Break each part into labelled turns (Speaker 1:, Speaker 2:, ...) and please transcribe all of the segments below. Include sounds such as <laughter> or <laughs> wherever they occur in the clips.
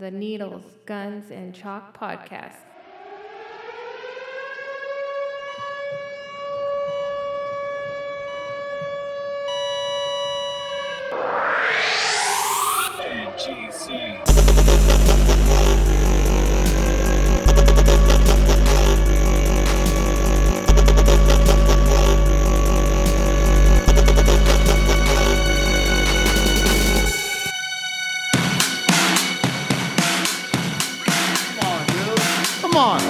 Speaker 1: the Needles, Guns, and Chalk podcast.
Speaker 2: Come on, dude. Come on.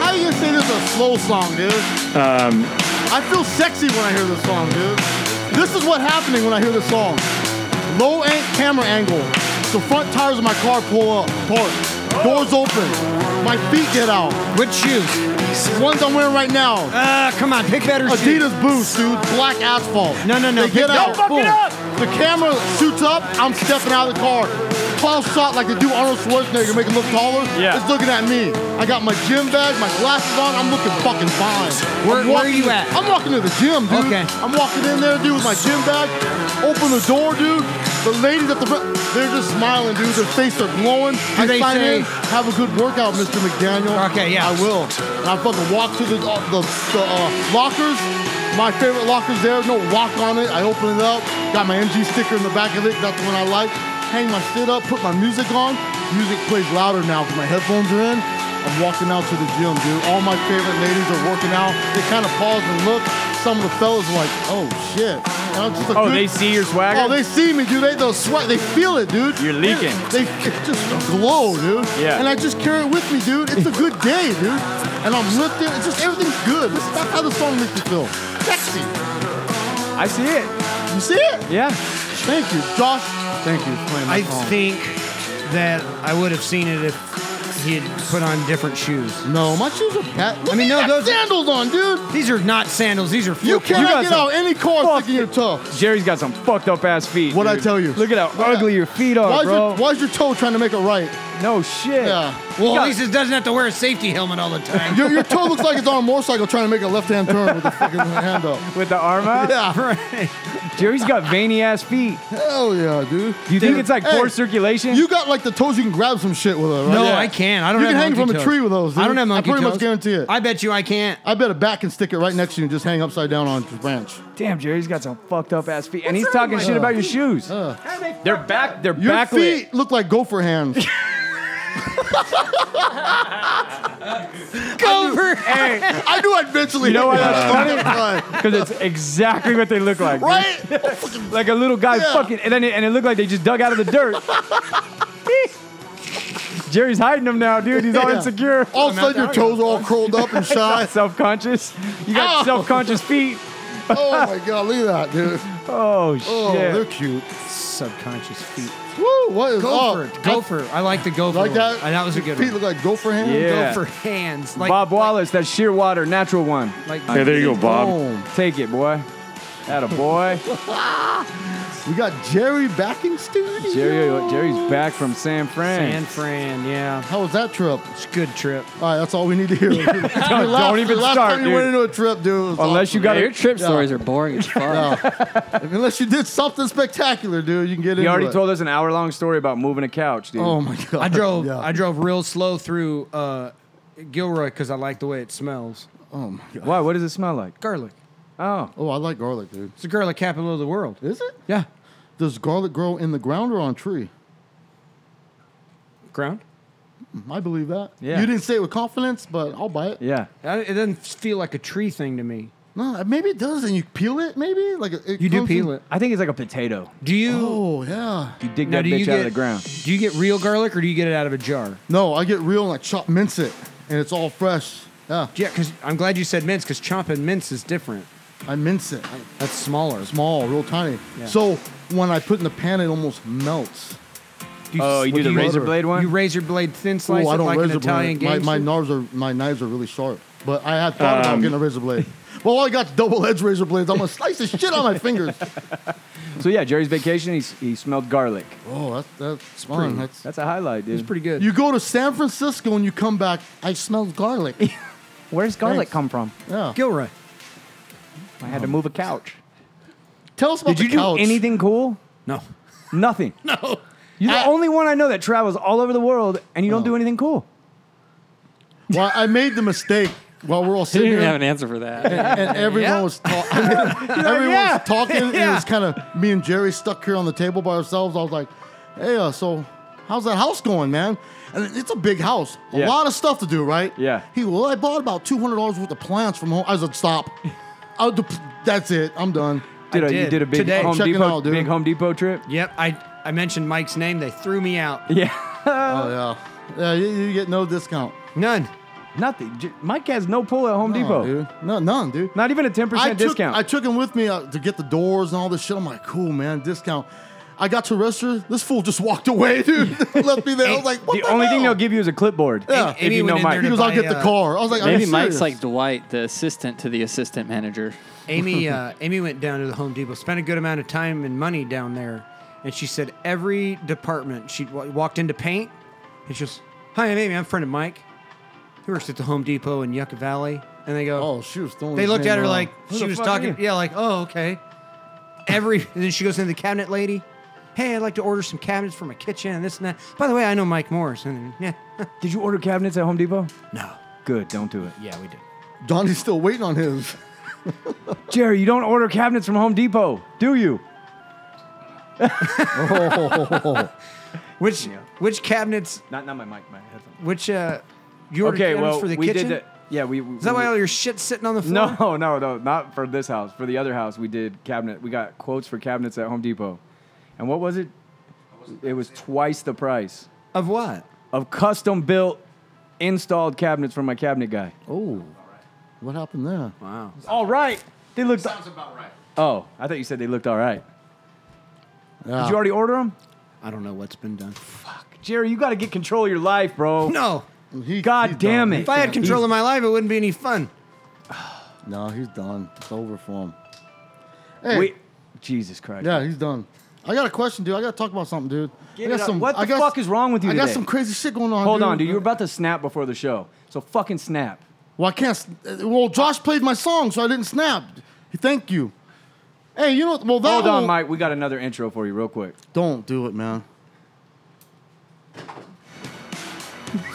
Speaker 2: How do you say this is a slow song, dude? Um, I feel sexy when I hear this song, dude. This is what's happening when I hear this song. Low an- camera angle. The front tires of my car pull up, apart. Doors open. My feet get out.
Speaker 3: Which shoes?
Speaker 2: The ones I'm wearing right now.
Speaker 3: Uh, come on, pick better shoes.
Speaker 2: Adidas boots, dude. Black asphalt.
Speaker 3: No, no, no.
Speaker 2: They get
Speaker 3: Don't
Speaker 2: out.
Speaker 3: fuck it
Speaker 2: Boom.
Speaker 3: up.
Speaker 2: The camera shoots up. I'm stepping out of the car. Paul shot like they do Arnold Schwarzenegger, make him look taller.
Speaker 3: Yeah.
Speaker 2: It's looking at me. I got my gym bag, my glasses on. I'm looking fucking fine.
Speaker 3: Where-
Speaker 2: I'm
Speaker 3: where
Speaker 2: walking-
Speaker 3: are you at?
Speaker 2: I'm walking to the gym, dude.
Speaker 3: Okay.
Speaker 2: I'm walking in there, dude, with my gym bag. Open the door, dude. The ladies at the front, they're just smiling, dude. Their faces are glowing. I
Speaker 3: they
Speaker 2: sign
Speaker 3: say-
Speaker 2: in. Have a good workout, Mr. McDaniel.
Speaker 4: Uh,
Speaker 3: Okay, yeah.
Speaker 2: I will. And I fucking walk to the uh, the, the uh, lockers. My favorite locker's there. No lock on it. I open it up. Got my MG sticker in the back of it. That's the one I like. Hang my shit up. Put my music on. Music plays louder now because my headphones are in. I'm walking out to the gym, dude. All my favorite ladies are working out. They kind of pause and look. Some of the fellas are like, "Oh shit." And I'm just a
Speaker 4: Oh,
Speaker 2: good-
Speaker 4: they see your swagger?
Speaker 2: Oh, they see me, dude. They, they'll sweat. They feel it, dude.
Speaker 4: You're leaking.
Speaker 2: They, it's just a glow, dude.
Speaker 4: Yeah.
Speaker 2: And I just carry it with me, dude. It's a good day, dude. And I'm lifting. It's just everything's good. This, that's how the song makes me feel. Sexy.
Speaker 4: I see it.
Speaker 2: You see it?
Speaker 4: Yeah.
Speaker 2: Thank you, Josh. Thank you for playing that
Speaker 3: I
Speaker 2: song.
Speaker 3: think that I would have seen it if he had put on different shoes.
Speaker 2: no, my shoes are pat. Look, I mean,
Speaker 3: mean, no,
Speaker 2: no,
Speaker 3: those-
Speaker 2: sandals on, dude.
Speaker 3: These are not sandals. These are
Speaker 2: You
Speaker 3: flip-
Speaker 2: cannot
Speaker 4: got
Speaker 2: get
Speaker 4: some
Speaker 2: out any car
Speaker 4: fucked-
Speaker 2: thinking you're tough.
Speaker 4: Jerry's got some fucked up ass feet.
Speaker 2: What'd I
Speaker 4: dude.
Speaker 2: tell you?
Speaker 4: Look at how
Speaker 2: Why-
Speaker 4: ugly your feet are,
Speaker 2: Why is,
Speaker 4: bro.
Speaker 2: your, why is your toe trying to make it right?
Speaker 4: No shit.
Speaker 2: Yeah.
Speaker 3: Well,
Speaker 4: Yeah.
Speaker 3: at least it doesn't have to wear a safety helmet all the time. <laughs>
Speaker 2: Your, your toe looks like it's on a motorcycle trying to make a left-hand turn with a fucking hand up.
Speaker 4: With the arm out?
Speaker 2: <laughs> Yeah.
Speaker 4: Jerry's got veiny ass feet.
Speaker 2: Hell yeah, dude.
Speaker 4: Do you think it's like
Speaker 2: hey,
Speaker 4: poor circulation?
Speaker 2: You got like the toes you can grab some shit with, it, right?
Speaker 3: No, I can't. I don't
Speaker 2: You
Speaker 3: have
Speaker 2: can hang
Speaker 3: monkey
Speaker 2: from a
Speaker 3: toes.
Speaker 2: tree with those.
Speaker 3: I
Speaker 2: dude.
Speaker 3: don't have monkey
Speaker 2: I pretty
Speaker 3: toes.
Speaker 2: much guarantee it. I,
Speaker 3: I bet you I can't.
Speaker 2: bet a bat can stick it right next to you and just hang upside down on a branch.
Speaker 4: Damn, Jerry's got some fucked up ass feet. And
Speaker 3: What's
Speaker 4: he's
Speaker 3: wrong
Speaker 4: talking
Speaker 3: with
Speaker 4: shit
Speaker 3: my
Speaker 4: about your shoes. They're back they're
Speaker 2: Your
Speaker 4: backlit.
Speaker 2: feet look like gopher
Speaker 4: <laughs>
Speaker 2: hands.
Speaker 3: Cover.
Speaker 4: Hey,
Speaker 2: I knew I'd eventually.
Speaker 4: You know
Speaker 2: hit
Speaker 4: what that's
Speaker 2: that fucking line.
Speaker 4: because it's exactly what they look like. dude. <laughs>
Speaker 2: Right? Oh,
Speaker 4: Like a little guy
Speaker 2: Yeah.
Speaker 4: fucking and then it, and it looked like they just dug out of the
Speaker 2: <laughs>
Speaker 4: dirt. Jerry's hiding them now, dude. He's all
Speaker 2: Yeah.
Speaker 4: insecure.
Speaker 2: All of a sudden, your toes are all curled
Speaker 4: <laughs>
Speaker 2: up and <laughs> shy.
Speaker 4: self conscious. You got
Speaker 2: Ow.
Speaker 4: self conscious feet.
Speaker 2: Oh my god, look at that, dude.
Speaker 4: Oh,
Speaker 2: Oh, they're
Speaker 4: shit.
Speaker 2: cute.
Speaker 3: Subconscious feet.
Speaker 2: Woo, what is
Speaker 3: Gopher.
Speaker 2: up?
Speaker 3: Gopher. I like the gopher.
Speaker 2: Like that?
Speaker 3: One. Uh, that was a good
Speaker 2: Feet
Speaker 3: one.
Speaker 2: look like gopher hands.
Speaker 4: Yeah.
Speaker 3: Gopher hands. Like,
Speaker 4: Bob Wallace, that sheer water, natural one.
Speaker 3: Like,
Speaker 5: Yeah, there you go, Bob.
Speaker 2: Boom.
Speaker 4: Take it, boy. That a boy.
Speaker 2: We got Jerry back in studio.
Speaker 4: Jerry, Jerry's back from San Fran.
Speaker 3: San Fran. Yeah.
Speaker 2: How was that trip?
Speaker 3: It's a good trip.
Speaker 2: All right, that's all we need to hear. don't,
Speaker 4: <laughs> don't even
Speaker 2: last
Speaker 4: start,
Speaker 2: time you went
Speaker 4: dude.
Speaker 2: into a trip, dude. it was
Speaker 4: Unless you got
Speaker 5: Yeah, your
Speaker 4: a,
Speaker 5: trip
Speaker 2: Yeah.
Speaker 5: stories are
Speaker 3: <laughs>
Speaker 5: boring as fuck.
Speaker 4: <laughs>
Speaker 2: awesome. unless you did something spectacular, dude, you can get
Speaker 4: he
Speaker 2: into
Speaker 4: already
Speaker 2: it.
Speaker 4: told us an hour long story about moving a couch, dude.
Speaker 2: Oh my god!
Speaker 3: <laughs> I drove.
Speaker 2: Yeah.
Speaker 3: I drove real slow through uh, Gilroy because I like the way it smells.
Speaker 2: oh my god!
Speaker 4: Why? What does it smell like?
Speaker 3: Garlic.
Speaker 4: Oh,
Speaker 2: Oh, I like garlic, dude.
Speaker 3: It's the garlic capital of the world.
Speaker 2: Is it?
Speaker 3: Yeah.
Speaker 2: Does garlic grow in the ground or on a tree?
Speaker 3: Ground.
Speaker 2: I believe that.
Speaker 4: Yeah.
Speaker 2: You didn't say it with confidence, but I'll buy it.
Speaker 4: yeah.
Speaker 3: I- It doesn't feel like a tree thing to me.
Speaker 2: No, maybe it does, and you peel it. Maybe like it
Speaker 3: You do
Speaker 2: comes
Speaker 3: peel
Speaker 2: in-
Speaker 3: it.
Speaker 4: I think it's like a potato.
Speaker 3: Do you?
Speaker 2: Oh yeah.
Speaker 4: You dig
Speaker 3: Now,
Speaker 4: that
Speaker 3: do
Speaker 4: bitch
Speaker 3: you
Speaker 4: out of the
Speaker 3: get-
Speaker 4: ground.
Speaker 3: Do you get real garlic or do you get it out of a jar?
Speaker 2: No, I get real and I chop mince it, and it's all fresh. Yeah,
Speaker 3: Yeah, because I'm glad you said mince because chomping mince is different.
Speaker 2: I mince it. I-
Speaker 3: That's smaller.
Speaker 2: small, real tiny.
Speaker 3: Yeah.
Speaker 2: So when I put it in the pan, it almost melts.
Speaker 3: Do you,
Speaker 4: Oh, you do the
Speaker 2: you
Speaker 4: razor
Speaker 2: butter?
Speaker 4: blade one?
Speaker 3: You razor blade thin
Speaker 2: Oh,
Speaker 3: slice
Speaker 2: I
Speaker 3: it
Speaker 2: don't
Speaker 3: like an
Speaker 2: razor
Speaker 3: Italian
Speaker 2: blade. My, my
Speaker 3: gangster.
Speaker 2: knives are my knives are really sharp, but I had thought
Speaker 3: Um.
Speaker 2: about getting a razor
Speaker 3: <laughs>
Speaker 2: blade. Well, all I got double edged razor blades. I'm gonna slice the shit on my fingers.
Speaker 4: so yeah, Jerry's vacation. He, s- he smelled garlic.
Speaker 2: Oh, that's that's fun. That's,
Speaker 4: That's a highlight, dude.
Speaker 3: it's pretty good.
Speaker 2: you go to San Francisco and you come back. I smell
Speaker 3: <laughs>
Speaker 2: garlic.
Speaker 4: Where's
Speaker 2: garlic Thanks.
Speaker 4: come from?
Speaker 2: Yeah.
Speaker 3: Gilroy.
Speaker 4: I had to move a couch.
Speaker 2: Tell us about
Speaker 4: Did you
Speaker 2: the couch.
Speaker 4: do anything cool?
Speaker 3: No.
Speaker 4: Nothing. No. You're the
Speaker 2: I-
Speaker 4: only one I know that travels all over the world and you don't do anything cool.
Speaker 2: Well, I made the mistake while we're all
Speaker 6: He
Speaker 3: <laughs>
Speaker 2: sitting
Speaker 6: didn't have
Speaker 2: here,
Speaker 6: an answer for that.
Speaker 2: and everyone
Speaker 3: Yeah.
Speaker 2: was talking. everyone
Speaker 3: yeah.
Speaker 2: was talking, and it
Speaker 3: Yeah.
Speaker 2: was kind of me and Jerry stuck here on the table by ourselves. I was like, "Hey, uh, so how's that house going, man?" And it's a big house, a
Speaker 4: Yeah.
Speaker 2: lot of stuff to do, right?
Speaker 4: Yeah.
Speaker 2: He well, I bought about two hundred dollars worth of plants from home. I said, "Stop." I would, that's it. I'm done.
Speaker 4: Did, a- uh, you
Speaker 3: did.
Speaker 4: did a big
Speaker 3: Today.
Speaker 4: Home
Speaker 2: Check it
Speaker 4: Depot
Speaker 2: out, dude.
Speaker 4: big Home Depot trip?
Speaker 3: <laughs>
Speaker 4: <laughs>
Speaker 3: Yep, I I mentioned Mike's name. They threw me out.
Speaker 4: Yeah.
Speaker 2: Oh yeah, yeah. You, you get no discount.
Speaker 3: None.
Speaker 4: Nothing. J- Mike has no pull at Home
Speaker 2: No,
Speaker 4: Depot.
Speaker 2: dude. No, none, dude.
Speaker 4: Not even a 10%
Speaker 2: I took,
Speaker 4: discount.
Speaker 2: I took him with me uh, to get the doors and all this shit. I'm like, cool, man, discount. I got to register. This fool just walked away, <laughs> dude. Left me there. I was like, what
Speaker 4: the only thing they'll
Speaker 2: hell?
Speaker 4: give you is a clipboard.
Speaker 2: Yeah.
Speaker 4: If
Speaker 3: Amy
Speaker 4: you know
Speaker 3: went in there
Speaker 4: Mike.
Speaker 2: He goes, I'll
Speaker 3: Buy,
Speaker 2: get the
Speaker 3: uh,
Speaker 2: car. I was like, Are
Speaker 6: Maybe
Speaker 2: you
Speaker 6: Mike's
Speaker 2: serious?
Speaker 6: like Dwight, the assistant to the assistant manager.
Speaker 3: Amy uh, Amy went down to the Home Depot, spent a good amount of time and money down there, and she said every department she w- walked into paint, and she goes, "Hi, I'm Amy. I'm a friend of Mike. He works at the Home Depot in Yucca Valley." And they go,
Speaker 2: oh, she was throwing.
Speaker 3: They
Speaker 2: his
Speaker 3: looked
Speaker 2: name
Speaker 3: at her
Speaker 2: around.
Speaker 3: like
Speaker 4: Who
Speaker 3: she
Speaker 4: the
Speaker 3: was
Speaker 4: fuck are
Speaker 3: talking.
Speaker 4: you?
Speaker 3: Yeah, like oh okay. Every and then she goes into the cabinet lady. Hey, I'd like to order some cabinets for my kitchen and this and that. By the way, I know Mike Morris. And then, yeah, <laughs>
Speaker 4: Did you order cabinets at Home Depot?
Speaker 3: no,
Speaker 4: Good, don't do it.
Speaker 3: yeah, we did.
Speaker 2: Donnie's still waiting
Speaker 4: <laughs>
Speaker 2: on his.
Speaker 4: Jerry, you don't order cabinets from Home Depot, do you? Oh,
Speaker 3: Which which cabinets?
Speaker 4: Not not my mic, my headphones.
Speaker 3: Which uh, you ordered
Speaker 4: Okay,
Speaker 3: cabinets
Speaker 4: well,
Speaker 3: for the
Speaker 4: we
Speaker 3: kitchen?
Speaker 4: did the, Yeah, we. we-
Speaker 3: Is
Speaker 2: Mm.
Speaker 3: that why all your shit's sitting on the floor?
Speaker 4: no, no, no, not for this house. For the other house, we did cabinet. We got quotes for cabinets at Home Depot. And what was it? It was twice the price
Speaker 3: Of what?
Speaker 4: of custom built installed cabinets from my cabinet guy.
Speaker 2: Oh, what happened there?
Speaker 3: Wow.
Speaker 4: All right. They looked. Sounds about right. Oh, I thought you said they looked all right.
Speaker 2: Yeah.
Speaker 4: Did you already order them?
Speaker 3: I don't know what's been done.
Speaker 4: Jerry, you got to get control of your life,
Speaker 2: Oh.
Speaker 4: bro.
Speaker 3: No.
Speaker 2: He-
Speaker 4: God
Speaker 2: he's
Speaker 4: damn
Speaker 2: done.
Speaker 4: it.
Speaker 3: If I had control of my life, it wouldn't be any fun.
Speaker 2: No, he's done. It's over for him. Hey,
Speaker 4: Wait. Jesus Christ.
Speaker 2: yeah, he's done. I got a question, dude. I got to talk about something, dude.
Speaker 4: Get
Speaker 2: I got
Speaker 4: it up.
Speaker 2: some.
Speaker 4: What
Speaker 2: I
Speaker 4: the
Speaker 2: got,
Speaker 4: fuck is wrong with you
Speaker 2: I got
Speaker 4: today?
Speaker 2: some crazy shit going on.
Speaker 4: Hold on, dude. You were about to snap before the show. So fucking snap.
Speaker 2: Well, I can't. s- uh, Well, Josh played my song, so I didn't snap. Thank you. Hey, you know what? Well, that
Speaker 4: Hold
Speaker 2: whole-
Speaker 4: on, Mike. We got another intro for you, real quick.
Speaker 2: Don't do it, man.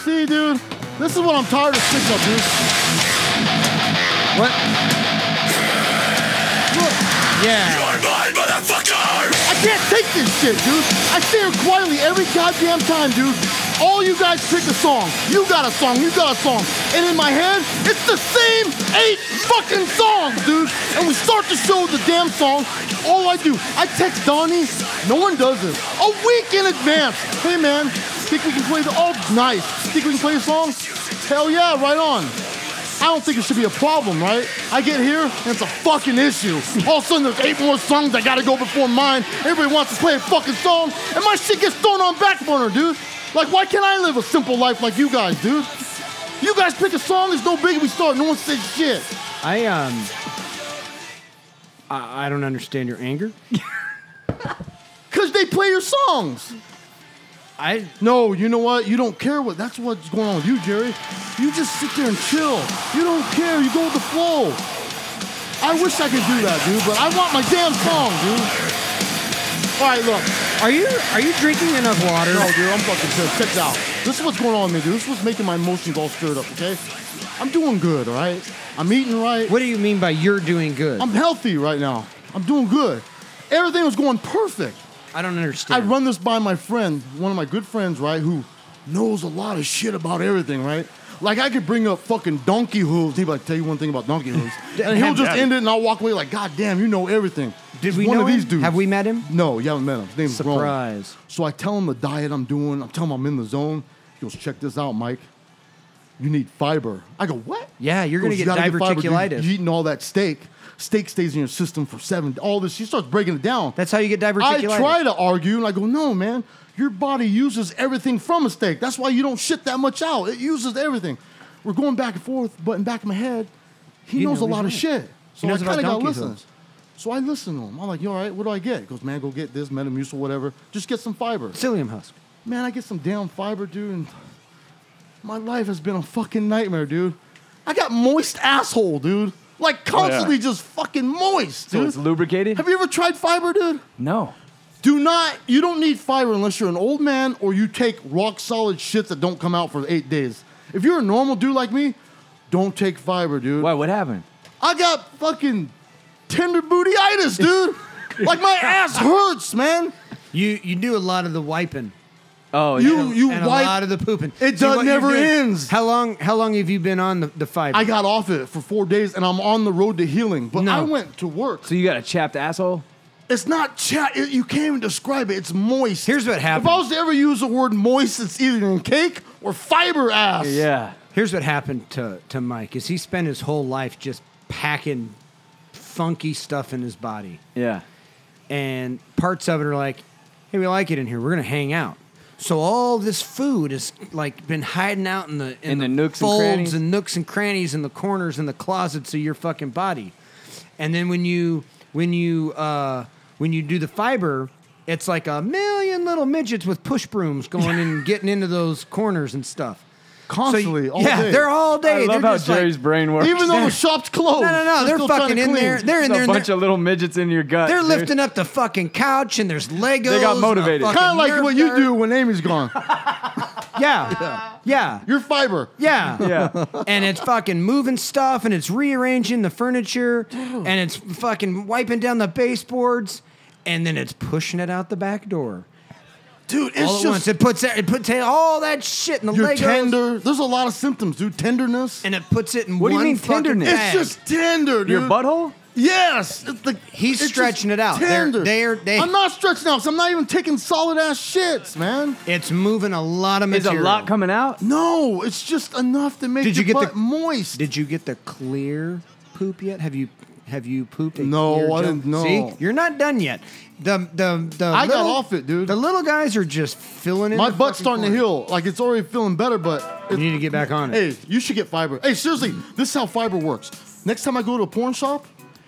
Speaker 2: See, dude, this is what I'm tired of sticking up, dude. What? Look,
Speaker 3: Yeah.
Speaker 2: I can't take this shit, dude. I stay here quietly every goddamn time, dude. All you guys pick a song. You got a song. You got a song. And in my head, it's the same eight fucking songs, dude. And we start the show with the damn song. All I do, I text Donnie. No one does this. A week in advance. Hey, man, think we can play the... Oh, nice. Think we can play a song? Hell yeah, right on. I don't think it should be a problem, right? I get here and it's a fucking issue. All of a sudden, there's eight more songs I gotta go before mine. Everybody wants to play a fucking song, and my shit gets thrown on back burner, dude. Like, why can't I live a simple life like you guys, dude? You guys pick a song, it's no big, we start, no one says shit.
Speaker 3: I um I, I don't understand your anger.
Speaker 2: Cause they play your songs.
Speaker 3: I
Speaker 2: No, you know what? You don't care what. That's what's going on with you, Jerry. You just sit there and chill. You don't care. You go with the flow. I wish I could do that, dude, but I want my damn song, dude. All right, look.
Speaker 3: are you are you drinking enough water?
Speaker 2: No, dude, I'm fucking pissed. Check it out. This is what's going on with me, dude. This is what's making my emotions all stirred up, okay? I'm doing good, all right? I'm eating right.
Speaker 3: What do you mean by you're doing good?
Speaker 2: I'm healthy right now. I'm doing good. Everything was going perfect.
Speaker 3: I don't
Speaker 2: I
Speaker 3: understand.
Speaker 2: run this by my friend, one of my good friends, right, who knows a lot of shit about everything, right? Like I could bring up fucking donkey hooves. He'd be like, tell you one thing about donkey
Speaker 3: <laughs>
Speaker 2: hooves. And he'll just end it and I'll walk away like, God damn, you know everything.
Speaker 3: Did
Speaker 2: He's
Speaker 3: we
Speaker 2: one
Speaker 3: know
Speaker 2: of these
Speaker 3: him?
Speaker 2: dudes.
Speaker 3: Have we met him?
Speaker 2: No, you haven't met him. His name's Rome.
Speaker 3: Surprise.
Speaker 2: So I tell him the diet I'm doing. I tell him I'm in the zone. He goes, check this out, Mike. You need fiber. I go, what?
Speaker 3: Yeah, you're
Speaker 2: He
Speaker 3: gonna
Speaker 2: goes, "You
Speaker 3: get
Speaker 2: gotta fiber, dude.
Speaker 3: diverticulitis."
Speaker 2: You're eating all that steak. Steak stays in your system for seven. All this. He starts breaking it down.
Speaker 3: That's how you get
Speaker 2: I
Speaker 3: diverticulitis.
Speaker 2: try to argue, and I go, no, man. Your body uses everything from a steak. That's why you don't shit that much out. It uses everything. We're going back and forth, but in back of my head, he
Speaker 3: You
Speaker 2: knows
Speaker 3: know
Speaker 2: a
Speaker 3: he's
Speaker 2: lot of
Speaker 3: right.
Speaker 2: shit. So
Speaker 3: knows
Speaker 2: I
Speaker 3: about
Speaker 2: kind of got to
Speaker 3: donkey
Speaker 2: listen.
Speaker 3: hooves.
Speaker 2: So I listen to him. I'm like, you all right? What do I get? He goes, man, go get this Metamucil, whatever. Just get some fiber.
Speaker 3: psyllium husk.
Speaker 2: Man, I get some damn fiber, dude, and my life has been a fucking nightmare, dude. I got moist asshole, dude.
Speaker 3: Oh,
Speaker 2: Like constantly just fucking moist,
Speaker 4: So
Speaker 2: dude.
Speaker 4: it's lubricated.
Speaker 2: Have you ever tried fiber, dude?
Speaker 4: no.
Speaker 2: Do not. You don't need fiber unless you're an old man or you take rock solid shit that don't come out for eight days. If you're a normal dude like me, don't take fiber, dude.
Speaker 4: Why? What happened?
Speaker 2: I got fucking tender
Speaker 3: <laughs>
Speaker 2: bootyitis, dude. like my ass hurts, man.
Speaker 3: You you do a lot of the wiping.
Speaker 4: Oh,
Speaker 2: You you
Speaker 3: and
Speaker 2: wipe.
Speaker 3: a lot of the pooping.
Speaker 2: It
Speaker 3: See,
Speaker 2: does-
Speaker 3: what you're
Speaker 2: never
Speaker 3: doing-
Speaker 2: ends.
Speaker 3: How long how long have you been on the, the fiber?
Speaker 2: I got off it for four days, and I'm on the road to healing. But
Speaker 3: No.
Speaker 2: I went to work.
Speaker 4: so you got a chapped asshole?
Speaker 2: It's not chat. It, you can't even describe it. It's moist.
Speaker 3: Here's what happened.
Speaker 2: If I was to ever use the word moist, it's either in cake or fiber ass.
Speaker 4: Yeah.
Speaker 3: Here's what happened to, to Mike is he spent his whole life just packing funky stuff in his body.
Speaker 4: Yeah.
Speaker 3: And parts of it are like, hey, we like it in here. We're gonna hang out. So all this food is like been hiding out in the in,
Speaker 4: the nooks and
Speaker 3: folds
Speaker 4: crannies?
Speaker 3: and nooks and crannies and the corners and the closets of your fucking body. And then when you when you uh, when you do the fiber, it's like a million little midgets with push
Speaker 4: <laughs>
Speaker 3: brooms going in and getting into those corners and stuff. So you-
Speaker 2: Constantly, all
Speaker 3: yeah,
Speaker 2: day.
Speaker 3: they're all day.
Speaker 4: I love
Speaker 3: they're
Speaker 4: how
Speaker 3: just like-
Speaker 4: Jerry's brain works.
Speaker 2: Even though the shop's closed.
Speaker 3: no, no, no. They're
Speaker 2: still trying
Speaker 3: fucking
Speaker 2: to
Speaker 3: in
Speaker 2: clean.
Speaker 3: there. They're
Speaker 4: There's
Speaker 3: in there.
Speaker 4: a
Speaker 3: and
Speaker 4: bunch
Speaker 3: They're,
Speaker 4: of little midgets in your gut.
Speaker 3: they're
Speaker 4: dude.
Speaker 3: lifting up the fucking couch, and there's Legos. and a
Speaker 4: motivated.
Speaker 3: fucking
Speaker 2: Kind of like
Speaker 3: Nerf
Speaker 2: what you
Speaker 3: dart.
Speaker 2: do when Amy's
Speaker 3: <laughs>
Speaker 2: gone.
Speaker 3: Yeah, yeah,
Speaker 2: You're fiber.
Speaker 3: yeah.
Speaker 4: Yeah.
Speaker 3: and it's fucking moving stuff, and it's rearranging the furniture, and it's fucking wiping down the baseboards, and then it's pushing it out the back door.
Speaker 2: Dude, it's
Speaker 3: All at
Speaker 2: just
Speaker 3: once, it puts it puts all that shit in the
Speaker 2: you're
Speaker 3: Legos,
Speaker 2: tender. There's a lot of symptoms, dude. Tenderness.
Speaker 3: and it puts it in
Speaker 4: What do you
Speaker 3: one
Speaker 4: mean
Speaker 3: fucking
Speaker 4: tenderness?
Speaker 2: it's
Speaker 3: bag.
Speaker 2: just tender, dude.
Speaker 4: Your butthole?
Speaker 2: Yes. It's like,
Speaker 3: He's
Speaker 2: it's
Speaker 3: stretching
Speaker 2: just
Speaker 3: it out. They're-
Speaker 2: Tender.
Speaker 3: they're- they-
Speaker 2: I'm not stretching out. 'cause I'm not even taking solid ass shits, man.
Speaker 3: it's moving a lot of
Speaker 4: Is
Speaker 3: material.
Speaker 4: a lot coming out?
Speaker 2: No, it's just enough to make
Speaker 3: Did
Speaker 2: your
Speaker 3: you get the-
Speaker 2: butt moist.
Speaker 3: Did you get the clear poop yet? Have you have you pooped? A
Speaker 2: No,
Speaker 3: clear
Speaker 2: I
Speaker 3: gel?
Speaker 2: didn't- no.
Speaker 3: See, you're not done yet. The the the
Speaker 2: I got
Speaker 3: little-
Speaker 2: off it, dude.
Speaker 3: The little guys are just filling in.
Speaker 2: My
Speaker 3: the
Speaker 2: butt's
Speaker 3: fucking
Speaker 2: starting to
Speaker 3: corner.
Speaker 2: heal. Like it's already feeling better, but
Speaker 3: You need to get back on it.
Speaker 2: hey, you should get fiber. Hey, seriously, this is how fiber works. Next time I go to a porn shop,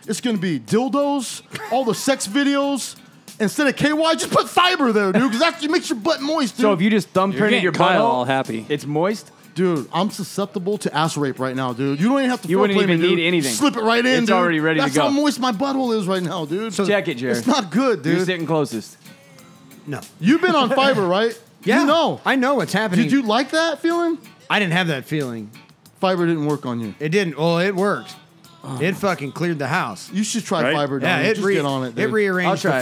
Speaker 2: it's gonna be dildos, all the sex videos. Instead of KY, just put fiber there, dude, because that makes your butt moist, dude.
Speaker 4: So if you just
Speaker 6: You're
Speaker 4: thumbprinted
Speaker 6: getting
Speaker 4: your
Speaker 6: Kyle
Speaker 4: butthole,
Speaker 6: all happy.
Speaker 4: it's moist.
Speaker 2: dude, I'm susceptible to ass rape right now, dude. You don't even have to.
Speaker 4: You wouldn't
Speaker 2: foreplay me,
Speaker 4: even need
Speaker 2: dude.
Speaker 4: anything.
Speaker 2: Slip it right in.
Speaker 4: It's
Speaker 2: dude.
Speaker 4: already ready to
Speaker 2: That's
Speaker 4: go.
Speaker 2: how moist my butthole is right now, dude.
Speaker 4: Check it, Jerry.
Speaker 2: It's not good,
Speaker 4: You're
Speaker 2: dude.
Speaker 4: sitting closest.
Speaker 3: No.
Speaker 2: You've been on fiber,
Speaker 4: <laughs>
Speaker 2: right?
Speaker 3: Yeah.
Speaker 2: You know.
Speaker 3: I know what's happening.
Speaker 2: Did you like that feeling?
Speaker 3: I didn't have that feeling.
Speaker 2: Fiber didn't work on you.
Speaker 3: It didn't. Well, it worked. it fucking cleared the house.
Speaker 2: Oh. You should try
Speaker 5: Right?
Speaker 2: fiber.
Speaker 3: Yeah,
Speaker 2: Donnie.
Speaker 3: it,
Speaker 2: just
Speaker 3: re-
Speaker 2: get on it. Dude.
Speaker 4: I'll
Speaker 3: rearranged
Speaker 4: try
Speaker 3: the
Speaker 4: it.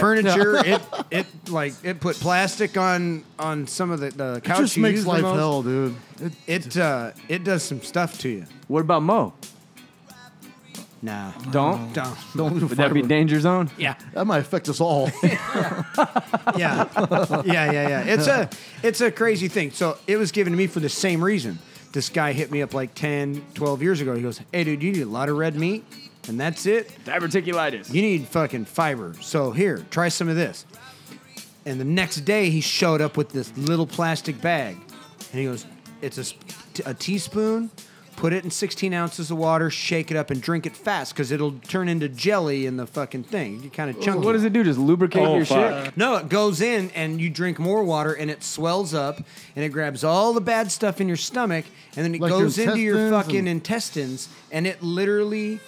Speaker 2: <laughs>
Speaker 3: furniture. it it like it put plastic on on some of the, the
Speaker 2: It
Speaker 3: couch.
Speaker 2: just
Speaker 3: you
Speaker 2: makes
Speaker 3: use the
Speaker 2: life
Speaker 3: most.
Speaker 2: hell, dude. It,
Speaker 3: It uh it does some stuff to you.
Speaker 4: What about Mo?
Speaker 3: Nah.
Speaker 4: Don't.
Speaker 3: Don't.
Speaker 2: don't do
Speaker 4: Would that be
Speaker 2: fiber.
Speaker 4: danger zone?
Speaker 3: Yeah.
Speaker 2: that might affect us all.
Speaker 3: <laughs>
Speaker 2: <laughs>
Speaker 3: yeah, yeah, yeah, yeah. It's a it's a crazy thing. So it was given to me for the same reason. This guy hit me up like 10, 12 years ago. He goes, "Hey, dude, you need a lot of red meat, and that's it.
Speaker 4: Diverticulitis.
Speaker 3: You need fucking fiber. So here, try some of this." And the next day, he showed up with this little plastic bag, and he goes, "It's a, sp- t- a teaspoon. Put it in 16 ounces of water, shake it up, and drink it fast because it'll turn into jelly in the fucking thing. You kind of chunky.
Speaker 4: What does it do? Just lubricate
Speaker 5: Oh,
Speaker 4: your
Speaker 5: fuck.
Speaker 4: shit?
Speaker 3: Uh, No, it goes in and you drink more water and it swells up and it grabs all the bad stuff in your stomach and then it
Speaker 2: Like your
Speaker 3: goes into your
Speaker 2: intestines
Speaker 3: fucking
Speaker 2: and-
Speaker 3: intestines and it literally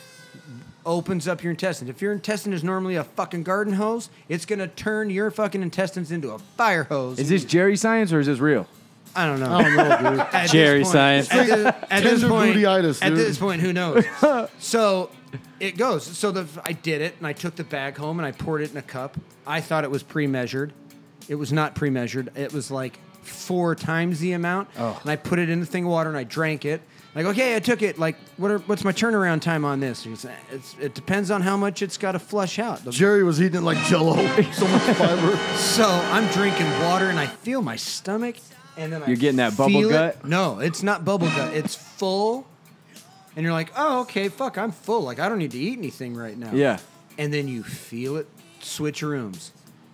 Speaker 3: opens up your intestines. If your intestine is normally a fucking garden hose, it's gonna turn your fucking intestines into a fire hose.
Speaker 4: Is this Jerry science or is this real?
Speaker 3: I don't know.
Speaker 2: I don't know, dude.
Speaker 3: <laughs> At this
Speaker 6: Jerry
Speaker 3: point-
Speaker 6: science.
Speaker 3: At this, at this
Speaker 2: Tender
Speaker 3: point,
Speaker 2: bootyitis,
Speaker 3: at
Speaker 2: dude.
Speaker 3: this point, who knows? <laughs> so it goes. So the I did it, and I took the bag home, and I poured it in a cup. I thought it was pre-measured. It was not pre-measured. It was like four times the amount. Oh. And I put it in the thing of water, and I drank it. Like, okay, I took it. Like, what are, what's my turnaround time on this? And it's, it's, it depends on how much it's got to flush out. The
Speaker 2: Jerry was eating it like
Speaker 3: <laughs>
Speaker 2: Jello. So much fiber.
Speaker 3: so I'm drinking water and I feel my stomach, and then I
Speaker 4: You're getting that bubble
Speaker 3: feel it.
Speaker 4: gut?
Speaker 3: No, it's not bubble gut. It's full, and you're like, oh okay, fuck, I'm full. Like I don't need to eat anything right now.
Speaker 4: Yeah.
Speaker 3: And then you feel it switch rooms.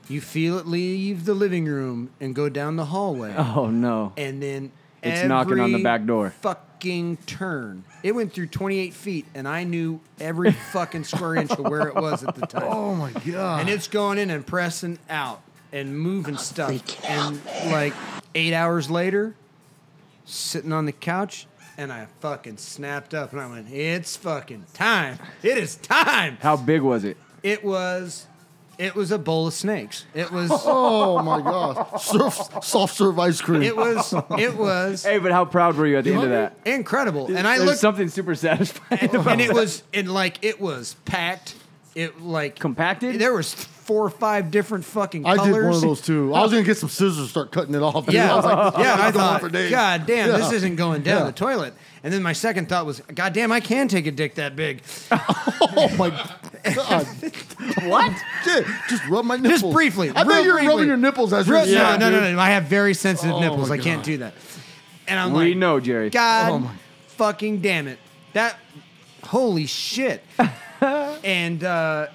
Speaker 3: You feel it leave the living room and go down the hallway,
Speaker 4: Oh no.
Speaker 3: and then
Speaker 4: It's knocking on the
Speaker 3: every
Speaker 4: back door.
Speaker 3: Fucking turn. It went through 28 feet, and I knew every <laughs> fucking square inch of where it was at the time
Speaker 2: Oh my god.
Speaker 3: and it's going in and pressing out and moving stuff. And like eight hours later, sitting on the couch, and I fucking snapped up and I went, "It's fucking time! It is time!"
Speaker 4: How big was it?
Speaker 3: It was It was a bowl of snakes. It
Speaker 4: <laughs>
Speaker 3: was. <laughs>
Speaker 2: Oh my gosh. Surf, soft serve ice cream.
Speaker 3: It was. It was
Speaker 4: Hey, but how proud were you at the end of that?
Speaker 3: incredible. And I
Speaker 4: There's
Speaker 3: looked,
Speaker 4: something super satisfying.
Speaker 3: and it was, and like it was packed. It like
Speaker 4: Compacted?
Speaker 3: There was four or five different fucking
Speaker 2: I
Speaker 3: colors.
Speaker 2: did one of those too. I was gonna get some scissors and start cutting it off. dude.
Speaker 3: Yeah,
Speaker 2: I was like,
Speaker 3: yeah. and I
Speaker 2: I'm going
Speaker 3: thought,
Speaker 2: for days.
Speaker 3: God damn, this
Speaker 2: Yeah.
Speaker 3: isn't going down
Speaker 2: Yeah.
Speaker 3: the toilet. And then my second thought was, God damn, I can take a dick that big.
Speaker 2: <laughs> Oh my
Speaker 3: <laughs>
Speaker 2: god! what? Shit, just rub my nipples.
Speaker 3: briefly,
Speaker 2: I thought
Speaker 3: real
Speaker 2: you were
Speaker 3: briefly.
Speaker 2: rubbing your nipples as
Speaker 3: Real-
Speaker 2: you're.
Speaker 3: no, no, no, no. I have very sensitive
Speaker 2: Oh,
Speaker 3: nipples.
Speaker 2: my
Speaker 3: I can't
Speaker 2: God.
Speaker 3: do that. And I'm
Speaker 4: we
Speaker 3: like,
Speaker 4: know, Jerry.
Speaker 3: God
Speaker 2: Oh, my-
Speaker 3: fucking damn it. That holy shit. and uh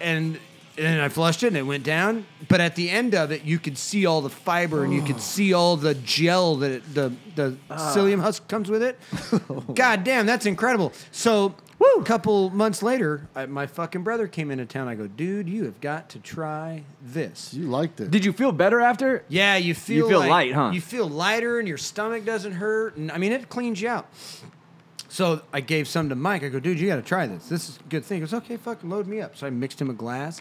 Speaker 3: and and I flushed it and it went down. But at the end of it you could see all the fiber and you could see all the gel that it, the the psyllium husk comes with it. God damn, that's incredible. So a couple months later, I, my fucking brother came into town. I go, dude, you have got to try this.
Speaker 2: You liked it.
Speaker 4: Did you feel better after?
Speaker 3: Yeah, you feel
Speaker 4: feel
Speaker 3: like-
Speaker 4: light, huh?
Speaker 3: You feel lighter, and your stomach doesn't hurt, and I mean it cleans you out. So I gave some to Mike. I go, dude, you got to try this. This is a good thing. He goes, okay, fucking load me up. So I mixed him a glass.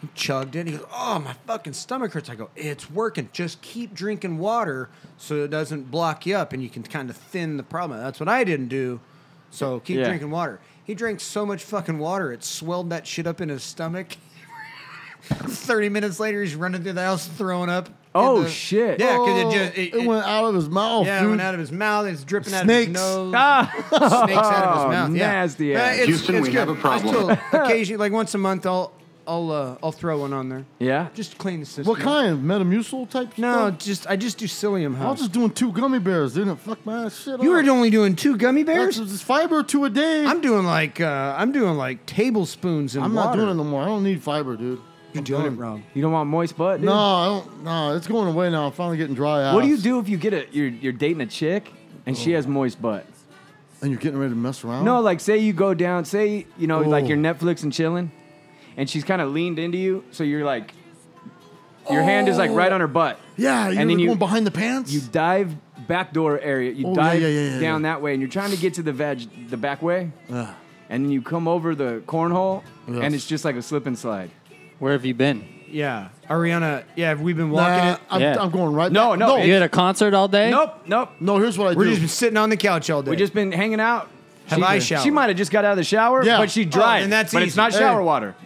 Speaker 3: He chugged it. He goes, oh, my fucking stomach hurts. I go, it's working. Just keep drinking water so it doesn't block you up, and you can kind of thin the problem. That's what I didn't do. So keep
Speaker 4: Yeah.
Speaker 3: drinking water. He drank so much fucking water, it swelled that shit up in his stomach. <laughs> 30 minutes later, he's running through the house throwing up.
Speaker 4: Oh,
Speaker 3: In the-
Speaker 4: shit.
Speaker 3: Yeah, because
Speaker 2: Oh,
Speaker 3: it just. It, it-
Speaker 2: went out of his mouth.
Speaker 3: yeah, it
Speaker 2: dude.
Speaker 3: went out of his mouth. It's dripping out of his
Speaker 2: Snakes.
Speaker 3: nose.
Speaker 4: Ah,
Speaker 3: Snakes out of
Speaker 4: <laughs> Oh,
Speaker 3: his mouth. Yeah.
Speaker 4: nasty
Speaker 3: But
Speaker 4: ass.
Speaker 3: it's-
Speaker 5: Houston,
Speaker 3: it's
Speaker 5: we
Speaker 3: good.
Speaker 5: have a problem.
Speaker 3: I
Speaker 4: <laughs>
Speaker 3: still, occasionally, like once a month, I'll I'll uh, I'll throw one on there.
Speaker 4: <laughs> Yeah?
Speaker 3: Just to clean the system.
Speaker 2: What kind? Metamucil type?
Speaker 3: No,
Speaker 2: Stuff?
Speaker 3: just I just do psyllium
Speaker 2: I was
Speaker 3: husk.
Speaker 2: just doing two gummy bears. Didn't it fuck my ass shit
Speaker 3: You
Speaker 2: up.
Speaker 3: were only doing two gummy bears.
Speaker 2: That's just fiber two a day.
Speaker 3: I'm doing like uh, I'm doing like tablespoons in
Speaker 2: I'm
Speaker 3: water.
Speaker 2: not doing it no more. I don't need fiber, dude.
Speaker 3: You're
Speaker 2: I'm
Speaker 3: doing it
Speaker 2: done.
Speaker 3: wrong.
Speaker 4: you don't want moist butt? dude?
Speaker 2: No, I don't. No, it's going away now. I'm finally getting dry ass.
Speaker 4: What do you do if you get a you're you're dating a chick and she has moist butt?
Speaker 2: And you're getting ready to mess around?
Speaker 4: No, like say you go down, say you know like
Speaker 2: Oh.
Speaker 4: you're Netflix and chilling, and she's kind of leaned into you, so you're like, your hand is like right on her butt.
Speaker 2: Yeah, you're
Speaker 4: and then
Speaker 2: going
Speaker 4: you
Speaker 2: behind the pants.
Speaker 4: you dive back door area, you
Speaker 2: Oh, yeah,
Speaker 4: dive
Speaker 2: yeah, yeah, yeah,
Speaker 4: down
Speaker 2: yeah.
Speaker 4: that way, and you're trying to get to the veg the back way,
Speaker 2: Ugh.
Speaker 4: and then you come over the cornhole,
Speaker 2: Yes.
Speaker 4: and it's just like a slip and slide.
Speaker 6: Where have you been?
Speaker 3: Yeah, Ariana. Yeah, we've been
Speaker 2: Nah,
Speaker 3: walking. it.
Speaker 2: I'm,
Speaker 6: Yeah.
Speaker 2: I'm going right.
Speaker 4: No, no,
Speaker 6: You at a concert all day?
Speaker 4: Oh. Nope, nope.
Speaker 2: no. Here's what I
Speaker 3: We're
Speaker 2: do.
Speaker 3: just been sitting on the couch all day.
Speaker 4: We just been hanging out.
Speaker 3: Have
Speaker 4: she,
Speaker 3: I
Speaker 4: She
Speaker 3: showered?
Speaker 4: might have just got out of the shower,
Speaker 2: Yeah.
Speaker 4: but she
Speaker 2: Oh,
Speaker 4: dried.
Speaker 3: then that's
Speaker 4: but
Speaker 3: easy.
Speaker 4: it's not
Speaker 3: Hey.
Speaker 4: shower water.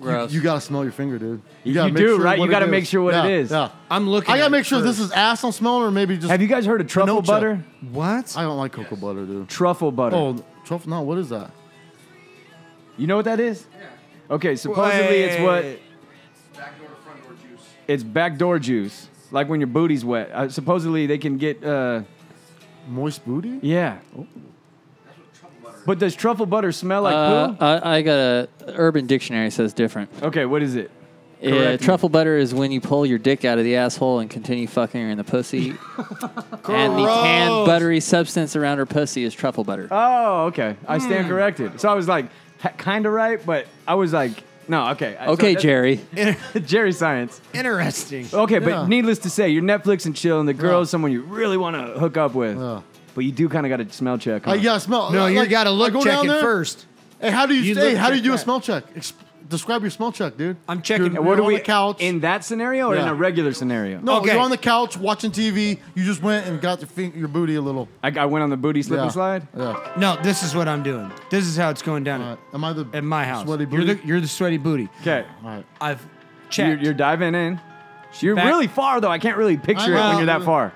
Speaker 6: Gross.
Speaker 2: You gotta smell your finger, dude.
Speaker 4: You
Speaker 2: gotta make
Speaker 4: do,
Speaker 2: sure
Speaker 4: right? You
Speaker 2: what
Speaker 4: gotta
Speaker 2: it
Speaker 4: make
Speaker 2: is.
Speaker 4: sure what it
Speaker 2: Yeah,
Speaker 4: is.
Speaker 2: Yeah.
Speaker 3: I'm looking.
Speaker 2: I
Speaker 3: at
Speaker 2: gotta
Speaker 3: it
Speaker 2: make sure this
Speaker 3: first.
Speaker 2: is ass I'm smelling or maybe just.
Speaker 4: Have you guys heard of truffle
Speaker 2: Pinocha.
Speaker 4: butter?
Speaker 3: what?
Speaker 2: I don't like cocoa butter, dude.
Speaker 4: Truffle butter.
Speaker 2: Oh, truffle. No, what is that?
Speaker 4: You know what that is? Okay, supposedly it's what it's backdoor juice, like when your booty's wet. Uh, supposedly they can get uh,
Speaker 2: Moist booty?
Speaker 4: yeah. But does truffle butter smell like
Speaker 6: Uh,
Speaker 4: poo?
Speaker 6: I, I got a Urban Dictionary says different.
Speaker 4: Okay, what is it?
Speaker 6: Uh,
Speaker 4: Correct me.
Speaker 6: truffle butter is when you pull your dick out of the asshole and continue fucking her in the
Speaker 4: <laughs>
Speaker 6: pussy. and the tan buttery substance around her pussy is truffle butter.
Speaker 4: Oh, okay. I stand corrected. So I was like, kind of right, but I was like, no, okay. I- so
Speaker 6: okay,
Speaker 4: that's-
Speaker 6: Jerry.
Speaker 4: <laughs> Jerry Science.
Speaker 3: Interesting.
Speaker 2: Oh,
Speaker 4: Okay, but
Speaker 2: Yeah.
Speaker 4: needless to say, you're Netflix and chill, and the girl is someone you really want to hook up with.
Speaker 2: Yeah. Uh,
Speaker 4: But you do kind of got to smell check. Huh?
Speaker 2: I gotta smell.
Speaker 3: No, you
Speaker 2: like,
Speaker 3: gotta look
Speaker 2: I go
Speaker 3: check
Speaker 2: down
Speaker 3: it
Speaker 2: there.
Speaker 3: first.
Speaker 2: Hey, how do you?
Speaker 3: You
Speaker 2: hey,
Speaker 3: look
Speaker 2: how do you
Speaker 3: check
Speaker 2: do a
Speaker 3: that.
Speaker 2: smell check? Ex- describe your smell check, dude.
Speaker 3: I'm checking-
Speaker 2: You're,
Speaker 4: And what
Speaker 2: you're
Speaker 4: do
Speaker 2: on
Speaker 4: we
Speaker 2: the couch?
Speaker 4: in that scenario or in
Speaker 2: Yeah.
Speaker 4: a regular scenario?
Speaker 2: no,
Speaker 3: Okay.
Speaker 2: you're on the couch watching TV. You just went and got your fin- your booty a little.
Speaker 4: I, I went on the booty slip
Speaker 2: yeah.
Speaker 4: and slide.
Speaker 2: Yeah.
Speaker 3: No, this is what I'm doing. This is how it's going down
Speaker 2: All right. Am I the
Speaker 3: at my house.
Speaker 2: Sweaty
Speaker 3: You're
Speaker 2: booty.
Speaker 3: the you're the sweaty booty.
Speaker 4: Okay,
Speaker 2: All right.
Speaker 3: I've
Speaker 4: you're,
Speaker 3: checked.
Speaker 4: you're diving in. You're
Speaker 3: back-
Speaker 4: really far though. I can't really picture it
Speaker 2: know.
Speaker 4: when you're that far,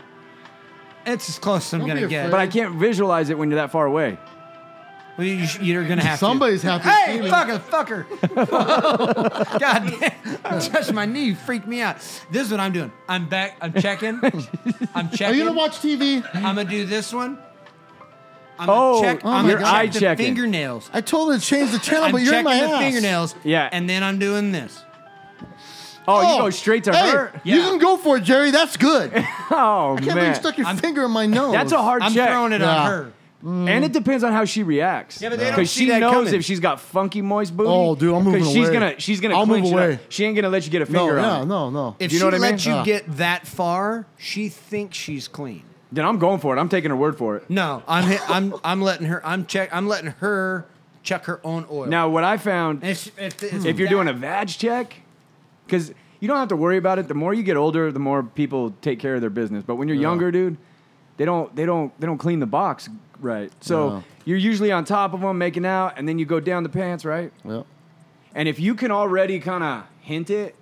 Speaker 3: it's as close as I'm
Speaker 2: Don't
Speaker 3: gonna
Speaker 2: be
Speaker 3: get.
Speaker 4: but I can't visualize it when you're that far away.
Speaker 3: Well, you, sh- you're gonna have
Speaker 2: Somebody's
Speaker 3: <laughs> to.
Speaker 2: happy. to see
Speaker 3: Hey,
Speaker 2: me.
Speaker 3: fucker,
Speaker 2: <laughs>
Speaker 3: fucker! God <laughs> damn! Touched my knee, freaked me out. This is what I'm doing. I'm back. I'm checking. I'm checking.
Speaker 2: Are you gonna watch TV?
Speaker 3: I'm gonna do this one. I'm
Speaker 4: Oh,
Speaker 3: gonna check,
Speaker 4: oh
Speaker 3: I'm
Speaker 2: my
Speaker 3: gonna
Speaker 2: God.
Speaker 3: check
Speaker 4: eye
Speaker 3: the
Speaker 4: checking.
Speaker 3: fingernails.
Speaker 2: I told her to change the channel,
Speaker 3: I'm
Speaker 2: but you're
Speaker 3: checking
Speaker 2: in my
Speaker 3: the
Speaker 2: ass.
Speaker 3: fingernails.
Speaker 4: Yeah.
Speaker 3: And then I'm doing this.
Speaker 4: Oh, you go straight to
Speaker 2: hey,
Speaker 4: her.
Speaker 2: You
Speaker 3: Yeah.
Speaker 2: can go for it, Jerry. That's
Speaker 3: <laughs>
Speaker 2: good. I
Speaker 4: <laughs> Oh
Speaker 2: can't believe you
Speaker 4: man,
Speaker 2: stuck your
Speaker 3: I'm-
Speaker 2: finger
Speaker 3: <laughs>
Speaker 2: in my nose.
Speaker 4: that's a hard
Speaker 3: I'm
Speaker 4: check.
Speaker 3: throwing it
Speaker 2: Yeah.
Speaker 3: on her.
Speaker 4: And it depends on how she reacts.
Speaker 3: Yeah, but they don't see
Speaker 4: she
Speaker 3: that
Speaker 4: knows
Speaker 3: coming.
Speaker 4: if she's got funky moist booty.
Speaker 2: Oh, dude, I'm moving
Speaker 4: 'cause she's
Speaker 2: away.
Speaker 4: gonna she's gonna
Speaker 2: I'll move
Speaker 4: clinch it up.
Speaker 2: away.
Speaker 4: She ain't gonna let you get a
Speaker 2: No,
Speaker 4: finger on.
Speaker 2: yeah,
Speaker 4: it.
Speaker 2: no, no.
Speaker 3: If
Speaker 4: You know
Speaker 3: she
Speaker 4: what I mean?
Speaker 3: lets you
Speaker 2: Yeah.
Speaker 3: get that far, she thinks she's clean.
Speaker 4: Then I'm going for it. I'm taking her word for it.
Speaker 3: No, I'm hit, I'm I'm letting her. I'm check. I'm letting her check her own oil.
Speaker 4: Now, what I found,
Speaker 3: And if, she- if,
Speaker 4: if you're doing a vag check, because you don't have to worry about it. The more you get older, the more people take care of their business. But when you're younger, dude, they don't they don't they don't clean the box right. So
Speaker 2: No.
Speaker 4: you're usually on top of them making out, and then you go down the pants, right?
Speaker 2: Yep.
Speaker 4: And if you can already kind of hint it,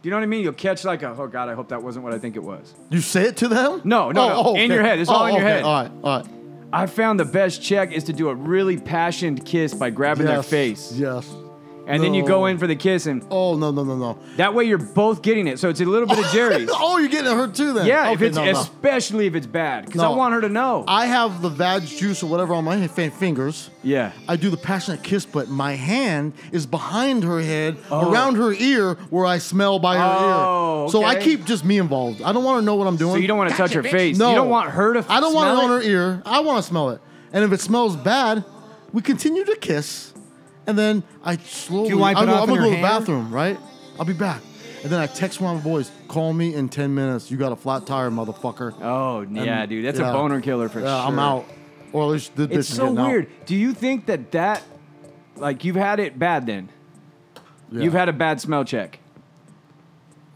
Speaker 4: do you know what I mean? You'll catch like a oh god, I hope that wasn't what I think it was.
Speaker 2: You say it to them? Oh,
Speaker 4: No, no, no. In your head. It's all in your
Speaker 2: okay.
Speaker 4: head.
Speaker 2: All right, all right.
Speaker 4: I found the best check is to do a really passioned kiss by grabbing their
Speaker 2: Yes,
Speaker 4: face.
Speaker 2: Yes.
Speaker 4: And then you go
Speaker 2: No.
Speaker 4: in for the kiss, and
Speaker 2: Oh no no no no.
Speaker 4: that way you're both getting it. So it's a little bit of Jerry's.
Speaker 2: <laughs> oh, you're getting hurt too then.
Speaker 4: Yeah,
Speaker 2: okay,
Speaker 4: if it's
Speaker 2: no, no.
Speaker 4: especially if it's bad, because
Speaker 2: No.
Speaker 4: I want her to know.
Speaker 2: I have the vag juice or whatever on my hand- fan- fingers.
Speaker 4: yeah,
Speaker 2: I do the passionate kiss, but my hand is behind her head, around her ear, where I smell by her
Speaker 4: Oh,
Speaker 2: ear. So I
Speaker 4: okay.
Speaker 2: keep just me involved. I don't want to know what I'm doing.
Speaker 4: so you don't want to touch her face.
Speaker 2: No,
Speaker 4: you don't want her to.
Speaker 2: I don't want it
Speaker 4: smell
Speaker 2: on her ear. I want to smell it. And if it smells bad, we continue to kiss, and then I slowly.
Speaker 3: you wipe it
Speaker 2: I'm,
Speaker 3: off
Speaker 2: I'm
Speaker 3: in
Speaker 2: gonna go
Speaker 3: your
Speaker 2: to the
Speaker 3: hand?
Speaker 2: bathroom, right? I'll be back. And then I text one of my boys, call me in 10 minutes. You got a flat tire, motherfucker.
Speaker 4: Oh yeah, dude, that's
Speaker 2: yeah.
Speaker 4: a boner killer for
Speaker 2: yeah,
Speaker 4: sure.
Speaker 2: I'm out. Or at least the bitch
Speaker 4: It's
Speaker 2: is
Speaker 4: so
Speaker 2: getting out.
Speaker 4: weird. Do you think that that, like, you've had it bad then?
Speaker 2: Yeah.
Speaker 4: You've had a bad smell check.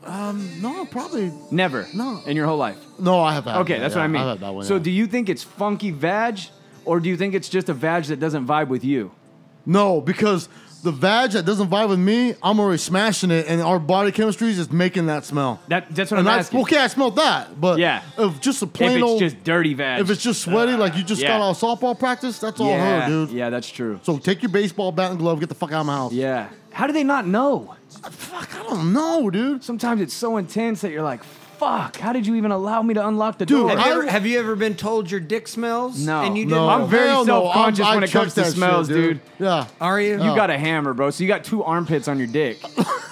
Speaker 2: No, probably.
Speaker 4: Never.
Speaker 2: No.
Speaker 4: In your whole life.
Speaker 2: No, I have had
Speaker 4: Okay,
Speaker 2: that,
Speaker 4: that's
Speaker 2: yeah.
Speaker 4: what I mean.
Speaker 2: I've had that one.
Speaker 4: so
Speaker 2: yeah.
Speaker 4: do you think it's funky vag, or do you think it's just a vag that doesn't vibe with you?
Speaker 2: No, because the vag that doesn't vibe with me, I'm already smashing it, and our body chemistry is just making that smell.
Speaker 4: That that's what
Speaker 2: and
Speaker 4: I'm
Speaker 2: I,
Speaker 4: asking.
Speaker 2: well, okay, I smelled that, but
Speaker 4: Yeah.
Speaker 2: if just a
Speaker 4: If
Speaker 2: plain
Speaker 4: it's
Speaker 2: old,
Speaker 4: just dirty vag.
Speaker 2: if it's just sweaty, like you just
Speaker 4: yeah.
Speaker 2: got out of softball practice, that's all
Speaker 4: yeah,
Speaker 2: her, dude.
Speaker 4: Yeah, that's true.
Speaker 2: So take your baseball bat and glove, get the fuck out of my house.
Speaker 4: Yeah. How do they not know?
Speaker 2: Fuck, I don't know, dude.
Speaker 4: Sometimes it's so intense that you're like, fuck, how did you even allow me to unlock the door?
Speaker 2: Dude,
Speaker 3: Have you,
Speaker 2: I-
Speaker 3: ever, have you ever been told your dick smells?
Speaker 4: No.
Speaker 3: And you didn't
Speaker 2: No,
Speaker 3: know?
Speaker 4: I'm very
Speaker 2: Uh, hell no,
Speaker 4: self-conscious
Speaker 2: I'm- I
Speaker 4: when it comes
Speaker 2: check
Speaker 4: to
Speaker 2: that shit,
Speaker 4: smells, dude.
Speaker 2: Yeah,
Speaker 3: Are you?
Speaker 2: Oh.
Speaker 4: you got a hammer, bro. So you got two armpits on your dick.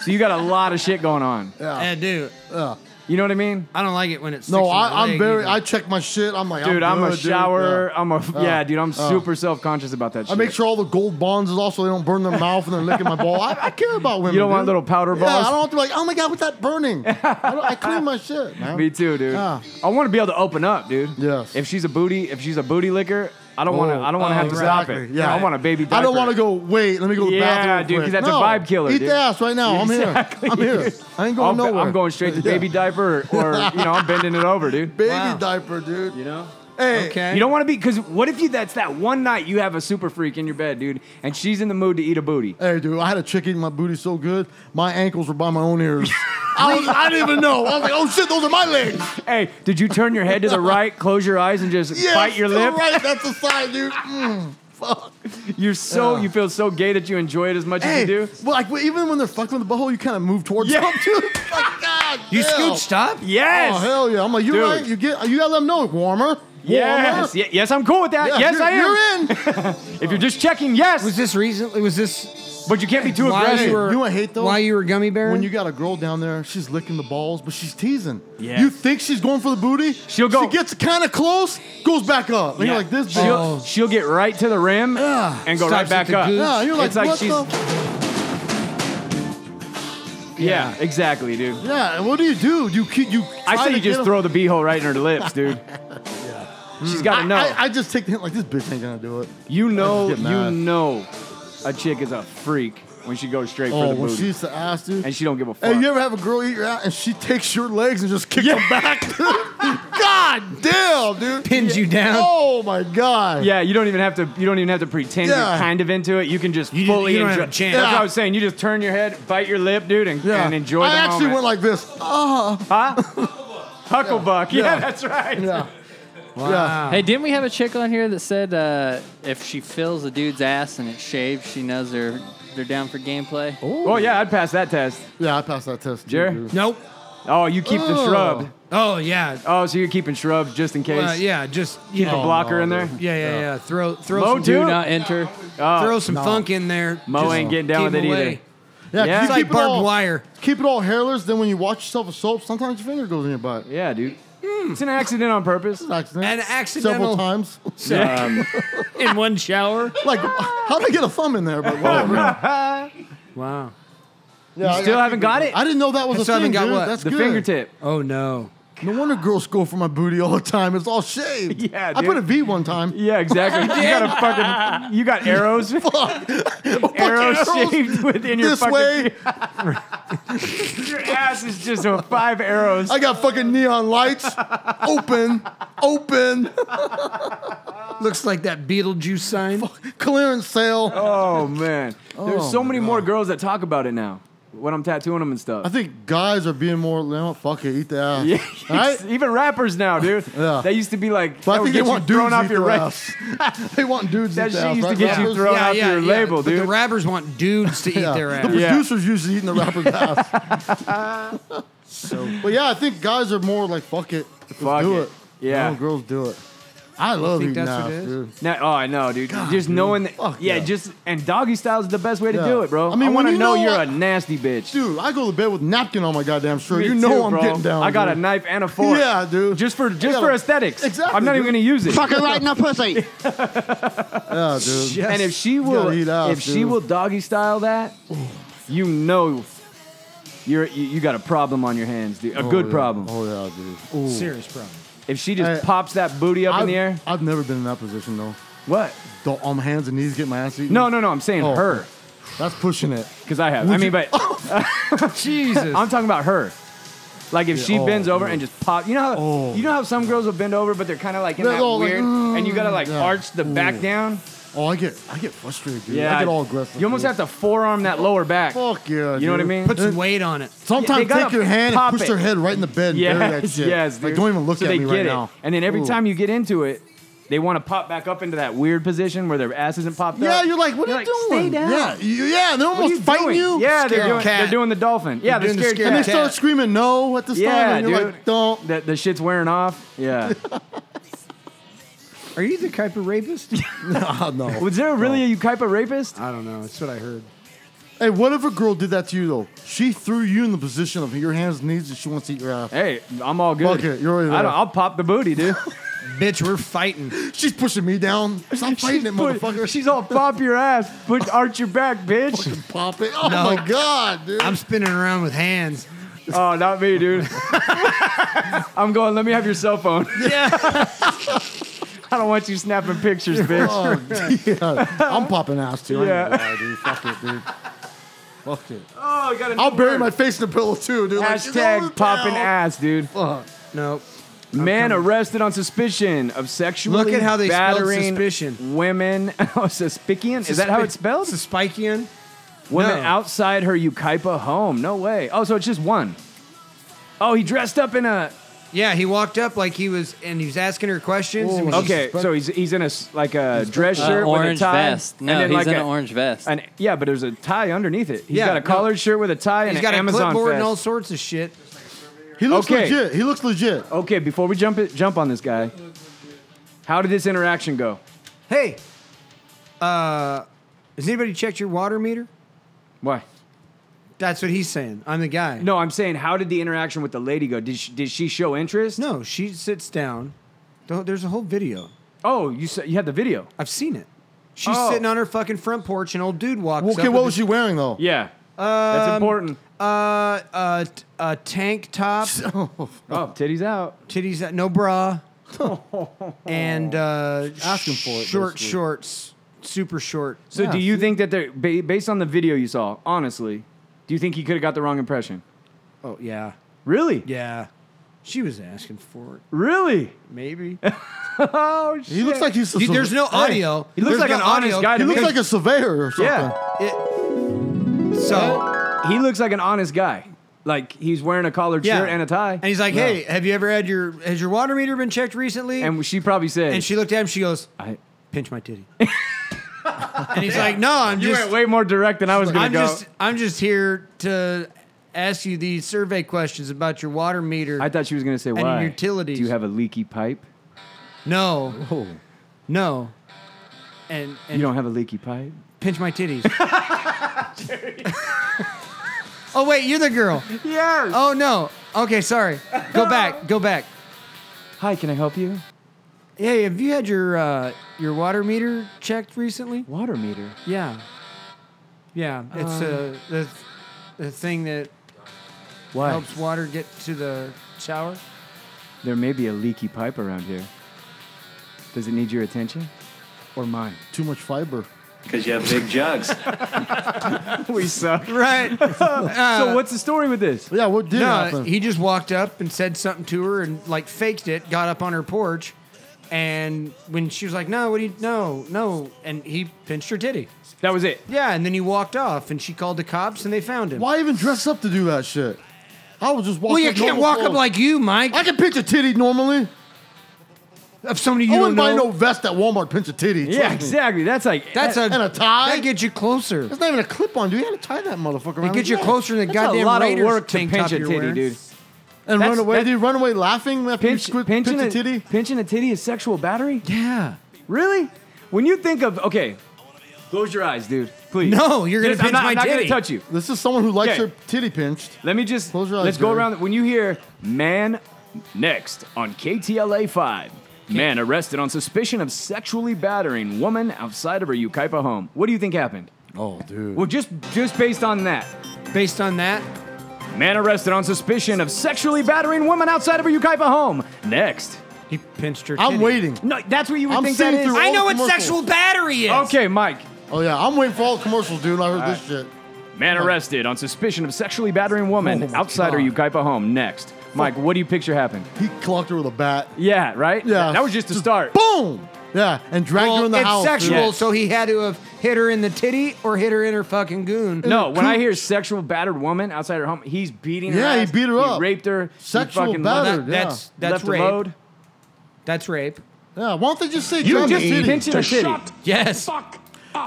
Speaker 4: so you got a lot of shit going on.
Speaker 3: Yeah, dude.
Speaker 4: You know what I mean?
Speaker 3: I don't like it when it's.
Speaker 2: no, I, I'm very. I check my shit. I'm like,
Speaker 4: Dude, I'm,
Speaker 2: good,
Speaker 4: a shower.
Speaker 2: Dude. Yeah. Oh.
Speaker 4: I'm a yeah, dude. I'm super self-conscious about that. shit.
Speaker 2: I make sure all the gold bonds is also they don't burn their mouth and they're licking my ball. I, I care about women.
Speaker 4: You don't want
Speaker 2: dude.
Speaker 4: little powder
Speaker 2: Yeah,
Speaker 4: balls?
Speaker 2: I don't have to be like, oh my god, what's that burning? I, don't- I
Speaker 4: <laughs>
Speaker 2: clean my shit, man.
Speaker 4: Me too, dude.
Speaker 2: Yeah.
Speaker 4: I want to be able to open up, dude.
Speaker 2: Yes.
Speaker 4: If she's a booty, if she's a booty licker, I don't want to.
Speaker 2: Oh,
Speaker 4: I don't want to
Speaker 3: oh,
Speaker 4: have to stop it.
Speaker 2: exactly, yeah.
Speaker 4: I want a baby. Diaper.
Speaker 2: I don't want to go. Wait, let me go to the
Speaker 4: Yeah,
Speaker 2: bathroom. real
Speaker 4: dude, 'cause
Speaker 2: quick.
Speaker 4: that's a
Speaker 2: no,
Speaker 4: vibe killer,
Speaker 2: Eat
Speaker 4: dude.
Speaker 2: the ass right now. I'm
Speaker 4: Exactly,
Speaker 2: here. I'm here.
Speaker 4: dude.
Speaker 2: I ain't going
Speaker 4: I'll be-
Speaker 2: nowhere.
Speaker 4: I'm going straight to
Speaker 2: Yeah.
Speaker 4: baby diaper, or, or you know, I'm bending it over, dude.
Speaker 2: Baby
Speaker 3: Wow.
Speaker 2: diaper, dude.
Speaker 4: You know.
Speaker 2: Hey,
Speaker 3: Okay.
Speaker 4: You don't want to be because what if you? That's that one night you have a super freak in your bed, dude, and she's in the mood to eat a booty.
Speaker 2: hey, dude. I had a chick eating my booty so good, my ankles were by my
Speaker 4: <laughs>
Speaker 2: own ears. I, was, I didn't even know. I was like, oh shit, those are my legs.
Speaker 4: Hey, did you turn your head to the right, close your eyes, and just
Speaker 2: Yes,
Speaker 4: bite your
Speaker 2: to the
Speaker 4: lip?
Speaker 2: Right, that's the
Speaker 4: <laughs>
Speaker 2: sign, dude. Mm, fuck.
Speaker 4: You're so
Speaker 2: Yeah.
Speaker 4: you feel so gay that you enjoy it as much
Speaker 2: Hey,
Speaker 4: as you do.
Speaker 2: well, like well, even when they're fucking with the butthole, you kind of move towards
Speaker 4: Yeah.
Speaker 2: them,
Speaker 4: <laughs>
Speaker 2: dude. Like, God,
Speaker 3: You
Speaker 2: damn.
Speaker 3: scooched up?
Speaker 4: Yes.
Speaker 2: Oh hell yeah! I'm like, you
Speaker 4: Dude.
Speaker 2: right? You get? You gotta let them know, warmer. Warmer.
Speaker 4: Yes, Ye- yes, I'm cool with that.
Speaker 2: Yeah,
Speaker 4: yes,
Speaker 2: you're-
Speaker 4: I am.
Speaker 2: You're in.
Speaker 4: <laughs> If you're just checking, yes.
Speaker 3: Was this recently? Was this
Speaker 4: But you can't be too
Speaker 3: while
Speaker 4: aggressive.
Speaker 3: you were?
Speaker 2: You wanna hate though?
Speaker 3: While you were gummy bear?
Speaker 2: When you got a girl down there, she's licking the balls, but she's teasing.
Speaker 4: Yes.
Speaker 2: You think she's going for the booty?
Speaker 4: She'll go-
Speaker 2: She gets kind of close, goes back up. And
Speaker 4: Yeah.
Speaker 2: you're like, this
Speaker 4: she'll,
Speaker 2: bitch.
Speaker 4: she'll get right to the rim and go
Speaker 3: Stops
Speaker 4: right
Speaker 3: at
Speaker 4: back
Speaker 3: the
Speaker 4: up.
Speaker 3: goose.
Speaker 2: Yeah, you're like,
Speaker 4: It's like
Speaker 2: what
Speaker 4: she's-
Speaker 2: the?
Speaker 4: Yeah, exactly, dude.
Speaker 2: Yeah, and what do you do? You keep you.
Speaker 4: I
Speaker 2: try
Speaker 4: say
Speaker 2: to
Speaker 4: you
Speaker 2: get
Speaker 4: just
Speaker 2: him-
Speaker 4: throw the beehole right in her lips,
Speaker 2: <laughs>
Speaker 4: dude. She's got
Speaker 2: I,
Speaker 4: to know.
Speaker 2: I, I just take the hint like this bitch ain't gonna do it.
Speaker 4: you know,
Speaker 2: just get
Speaker 4: you
Speaker 2: mad.
Speaker 4: know, a chick is a freak when she goes straight for
Speaker 2: Oh,
Speaker 4: the
Speaker 2: when
Speaker 4: booty,
Speaker 2: she's the ass, dude.
Speaker 4: and she don't give a fuck.
Speaker 2: Hey, you ever have a girl eat your ass and she takes your legs and just <laughs> kicks them back? God damn, dude.
Speaker 3: Pins you down.
Speaker 2: Oh my
Speaker 4: <laughs>
Speaker 2: god.
Speaker 4: yeah, you don't even have to. You don't even have to pretend
Speaker 2: Yeah.
Speaker 4: you're kind of into it. You can just
Speaker 3: You-
Speaker 4: fully
Speaker 3: you don't
Speaker 4: enjoy.
Speaker 3: have a chance.
Speaker 4: That's what
Speaker 2: Yeah.
Speaker 4: I was saying. You just turn your head, bite your lip, dude, and,
Speaker 2: Yeah.
Speaker 4: and enjoy the
Speaker 2: I actually
Speaker 4: moment.
Speaker 2: went like this. Oh,
Speaker 4: huh? <laughs> Hucklebuck. Yeah,
Speaker 2: Yeah.
Speaker 4: that's right.
Speaker 2: yeah.
Speaker 3: Wow.
Speaker 6: Hey, didn't we have a chick on here that said uh, if she feels a dude's ass and it's shaved, she knows they're they're down for gameplay?
Speaker 4: Oh yeah, I'd pass that test.
Speaker 2: Yeah, I passed that test. too,
Speaker 4: Jerry?
Speaker 2: dude.
Speaker 3: Nope.
Speaker 4: Oh, you keep the
Speaker 2: Oh.
Speaker 4: shrub.
Speaker 3: Oh yeah.
Speaker 4: Oh, so you're keeping shrubs just in case.
Speaker 3: Uh, yeah. Just you
Speaker 4: Keep
Speaker 3: know.
Speaker 4: a blocker
Speaker 2: Oh, no,
Speaker 4: in there.
Speaker 3: Yeah, yeah, yeah. Throw throw
Speaker 4: Mo
Speaker 3: some,
Speaker 4: too?
Speaker 6: Do not enter.
Speaker 3: throw some funk in there.
Speaker 4: Mo
Speaker 3: Just
Speaker 4: ain't getting down
Speaker 3: keep
Speaker 4: with it
Speaker 3: them
Speaker 4: either.
Speaker 3: away.
Speaker 4: Yeah.
Speaker 2: Yeah, You
Speaker 4: It's
Speaker 3: It's
Speaker 2: keep
Speaker 3: like
Speaker 2: it all,
Speaker 3: barbed wire.
Speaker 2: Keep it all hairless. Then when you wash yourself with soap, sometimes your finger goes in your butt.
Speaker 4: Yeah, dude. Hmm. It's an accident on purpose.
Speaker 2: It's an accident.
Speaker 3: An
Speaker 2: Several
Speaker 3: accidental-
Speaker 2: times. <laughs>
Speaker 4: Um,
Speaker 6: in one shower.
Speaker 2: like, how did I get a thumb in
Speaker 4: <laughs>
Speaker 2: there? But whatever.
Speaker 3: Wow.
Speaker 2: Yeah, I-
Speaker 4: still
Speaker 2: I
Speaker 4: haven't
Speaker 2: keep
Speaker 4: got it?
Speaker 2: I didn't know that was
Speaker 3: I
Speaker 2: a
Speaker 3: still
Speaker 2: thing,
Speaker 3: haven't got
Speaker 2: dude.
Speaker 3: what?
Speaker 2: That's
Speaker 4: the
Speaker 2: good.
Speaker 4: fingertip.
Speaker 3: <laughs> Oh no.
Speaker 2: No wonder girls go for my booty all the time. It's all shaved.
Speaker 4: <laughs> Yeah,
Speaker 2: I put
Speaker 4: dude.
Speaker 2: a V
Speaker 4: <laughs>
Speaker 2: one time.
Speaker 4: Yeah, exactly. you got a fucking. You
Speaker 2: <laughs>
Speaker 4: got arrows.
Speaker 2: Fuck. A bunch of
Speaker 4: arrows
Speaker 2: arrows <laughs>
Speaker 4: shaved within your
Speaker 2: this
Speaker 4: fucking.
Speaker 2: way.
Speaker 4: <laughs> Your ass is just a five arrows.
Speaker 2: I got fucking
Speaker 4: <laughs>
Speaker 2: neon lights. open, open,
Speaker 3: <laughs> Looks like that Beetlejuice sign.
Speaker 2: clearance sale.
Speaker 4: Oh man, there's
Speaker 2: Oh,
Speaker 4: so many more girls that talk about it now. When I'm tattooing them and
Speaker 2: I
Speaker 4: stuff.
Speaker 2: think guys are being more, you know, fuck it, eat the ass. <laughs> Right?
Speaker 4: <laughs> Even rappers now, dude.
Speaker 2: Yeah.
Speaker 4: That used to be like,
Speaker 2: But I
Speaker 4: that would
Speaker 2: think they
Speaker 4: get you
Speaker 2: want dudes
Speaker 4: thrown
Speaker 2: to
Speaker 4: off
Speaker 2: eat
Speaker 4: your
Speaker 2: their
Speaker 4: ra- <laughs>
Speaker 2: ass. <laughs> they want dudes
Speaker 4: That
Speaker 2: eat
Speaker 4: shit
Speaker 2: their ass,
Speaker 4: used to
Speaker 2: right,
Speaker 4: get you
Speaker 2: rappers?
Speaker 4: thrown out your label,
Speaker 3: but The
Speaker 4: dude.
Speaker 3: rappers want dudes to eat
Speaker 2: Yeah. <laughs>
Speaker 3: their
Speaker 2: The
Speaker 3: ass.
Speaker 4: Yeah.
Speaker 2: producers usually eating
Speaker 4: <laughs>
Speaker 2: the rapper's ass.
Speaker 3: So
Speaker 2: <laughs> But yeah, I think guys are more like, fuck it. Let's
Speaker 4: Fuck
Speaker 2: do
Speaker 4: it.
Speaker 2: it.
Speaker 4: Yeah.
Speaker 2: No, girls do it. I love
Speaker 3: think
Speaker 2: eating
Speaker 3: that's
Speaker 2: ass,
Speaker 3: what it is?
Speaker 2: dude.
Speaker 4: No, oh, I know, dude. just knowing that.
Speaker 2: Fuck
Speaker 4: yeah,
Speaker 2: yeah.
Speaker 4: just. And doggy style is the best way to
Speaker 2: Yeah.
Speaker 4: do it, bro.
Speaker 2: I mean,
Speaker 4: I
Speaker 2: when
Speaker 4: want to
Speaker 2: you
Speaker 4: know,
Speaker 2: know
Speaker 4: you're
Speaker 2: what-
Speaker 4: a nasty bitch.
Speaker 2: Dude, I go to bed with napkin on my goddamn shirt.
Speaker 4: Me
Speaker 2: you know
Speaker 4: too,
Speaker 2: I'm
Speaker 4: bro.
Speaker 2: getting down.
Speaker 4: I got
Speaker 2: dude.
Speaker 4: a knife and a fork.
Speaker 2: Yeah, dude.
Speaker 4: Just for
Speaker 2: I
Speaker 4: just
Speaker 2: got
Speaker 4: for
Speaker 2: a-
Speaker 4: aesthetics.
Speaker 2: Exactly,
Speaker 4: I'm not even
Speaker 2: dude.
Speaker 4: gonna use it.
Speaker 7: Fucking right
Speaker 4: <laughs>
Speaker 7: in the pussy.
Speaker 2: Yeah, dude.
Speaker 3: Yes.
Speaker 4: And if she will,
Speaker 2: gotta eat ass,
Speaker 4: if she
Speaker 2: dude.
Speaker 4: will doggy style that, you know, you're you, you got a problem on your hands, dude. A
Speaker 2: Oh,
Speaker 4: good
Speaker 2: yeah.
Speaker 4: problem.
Speaker 2: Oh yeah, dude. Ooh.
Speaker 3: serious problem.
Speaker 4: If she just
Speaker 2: Hey,
Speaker 4: pops that booty up
Speaker 2: I've,
Speaker 4: in the air,
Speaker 2: I've never been in that position though.
Speaker 4: what?
Speaker 2: Don't, on my hands and knees, get my ass eaten.
Speaker 4: No, no, no. I'm saying
Speaker 2: Oh.
Speaker 4: her
Speaker 2: that's pushing it.
Speaker 4: because I have. I mean, but
Speaker 3: Jesus.
Speaker 4: I'm talking about her. Like if she
Speaker 2: oh,
Speaker 4: bends over and just pop, you know how
Speaker 2: Oh.
Speaker 4: you know how some girls will bend over, but they're kind of like in
Speaker 2: They're
Speaker 4: that
Speaker 2: all like,
Speaker 4: weird, and you gotta like
Speaker 2: yeah.
Speaker 4: arch the back
Speaker 2: Ooh.
Speaker 4: down.
Speaker 2: Oh, I get, I get frustrated, dude. I get all aggressive.
Speaker 4: You almost
Speaker 2: dude.
Speaker 4: have to forearm that lower back.
Speaker 2: Fuck yeah.
Speaker 4: You know what I mean?
Speaker 3: Put some weight on it.
Speaker 4: Yeah, they
Speaker 2: Sometimes
Speaker 4: gotta
Speaker 2: take your hand and
Speaker 4: pop
Speaker 2: push
Speaker 4: it.
Speaker 2: their head right in the bed. And bury
Speaker 4: <laughs>
Speaker 2: that
Speaker 4: Yes,
Speaker 2: shit.
Speaker 4: yes,
Speaker 2: Like,
Speaker 4: dude.
Speaker 2: don't even look
Speaker 4: so
Speaker 2: at
Speaker 4: they
Speaker 2: me
Speaker 4: get
Speaker 2: right
Speaker 4: it.
Speaker 2: now.
Speaker 4: And then every
Speaker 2: Ooh.
Speaker 4: time you get into it, they want to pop back up into that weird position where their ass isn't popped
Speaker 2: Yeah,
Speaker 4: up.
Speaker 2: you're like, what are
Speaker 4: You're
Speaker 2: you
Speaker 4: like,
Speaker 2: doing?
Speaker 4: "Stay down."
Speaker 2: Yeah, you- yeah, they're
Speaker 4: What are
Speaker 2: almost fighting
Speaker 4: doing?
Speaker 2: you.
Speaker 4: Yeah, they're
Speaker 3: Scared
Speaker 4: doing,
Speaker 3: cat.
Speaker 4: they're doing the dolphin. Yeah,
Speaker 3: They're
Speaker 4: the
Speaker 3: doing the
Speaker 4: scared
Speaker 3: scared
Speaker 2: And they
Speaker 4: cat.
Speaker 3: cat.
Speaker 2: start screaming no at the start,
Speaker 4: Yeah,
Speaker 2: and you're
Speaker 4: dude.
Speaker 2: like, don't. <laughs>
Speaker 4: The, the shit's wearing off. Yeah.
Speaker 3: Are you the type of rapist?
Speaker 2: No,
Speaker 4: <laughs>
Speaker 2: no.
Speaker 4: Was there
Speaker 2: <laughs> Oh.
Speaker 4: really a Ukaipa rapist?
Speaker 3: I don't know. That's what I heard.
Speaker 2: Hey, what if a girl did that to you though? She threw you in the position of your hands and knees, and she wants to eat your ass.
Speaker 4: Hey, I'm all good.
Speaker 2: Fuck it, you're already
Speaker 4: I
Speaker 2: there.
Speaker 4: don't, I'll pop the booty, dude.
Speaker 3: Bitch, we're fighting.
Speaker 2: She's pushing me down. Stop <laughs> fighting it,
Speaker 4: <laughs> Put-
Speaker 2: motherfucker.
Speaker 4: She's all pop your ass, put arch your back,
Speaker 2: <laughs>
Speaker 4: bitch.
Speaker 2: Pop it. Oh
Speaker 3: No.
Speaker 2: my god, dude.
Speaker 3: I'm spinning around with hands.
Speaker 4: oh, not me,
Speaker 3: <laughs>
Speaker 4: dude. I'm going. Let me have your cell phone.
Speaker 3: Yeah.
Speaker 4: <laughs> I don't want you snapping pictures, bitch.
Speaker 2: Oh, yeah. I'm popping ass too. I ain't
Speaker 4: Yeah.
Speaker 2: gonna lie, dude. Fuck it, dude. Fuck it.
Speaker 4: Oh, I got a new
Speaker 2: I'll bury
Speaker 4: word.
Speaker 2: my face in the pillow too, dude. Like, it's over
Speaker 4: Hashtag popping
Speaker 2: now.
Speaker 4: ass, dude.
Speaker 2: Fuck.
Speaker 3: Nope.
Speaker 4: Man arrested on suspicion of sexually
Speaker 3: Look at how they spelled
Speaker 4: battering
Speaker 3: suspicion.
Speaker 4: women. <laughs> Oh, suspicion? Is that how it's spelled?
Speaker 3: It's a spikian.
Speaker 4: women
Speaker 3: no.
Speaker 4: outside her Ukaipa home. No way. Oh, so it's just one. Oh, he dressed up in a.
Speaker 3: Yeah, he walked up like he was, and he was asking her questions. and
Speaker 2: Oh,
Speaker 3: she's-
Speaker 4: Okay, so he's he's in a s- like a dress
Speaker 6: Uh,
Speaker 4: shirt
Speaker 6: orange
Speaker 4: with a tie.
Speaker 6: vest. No, he's in an orange vest.
Speaker 4: And yeah, but there's a tie underneath it. He's
Speaker 3: Yeah,
Speaker 4: got a
Speaker 3: no.
Speaker 4: collared shirt with a tie and
Speaker 3: he's
Speaker 4: an
Speaker 3: got a
Speaker 4: Amazon
Speaker 3: clipboard and
Speaker 4: vest.
Speaker 3: all sorts of shit.
Speaker 2: He looks
Speaker 4: Okay.
Speaker 2: legit. He looks legit.
Speaker 4: Okay, before we jump it, jump on this guy, how did this interaction go?
Speaker 3: Hey, uh, has anybody checked your water meter?
Speaker 4: Why?
Speaker 3: That's what he's saying. I'm the guy.
Speaker 4: No, I'm saying how did the interaction with the lady go? Did she, did she show interest?
Speaker 3: no, she sits down. Don't, there's a whole video.
Speaker 4: Oh, you said you had the video.
Speaker 3: I've seen it. She's
Speaker 4: Oh.
Speaker 3: sitting on her fucking front porch, and old dude walks up.
Speaker 2: Okay,
Speaker 3: with
Speaker 2: what was
Speaker 3: his-
Speaker 2: she wearing though?
Speaker 4: Yeah, that's important.
Speaker 3: Uh, uh, t- a tank top,
Speaker 4: Oh, titties out.
Speaker 3: titties, that-
Speaker 4: <laughs>
Speaker 3: no bra, and uh,
Speaker 2: Asking for it,
Speaker 3: short
Speaker 2: basically.
Speaker 3: shorts, super short.
Speaker 4: So,
Speaker 2: Yeah,
Speaker 4: do you think that they're ba- based on the video you saw? Honestly, do you think he could have got the wrong impression?
Speaker 3: Oh yeah,
Speaker 4: Really?
Speaker 3: yeah. She was asking for it,
Speaker 4: Really? <laughs>
Speaker 3: maybe.
Speaker 4: Oh shit!
Speaker 2: He looks like he's. a
Speaker 3: Dude, there's no
Speaker 2: surve-
Speaker 3: audio.
Speaker 4: He looks
Speaker 3: There's
Speaker 4: like
Speaker 3: no
Speaker 4: an honest
Speaker 3: audio.
Speaker 4: guy.
Speaker 2: He
Speaker 4: To
Speaker 2: looks
Speaker 4: me.
Speaker 2: like a surveyor or something.
Speaker 4: yeah.
Speaker 3: It, so
Speaker 4: He looks like an honest guy. Like he's wearing a collared
Speaker 3: yeah,
Speaker 4: shirt and a tie.
Speaker 3: and he's like, "Hey, have you ever had your has your water meter been checked recently?" And,
Speaker 4: And she probably said,
Speaker 3: she looked at him. She goes,
Speaker 4: I,
Speaker 3: "Pinch
Speaker 4: <laughs>
Speaker 3: my titty." and he's like, "No, I'm
Speaker 4: "You
Speaker 3: just,
Speaker 4: went way more direct than I was gonna
Speaker 3: I'm
Speaker 4: go."
Speaker 3: just, I'm just here to ask you these survey questions about your water meter."
Speaker 4: I thought she was gonna say,
Speaker 3: in
Speaker 4: "Why
Speaker 3: utilities.
Speaker 4: Do you have a leaky pipe?
Speaker 3: no, no, and, and
Speaker 4: You don't have a leaky pipe."
Speaker 3: pinch
Speaker 4: <laughs>
Speaker 3: my titties. <laughs> oh wait, you're the girl.
Speaker 4: Yes.
Speaker 3: Oh no. Okay, sorry.
Speaker 4: <laughs>
Speaker 3: Go back. Go back.
Speaker 4: Hi, can I help you?
Speaker 3: Hey, have you had your uh, your water meter checked recently?
Speaker 4: Water meter.
Speaker 3: Yeah. Yeah, it's
Speaker 4: Um,
Speaker 3: uh, the the thing that
Speaker 4: Why?
Speaker 3: helps water get to the shower.
Speaker 4: There may be a leaky pipe around here. Does it need your attention or mine?
Speaker 2: Too much fiber.
Speaker 7: because you have
Speaker 3: <laughs>
Speaker 7: big jugs.
Speaker 4: <laughs> we suck.
Speaker 3: Right. Uh,
Speaker 4: so what's the story with this?
Speaker 2: Yeah, what did
Speaker 3: No,
Speaker 2: happen?
Speaker 3: he just walked up and said something to her and like faked it, got up on her porch, and when she was like, No, what do you no, no and he pinched her titty.
Speaker 4: That was it.
Speaker 3: Yeah, and then he walked off and she called the cops and they found him.
Speaker 2: Why even dress up to do that shit? I would just walk.
Speaker 3: Well you
Speaker 2: up
Speaker 3: can't
Speaker 2: normal
Speaker 3: walk up
Speaker 2: clothes.
Speaker 3: like you, Mike.
Speaker 2: I can pinch a titty normally.
Speaker 3: Of somebody you
Speaker 2: I
Speaker 3: don't
Speaker 2: wouldn't buy
Speaker 3: know.
Speaker 2: no vest at Walmart. Pinch a titty. trust
Speaker 4: Yeah,
Speaker 2: me.
Speaker 4: exactly. That's like
Speaker 3: That's a
Speaker 2: And a tie?
Speaker 3: That gets you closer.
Speaker 2: That's not even a clip on, dude. You had to tie that motherfucker around.
Speaker 3: It gets
Speaker 2: his
Speaker 3: you
Speaker 2: neck.
Speaker 3: closer than the
Speaker 4: that's
Speaker 3: goddamn
Speaker 4: a lot
Speaker 3: Raiders
Speaker 4: of work to
Speaker 3: tank
Speaker 4: pinch
Speaker 3: top
Speaker 4: a
Speaker 3: you're
Speaker 4: titty,
Speaker 3: wearing.
Speaker 4: dude.
Speaker 2: And
Speaker 4: That's-
Speaker 2: run away,
Speaker 4: that-
Speaker 2: dude. Run away laughing after
Speaker 4: Pinch,
Speaker 2: you squid, pinch,
Speaker 4: pinching
Speaker 2: a titty.
Speaker 4: pinching a titty is sexual battery.
Speaker 3: Yeah.
Speaker 4: Really? When you think of okay, close your eyes, dude. Please.
Speaker 3: No, you're gonna
Speaker 4: Just- I'm
Speaker 3: pinch
Speaker 4: not,
Speaker 3: my
Speaker 4: I'm not gonna
Speaker 3: titty.
Speaker 4: touch you.
Speaker 2: This is someone who likes
Speaker 4: Okay.
Speaker 2: her titty pinched.
Speaker 4: Let me just
Speaker 2: Close your eyes,
Speaker 4: let's go
Speaker 2: Jerry.
Speaker 4: around. When you hear man next on KTLA five, man arrested on suspicion of sexually battering woman outside of her Ukaipa home. What do you think happened?
Speaker 2: Oh, dude.
Speaker 4: Well, just just based on that,
Speaker 3: Based on that,
Speaker 4: man arrested on suspicion of sexually battering woman outside of her Ukaipa home. Next.
Speaker 3: he pinched her titty.
Speaker 2: I'm waiting.
Speaker 4: No, that's what you would
Speaker 2: I'm
Speaker 4: think that
Speaker 2: seeing
Speaker 4: is.
Speaker 2: through
Speaker 3: I know what
Speaker 2: Commercial.
Speaker 3: sexual battery is.
Speaker 4: Okay, Mike.
Speaker 2: Oh yeah, I'm waiting for all the commercials, dude. I heard this shit.
Speaker 4: Man arrested on suspicion of sexually battering woman
Speaker 2: Oh my
Speaker 4: outside her
Speaker 2: God.
Speaker 4: Ukaipa home. Next. Mike, what do you picture happened?
Speaker 2: He clocked her with a bat.
Speaker 4: Yeah, right?
Speaker 2: Yeah.
Speaker 4: That was just to start.
Speaker 2: Boom. Yeah, and dragged
Speaker 3: Well,
Speaker 2: her in the
Speaker 3: it's
Speaker 2: house. dude.
Speaker 3: sexual,
Speaker 4: Yeah.
Speaker 3: so he had to have hit her in the titty or hit her in her fucking goon.
Speaker 4: No, when I hear sexual battered woman outside her home, he's beating her.
Speaker 2: Yeah, he
Speaker 4: ass,
Speaker 2: beat her up.
Speaker 4: He raped her. he
Speaker 2: Sexual
Speaker 4: fucking
Speaker 2: battered,
Speaker 4: left-
Speaker 2: yeah.
Speaker 3: That- that's that's
Speaker 4: left her
Speaker 3: rape.
Speaker 4: load.
Speaker 3: That's rape.
Speaker 2: Yeah, why don't they just say
Speaker 4: You
Speaker 2: John
Speaker 4: just
Speaker 2: Cena?
Speaker 4: pinching a titty.
Speaker 3: Yes.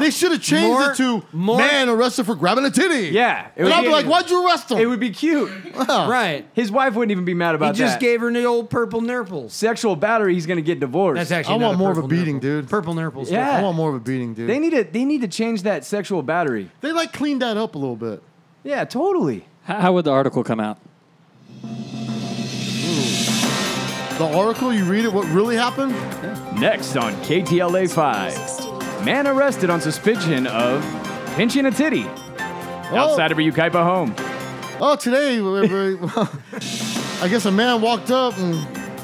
Speaker 2: They should have changed
Speaker 3: More-
Speaker 2: it to
Speaker 3: more-
Speaker 2: man arrested for grabbing a titty.
Speaker 4: Yeah, it
Speaker 2: and
Speaker 4: would
Speaker 2: I'd be
Speaker 4: be-
Speaker 2: like, why'd you arrest him?
Speaker 4: It would be
Speaker 2: <laughs>
Speaker 4: cute.
Speaker 3: Right.
Speaker 4: His wife wouldn't even be mad
Speaker 3: He
Speaker 4: about
Speaker 3: just
Speaker 4: that.
Speaker 3: gave her the old purple nurples.
Speaker 4: sexual battery. He's gonna get divorced.
Speaker 3: That's
Speaker 2: I
Speaker 3: actually.
Speaker 2: want
Speaker 3: not
Speaker 2: more of a
Speaker 3: purple
Speaker 2: beating,
Speaker 3: nurple.
Speaker 2: dude.
Speaker 3: Purple nurples.
Speaker 4: Yeah.
Speaker 2: I want more of a beating, dude.
Speaker 4: they need to. They need to change that sexual battery.
Speaker 2: They like cleaned that up a little bit.
Speaker 4: Yeah, totally.
Speaker 6: How, how would the article come out?
Speaker 2: The article, you read it, what really happened?
Speaker 4: Next on KTLA five, man arrested on suspicion of pinching a titty
Speaker 3: Oh.
Speaker 4: outside of a Ukaipa home.
Speaker 2: Oh, today, <laughs> we- we- I guess a man walked up and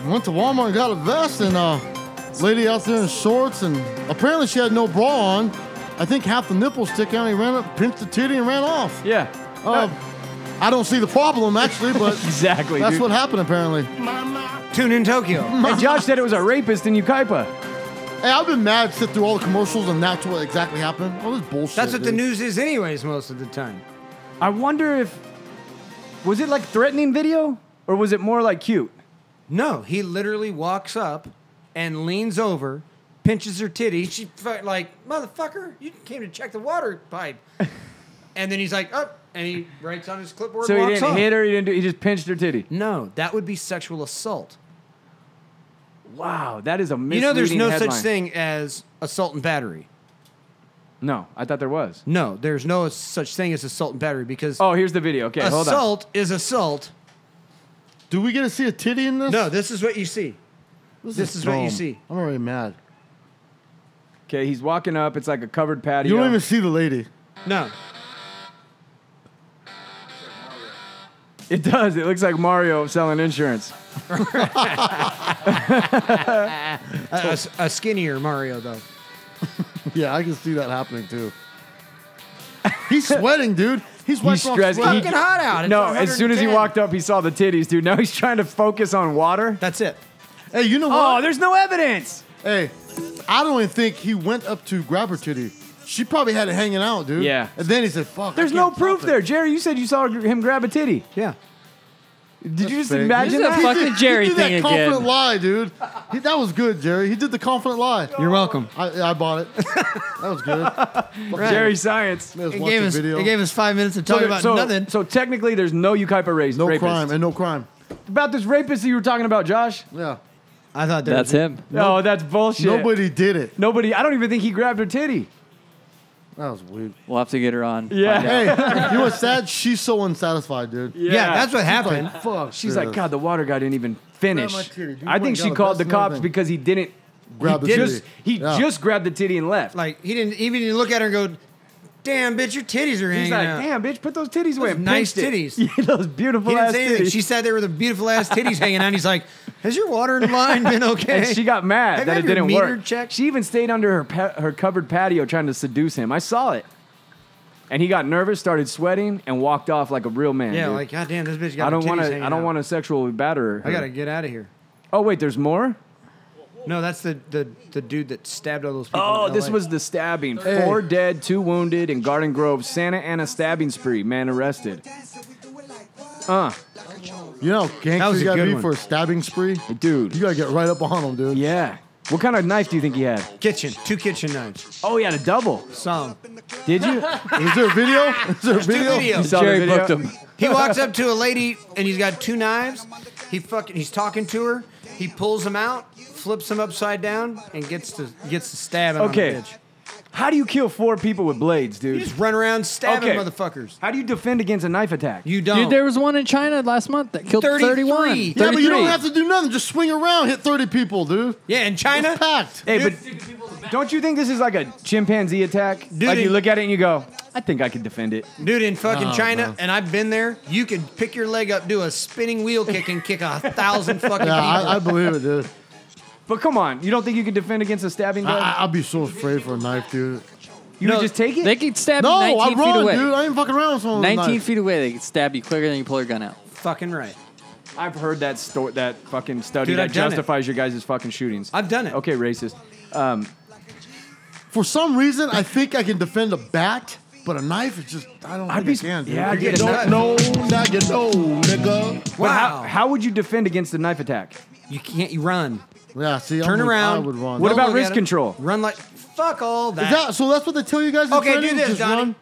Speaker 2: went to Walmart and got a vest, and uh, lady out there in shorts, and apparently she had no bra on. I think half the nipple stick out. He ran up, pinched the titty, and ran off.
Speaker 4: Yeah,
Speaker 2: Uh, I don't see the problem actually, but
Speaker 4: Oh. <laughs> exactly.
Speaker 2: that's
Speaker 4: dude.
Speaker 2: what happened apparently.
Speaker 3: Tune in Tokyo.
Speaker 4: And Josh said it was a rapist in Ukaipa.
Speaker 2: Hey, I've been mad sit through all the commercials, and that's what exactly happened. All this bullshit.
Speaker 3: That's what the
Speaker 2: dude.
Speaker 3: news is, anyways, most of the time.
Speaker 4: I wonder if was it like threatening video or was it more like cute?
Speaker 3: No, he literally walks up and leans over, pinches her titty. She fu- like, motherfucker, you came to check the water pipe. and then he's like, up, and he writes on his clipboard.
Speaker 4: So
Speaker 3: and
Speaker 4: he
Speaker 3: walks
Speaker 4: didn't
Speaker 3: off.
Speaker 4: hit her. He didn't. Do, he just pinched her titty.
Speaker 3: No, that would be sexual assault.
Speaker 4: Wow, that is a misleading
Speaker 3: You know, there's no
Speaker 4: headline.
Speaker 3: such thing as assault and battery.
Speaker 4: No, I thought there was.
Speaker 3: No, there's no such thing as assault and battery because
Speaker 4: Oh, here's the video. Okay, hold on.
Speaker 3: assault is assault.
Speaker 2: Do we get to see a titty in this?
Speaker 3: No, this is what you see. this is what you
Speaker 2: dumb.
Speaker 3: see.
Speaker 2: I'm already mad.
Speaker 4: Okay, he's walking up. It's like a covered patio.
Speaker 2: You don't even see the lady.
Speaker 3: No,
Speaker 4: It does. It looks like Mario selling insurance.
Speaker 3: a, a s- a skinnier Mario though.
Speaker 2: Yeah, I can see that happening too. He's sweating, dude. He's
Speaker 4: He's
Speaker 2: wiping off
Speaker 4: stressed.
Speaker 2: sweat.
Speaker 3: Fucking hot out. It's
Speaker 4: no, as soon as he
Speaker 3: 110.
Speaker 4: walked up, he saw the titties, dude. Now he's trying to focus on water.
Speaker 3: That's it.
Speaker 2: Hey, you know
Speaker 4: Oh,
Speaker 2: what?
Speaker 4: there's no evidence.
Speaker 2: hey, I don't even think he went up to grab her titty. She probably had it hanging out, dude.
Speaker 4: Yeah.
Speaker 2: And then he said, "Fuck." I
Speaker 4: There's
Speaker 2: can't
Speaker 4: no
Speaker 2: stop
Speaker 4: proof
Speaker 2: it."
Speaker 4: there, Jerry. You said you saw him grab a titty.
Speaker 3: Yeah.
Speaker 4: Did you just
Speaker 2: fake.
Speaker 4: imagine
Speaker 6: This is a
Speaker 4: that?
Speaker 6: fucking
Speaker 2: He did-
Speaker 6: Jerry
Speaker 2: he did
Speaker 6: thing
Speaker 2: that confident
Speaker 6: again.
Speaker 2: lie, dude. He- that was good, Jerry. He did the confident lie.
Speaker 3: You're welcome.
Speaker 2: I, I bought it. That was good.
Speaker 4: <laughs> Jerry Science.
Speaker 2: Let's
Speaker 3: It
Speaker 2: watch
Speaker 3: gave,
Speaker 2: the
Speaker 3: us,
Speaker 2: video.
Speaker 3: it gave us five minutes to talk
Speaker 4: so,
Speaker 3: about
Speaker 4: so-
Speaker 3: nothing.
Speaker 4: so technically, there's no Ukaipa race.
Speaker 2: no
Speaker 4: rapist.
Speaker 2: crime and no crime.
Speaker 4: About this rapist that you were talking about, Josh?
Speaker 2: Yeah.
Speaker 3: I thought there
Speaker 6: That's
Speaker 3: was,
Speaker 6: him.
Speaker 4: No, that's bullshit.
Speaker 2: Nobody did it.
Speaker 4: Nobody. I don't even think he grabbed her titty.
Speaker 2: That was weird.
Speaker 6: We'll have to get her on.
Speaker 4: Yeah.
Speaker 6: Find out.
Speaker 2: Hey, you were sad. She's so unsatisfied, dude.
Speaker 3: Yeah, that's what happened.
Speaker 2: Like, fuck.
Speaker 4: She's
Speaker 2: this.
Speaker 4: like, God, the water guy didn't even finish.
Speaker 2: Grab my titty, dude.
Speaker 4: I think
Speaker 2: Wait,
Speaker 4: she
Speaker 2: no,
Speaker 4: called the
Speaker 2: that's
Speaker 4: cops
Speaker 2: nothing.
Speaker 4: because he didn't.
Speaker 2: Grab
Speaker 4: he
Speaker 2: the
Speaker 4: just,
Speaker 2: titty.
Speaker 4: He
Speaker 2: Yeah.
Speaker 4: just grabbed the titty and left.
Speaker 3: Like he didn't even look at her and go, damn, bitch, your titties are hanging
Speaker 4: He's like,
Speaker 3: out.
Speaker 4: damn, bitch, put those titties away.
Speaker 3: Those nice
Speaker 4: Pinched it.
Speaker 3: titties.
Speaker 4: Yeah, <laughs> those beautiful
Speaker 3: He didn't
Speaker 4: ass
Speaker 3: say anything.
Speaker 4: titties.
Speaker 3: She sat there with her beautiful ass titties hanging out. And he's like, "Has your water line been
Speaker 4: <laughs>
Speaker 3: okay?"
Speaker 4: and she got mad
Speaker 3: Have
Speaker 4: that
Speaker 3: you had
Speaker 4: it
Speaker 3: your
Speaker 4: didn't
Speaker 3: meter
Speaker 4: work.
Speaker 3: checked?
Speaker 4: She even stayed under her pa- her covered patio trying to seduce him. I saw it, and he got nervous, started sweating, and walked off like a real man.
Speaker 3: yeah,
Speaker 4: dude.
Speaker 3: like, God damn, this bitch got.
Speaker 4: I
Speaker 3: her
Speaker 4: don't want
Speaker 3: titties
Speaker 4: to.
Speaker 3: hanging
Speaker 4: I don't
Speaker 3: out.
Speaker 4: want to sexually batter her.
Speaker 3: I gotta get out of here.
Speaker 4: Oh wait, there's more.
Speaker 3: No, that's the the, the dude that stabbed all those people.
Speaker 4: Oh,
Speaker 3: in
Speaker 4: this
Speaker 3: LA.
Speaker 4: was the stabbing. Four dead, two wounded in Garden Grove, Santa Ana stabbing spree. Man arrested. Uh,
Speaker 2: You know,
Speaker 3: was
Speaker 2: gangsters
Speaker 3: a
Speaker 2: gotta
Speaker 3: good
Speaker 2: be
Speaker 3: one.
Speaker 2: for a stabbing spree. You
Speaker 4: dude.
Speaker 2: gotta get right up on them, dude.
Speaker 4: Yeah. What kind of knife do you think he had?
Speaker 3: kitchen. Two kitchen knives.
Speaker 4: Oh, he had a double.
Speaker 3: Some.
Speaker 4: Did
Speaker 6: <laughs>
Speaker 4: you?
Speaker 2: Is there a video? Is there a video?
Speaker 4: You saw the
Speaker 6: Jerry
Speaker 4: video?
Speaker 6: booked him.
Speaker 3: He walks up to a lady and he's got two knives. He fucking he's talking to her. He pulls them out, flips them upside down, and gets to gets to stabbing
Speaker 4: Okay.
Speaker 3: on the bitch.
Speaker 4: How do you kill four people with blades,
Speaker 3: You
Speaker 4: dude?
Speaker 3: just run around stabbing
Speaker 4: Okay.
Speaker 3: motherfuckers.
Speaker 4: How do you defend against a knife attack?
Speaker 3: You don't.
Speaker 6: Dude, there was one in China last month that killed 31.
Speaker 3: 33.
Speaker 2: Yeah, but you
Speaker 6: 33.
Speaker 2: don't have to do nothing. Just swing around, hit 30 people, dude.
Speaker 3: yeah, in
Speaker 2: It's
Speaker 3: China.
Speaker 2: packed.
Speaker 4: hey, but don't you think this is like a chimpanzee attack?
Speaker 3: Dude,
Speaker 4: like you
Speaker 3: it-
Speaker 4: look at it and you go, I think I could defend it.
Speaker 3: Dude, in fucking
Speaker 2: No,
Speaker 3: China,
Speaker 2: Oh, no.
Speaker 3: and I've been there, you could pick your leg up, do a spinning wheel kick, and kick a
Speaker 4: <laughs>
Speaker 3: thousand fucking
Speaker 2: Yeah,
Speaker 3: people.
Speaker 2: I, I believe it, dude.
Speaker 4: But come on, you don't think you could defend against a stabbing
Speaker 2: I,
Speaker 4: gun?
Speaker 2: I- I'd be so afraid for a knife, dude.
Speaker 4: you
Speaker 3: No,
Speaker 4: would just take it?
Speaker 6: They could stab
Speaker 2: No,
Speaker 6: you 19
Speaker 2: I
Speaker 6: feet
Speaker 2: run,
Speaker 6: away.
Speaker 2: dude. I ain't fucking around with someone with a
Speaker 6: 19
Speaker 2: knife.
Speaker 6: feet away, they could stab you quicker than you pull your gun out.
Speaker 3: fucking right.
Speaker 4: I've heard that sto- that fucking study
Speaker 3: Dude,
Speaker 4: that
Speaker 3: I've done it.
Speaker 4: justifies your guys' fucking shootings.
Speaker 3: I've done it.
Speaker 4: Okay, racist.
Speaker 2: For some reason, I think I can defend a bat, but a knife is just, I don't
Speaker 4: I'd
Speaker 2: think
Speaker 4: be
Speaker 2: I can, dude.
Speaker 4: yeah, I'd
Speaker 2: You
Speaker 4: get a
Speaker 2: don't know, now you know, nigga.
Speaker 4: But
Speaker 3: Wow.
Speaker 4: how, how would you defend against a knife attack?
Speaker 3: you can't. You run.
Speaker 2: Yeah, see,
Speaker 3: Turn
Speaker 2: I'm,
Speaker 3: around.
Speaker 2: I would run.
Speaker 4: What
Speaker 3: Don't
Speaker 4: about
Speaker 3: look
Speaker 4: wrist
Speaker 3: at 'em.
Speaker 4: control?
Speaker 3: Run like fuck all that.
Speaker 2: Is that, so that's what they tell you guys in
Speaker 3: Okay, do
Speaker 2: training?
Speaker 3: this,
Speaker 2: just
Speaker 3: Donnie.
Speaker 2: run?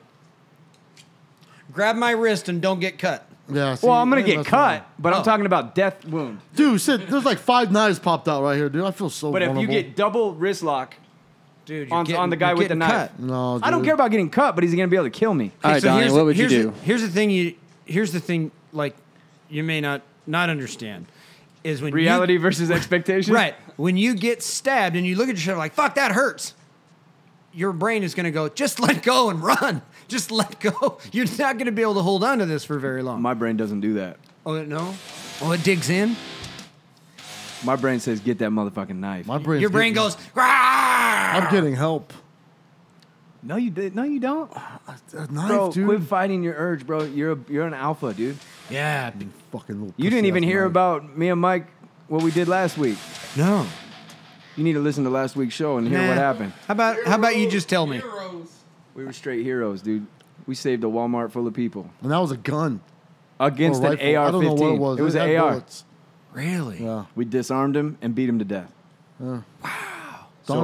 Speaker 3: Grab my wrist and don't get cut.
Speaker 2: Yeah, see,
Speaker 4: Well, I'm gonna
Speaker 2: I think
Speaker 4: get
Speaker 2: that's what I-
Speaker 4: cut, but I'm
Speaker 3: Oh.
Speaker 4: talking about death wound.
Speaker 2: Dude, shit, there's like five knives popped out right here, dude. I feel so
Speaker 4: But if you
Speaker 2: vulnerable.
Speaker 4: get double wrist lock,
Speaker 3: Dude, you're
Speaker 4: on,
Speaker 3: getting-
Speaker 4: on the guy
Speaker 3: you're
Speaker 4: with the
Speaker 3: getting
Speaker 4: knife.
Speaker 3: cut. Uh,
Speaker 2: No,
Speaker 4: I don't
Speaker 2: dude.
Speaker 4: care about getting cut, but he's gonna be able to kill me.
Speaker 6: All right,
Speaker 3: So
Speaker 6: Donnie,
Speaker 3: here's
Speaker 6: what
Speaker 3: the-
Speaker 6: would you
Speaker 3: here's the-
Speaker 6: do?
Speaker 3: here's the thing you here's the thing like you may not not understand is when you-
Speaker 4: Reality versus expectation.
Speaker 3: right when you get stabbed and you look at yourself like fuck that hurts. Your brain is going to go just let go and run. Just let go. <laughs> You're not going to be able to hold on to this for very long.
Speaker 4: My brain doesn't do that.
Speaker 3: oh no. Oh, it digs in.
Speaker 4: My brain says, "Get that motherfucking knife."
Speaker 2: My brain's
Speaker 3: Your brain
Speaker 2: getting-
Speaker 3: goes. "Rah!"
Speaker 2: I'm getting help.
Speaker 4: no, you did. No, you don't,
Speaker 2: A knife,
Speaker 4: bro.
Speaker 2: dude.
Speaker 4: Quit fighting your urge, bro. You're a, you're an alpha, dude.
Speaker 3: Yeah.
Speaker 2: Fucking little
Speaker 4: You didn't
Speaker 2: pussy
Speaker 4: even
Speaker 2: ass
Speaker 4: hear
Speaker 2: knife.
Speaker 4: about me and Mike what we did last week.
Speaker 3: No.
Speaker 4: You need to listen to last week's show and hear
Speaker 3: Nah.
Speaker 4: what happened.
Speaker 3: How about how about you just tell me?
Speaker 4: We were straight heroes, dude. We saved a Walmart full of people
Speaker 2: And that was a gun. or
Speaker 4: against an
Speaker 2: rifle.
Speaker 4: AR-15.
Speaker 2: I don't know what it was.
Speaker 4: was
Speaker 2: had
Speaker 4: an AR.
Speaker 2: bullets.
Speaker 3: Really?
Speaker 2: Yeah.
Speaker 4: We disarmed him and beat him to death.
Speaker 2: Donnie,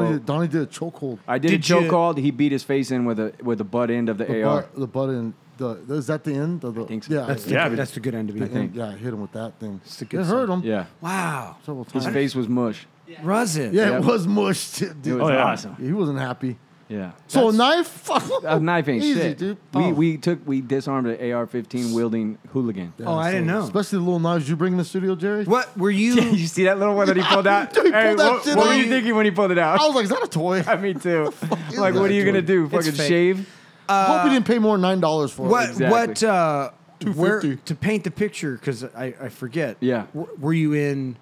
Speaker 4: So-
Speaker 2: did, Donnie did a chokehold.
Speaker 4: I did,
Speaker 3: Did
Speaker 4: a choke
Speaker 3: you-
Speaker 4: hold. He beat his face in with a with the butt end of the,
Speaker 2: The
Speaker 4: AR.
Speaker 2: butt, the butt in the is that the end? The, the,
Speaker 4: think so.
Speaker 2: Yeah,
Speaker 4: Yeah,
Speaker 3: that's the good end of
Speaker 4: I
Speaker 3: it.
Speaker 4: think.
Speaker 2: yeah, I hit him with that thing.
Speaker 3: the
Speaker 2: It
Speaker 3: good
Speaker 2: hurt him.
Speaker 4: Yeah,
Speaker 3: Wow.
Speaker 2: several
Speaker 4: his
Speaker 2: times.
Speaker 4: face was mush.
Speaker 3: Was it?
Speaker 2: Yeah,
Speaker 4: Yeah.
Speaker 2: it was mushed. <laughs>
Speaker 4: It
Speaker 2: Dude. Oh,
Speaker 4: was
Speaker 5: yeah.
Speaker 4: awesome.
Speaker 2: He wasn't happy.
Speaker 4: Yeah,
Speaker 2: So a knife, <laughs> fuck.
Speaker 4: a knife ain't
Speaker 2: Oh, Easy,
Speaker 4: shit.
Speaker 2: dude.
Speaker 4: We
Speaker 2: Oh.
Speaker 4: we took we disarmed an AR-15 wielding hooligan.
Speaker 2: Yeah,
Speaker 3: Oh, I didn't know.
Speaker 2: Especially the little knives you bring in the studio, Jerry.
Speaker 3: What were you?
Speaker 4: <laughs> you see that little one that he pulled out?
Speaker 2: <laughs> Dude, he
Speaker 4: Hey,
Speaker 2: pulled that
Speaker 4: what
Speaker 2: shit
Speaker 4: what were
Speaker 2: out.
Speaker 4: you thinking when he pulled it
Speaker 2: <laughs>
Speaker 4: out?
Speaker 2: I was like, is that a toy?
Speaker 4: <laughs>
Speaker 2: I
Speaker 4: Me too.
Speaker 2: is
Speaker 4: like, what
Speaker 2: that,
Speaker 4: are you gonna
Speaker 2: dude?
Speaker 4: do?
Speaker 3: It's
Speaker 4: Fucking
Speaker 3: fake.
Speaker 4: shave?
Speaker 2: hope you didn't pay more than nine dollars for
Speaker 3: What?
Speaker 2: it.
Speaker 3: What?
Speaker 4: Exactly.
Speaker 3: Uh, where
Speaker 2: 250.
Speaker 3: to paint the picture? Because I, I forget.
Speaker 4: Yeah.
Speaker 3: W- were you in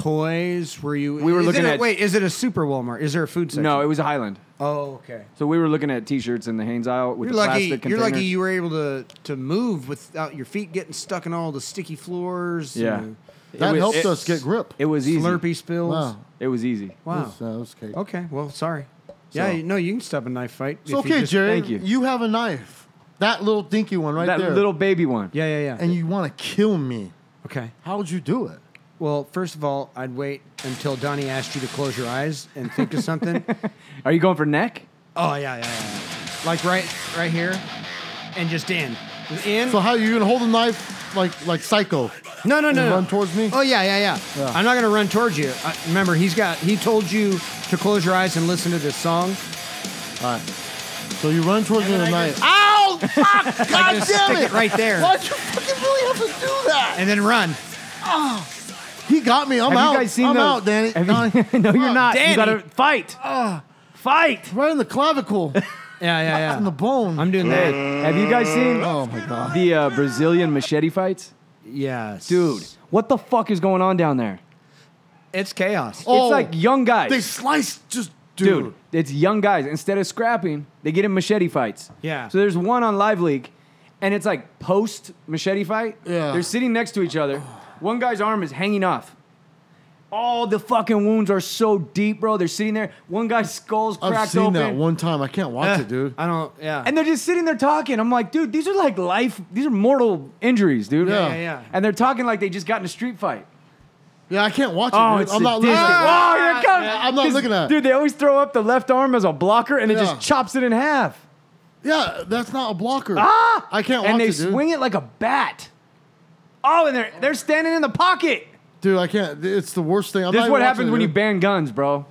Speaker 3: toys? Were you?
Speaker 4: We were
Speaker 3: is
Speaker 4: looking
Speaker 3: it a-
Speaker 4: at-
Speaker 3: Wait, is it a super Walmart? Is there a food section?
Speaker 4: No, it was a Highland.
Speaker 3: Oh, okay.
Speaker 4: So we were looking at T-shirts in the Hanes aisle with
Speaker 3: You're
Speaker 4: the
Speaker 3: lucky.
Speaker 2: E,
Speaker 4: plastic
Speaker 3: You're
Speaker 4: containers.
Speaker 3: lucky you were able to to move without your feet getting stuck in all the sticky
Speaker 2: E
Speaker 3: floors.
Speaker 4: Yeah.
Speaker 3: and
Speaker 2: That
Speaker 4: It was-
Speaker 2: helped
Speaker 4: it-
Speaker 2: us get grip.
Speaker 4: It was easy.
Speaker 3: Slurpee spills.
Speaker 2: Wow.
Speaker 4: It was easy.
Speaker 2: That
Speaker 3: Wow.
Speaker 2: was, uh, that was cake.
Speaker 3: Okay. Well, sorry. Yeah. No, you can stop a knife fight.
Speaker 2: It's
Speaker 3: if you
Speaker 2: okay,
Speaker 3: just-
Speaker 2: Jerry.
Speaker 4: thank you.
Speaker 2: have a knife. That little dinky one right
Speaker 4: that
Speaker 2: there.
Speaker 4: little baby one.
Speaker 3: Yeah, yeah, yeah.
Speaker 2: and you want to kill me.
Speaker 3: okay.
Speaker 2: How would you do it?
Speaker 3: Well, first of all, I'd wait until Donnie asked you to close your eyes and think of
Speaker 2: <laughs>
Speaker 3: something.
Speaker 4: Are you going for neck?
Speaker 3: Oh yeah, yeah, yeah, yeah. Like right, right here, and just in, in.
Speaker 2: So how are you gonna hold a knife like like psycho?
Speaker 3: no, no, no,
Speaker 2: and
Speaker 3: no.
Speaker 2: run towards me?
Speaker 3: Oh yeah, yeah, yeah,
Speaker 2: Yeah.
Speaker 3: I'm not gonna run towards you. I, remember, he's got. He told you to close your eyes and listen to this song.
Speaker 2: All right. So you run towards me with a knife.
Speaker 4: <laughs>
Speaker 3: Ow! Fuck! God
Speaker 2: damn
Speaker 3: stick
Speaker 2: it.
Speaker 3: it right there,
Speaker 2: Why'd you fucking really have to do that?
Speaker 3: and then run.
Speaker 2: He got me. I'm
Speaker 4: Have
Speaker 2: out.
Speaker 4: you guys seen
Speaker 2: I'm
Speaker 4: those?
Speaker 2: out, Danny.
Speaker 4: Have
Speaker 2: Donnie.
Speaker 4: you, <laughs> no, you're
Speaker 2: Fuck. Ah.
Speaker 4: not. You
Speaker 3: Danny.
Speaker 4: gotta fight. fight. <laughs>
Speaker 2: Right in the clavicle.
Speaker 3: Yeah, yeah, yeah.
Speaker 2: in the bone.
Speaker 3: I'm doing
Speaker 4: Hey,
Speaker 3: that.
Speaker 4: have you guys seen
Speaker 2: oh my god.
Speaker 4: the uh, Brazilian machete fights?
Speaker 3: Yes.
Speaker 4: Dude, what the fuck is going on down there?
Speaker 3: It's chaos.
Speaker 2: Oh,
Speaker 4: it's like young guys.
Speaker 2: they slice just
Speaker 4: dude.
Speaker 2: dude.
Speaker 4: It's young guys. Instead of scrapping, they get in machete fights.
Speaker 3: Yeah.
Speaker 4: So there's one on Live League, and it's like post machete fight.
Speaker 2: Yeah.
Speaker 4: They're sitting next to each other. One guy's arm is hanging off. All the fucking wounds are so deep, bro. They're sitting there. One guy's skull's
Speaker 2: I've
Speaker 4: cracked
Speaker 2: seen
Speaker 4: open.
Speaker 2: that one time. I can't watch
Speaker 3: <laughs>
Speaker 2: it, dude.
Speaker 3: I don't. Yeah.
Speaker 4: And they're just sitting there talking. I'm like, dude, these are like life. These are mortal injuries, dude.
Speaker 2: Yeah.
Speaker 3: Yeah, yeah.
Speaker 4: And they're talking like they just got in a street fight.
Speaker 2: Yeah, I can't watch
Speaker 4: Oh,
Speaker 2: it.
Speaker 4: it's
Speaker 2: Dude. I'm not
Speaker 4: sadistic.
Speaker 2: looking.
Speaker 4: Oh, here it comes.
Speaker 2: I'm not
Speaker 4: 'Cause,
Speaker 2: looking at it.
Speaker 4: Dude, they always throw up the left arm as a blocker, and it
Speaker 2: Yeah.
Speaker 4: just chops it in half.
Speaker 2: Yeah, that's not a blocker. Ah! I can't watch
Speaker 4: and they
Speaker 2: it, dude.
Speaker 4: swing it like a bat. Oh, and they're they're standing in the pocket.
Speaker 2: Dude, I can't. It's the worst thing. I'm
Speaker 4: This
Speaker 2: not
Speaker 4: is
Speaker 2: even
Speaker 4: what
Speaker 2: watching
Speaker 4: happens
Speaker 2: it,
Speaker 4: when you
Speaker 2: dude.
Speaker 4: ban guns, bro.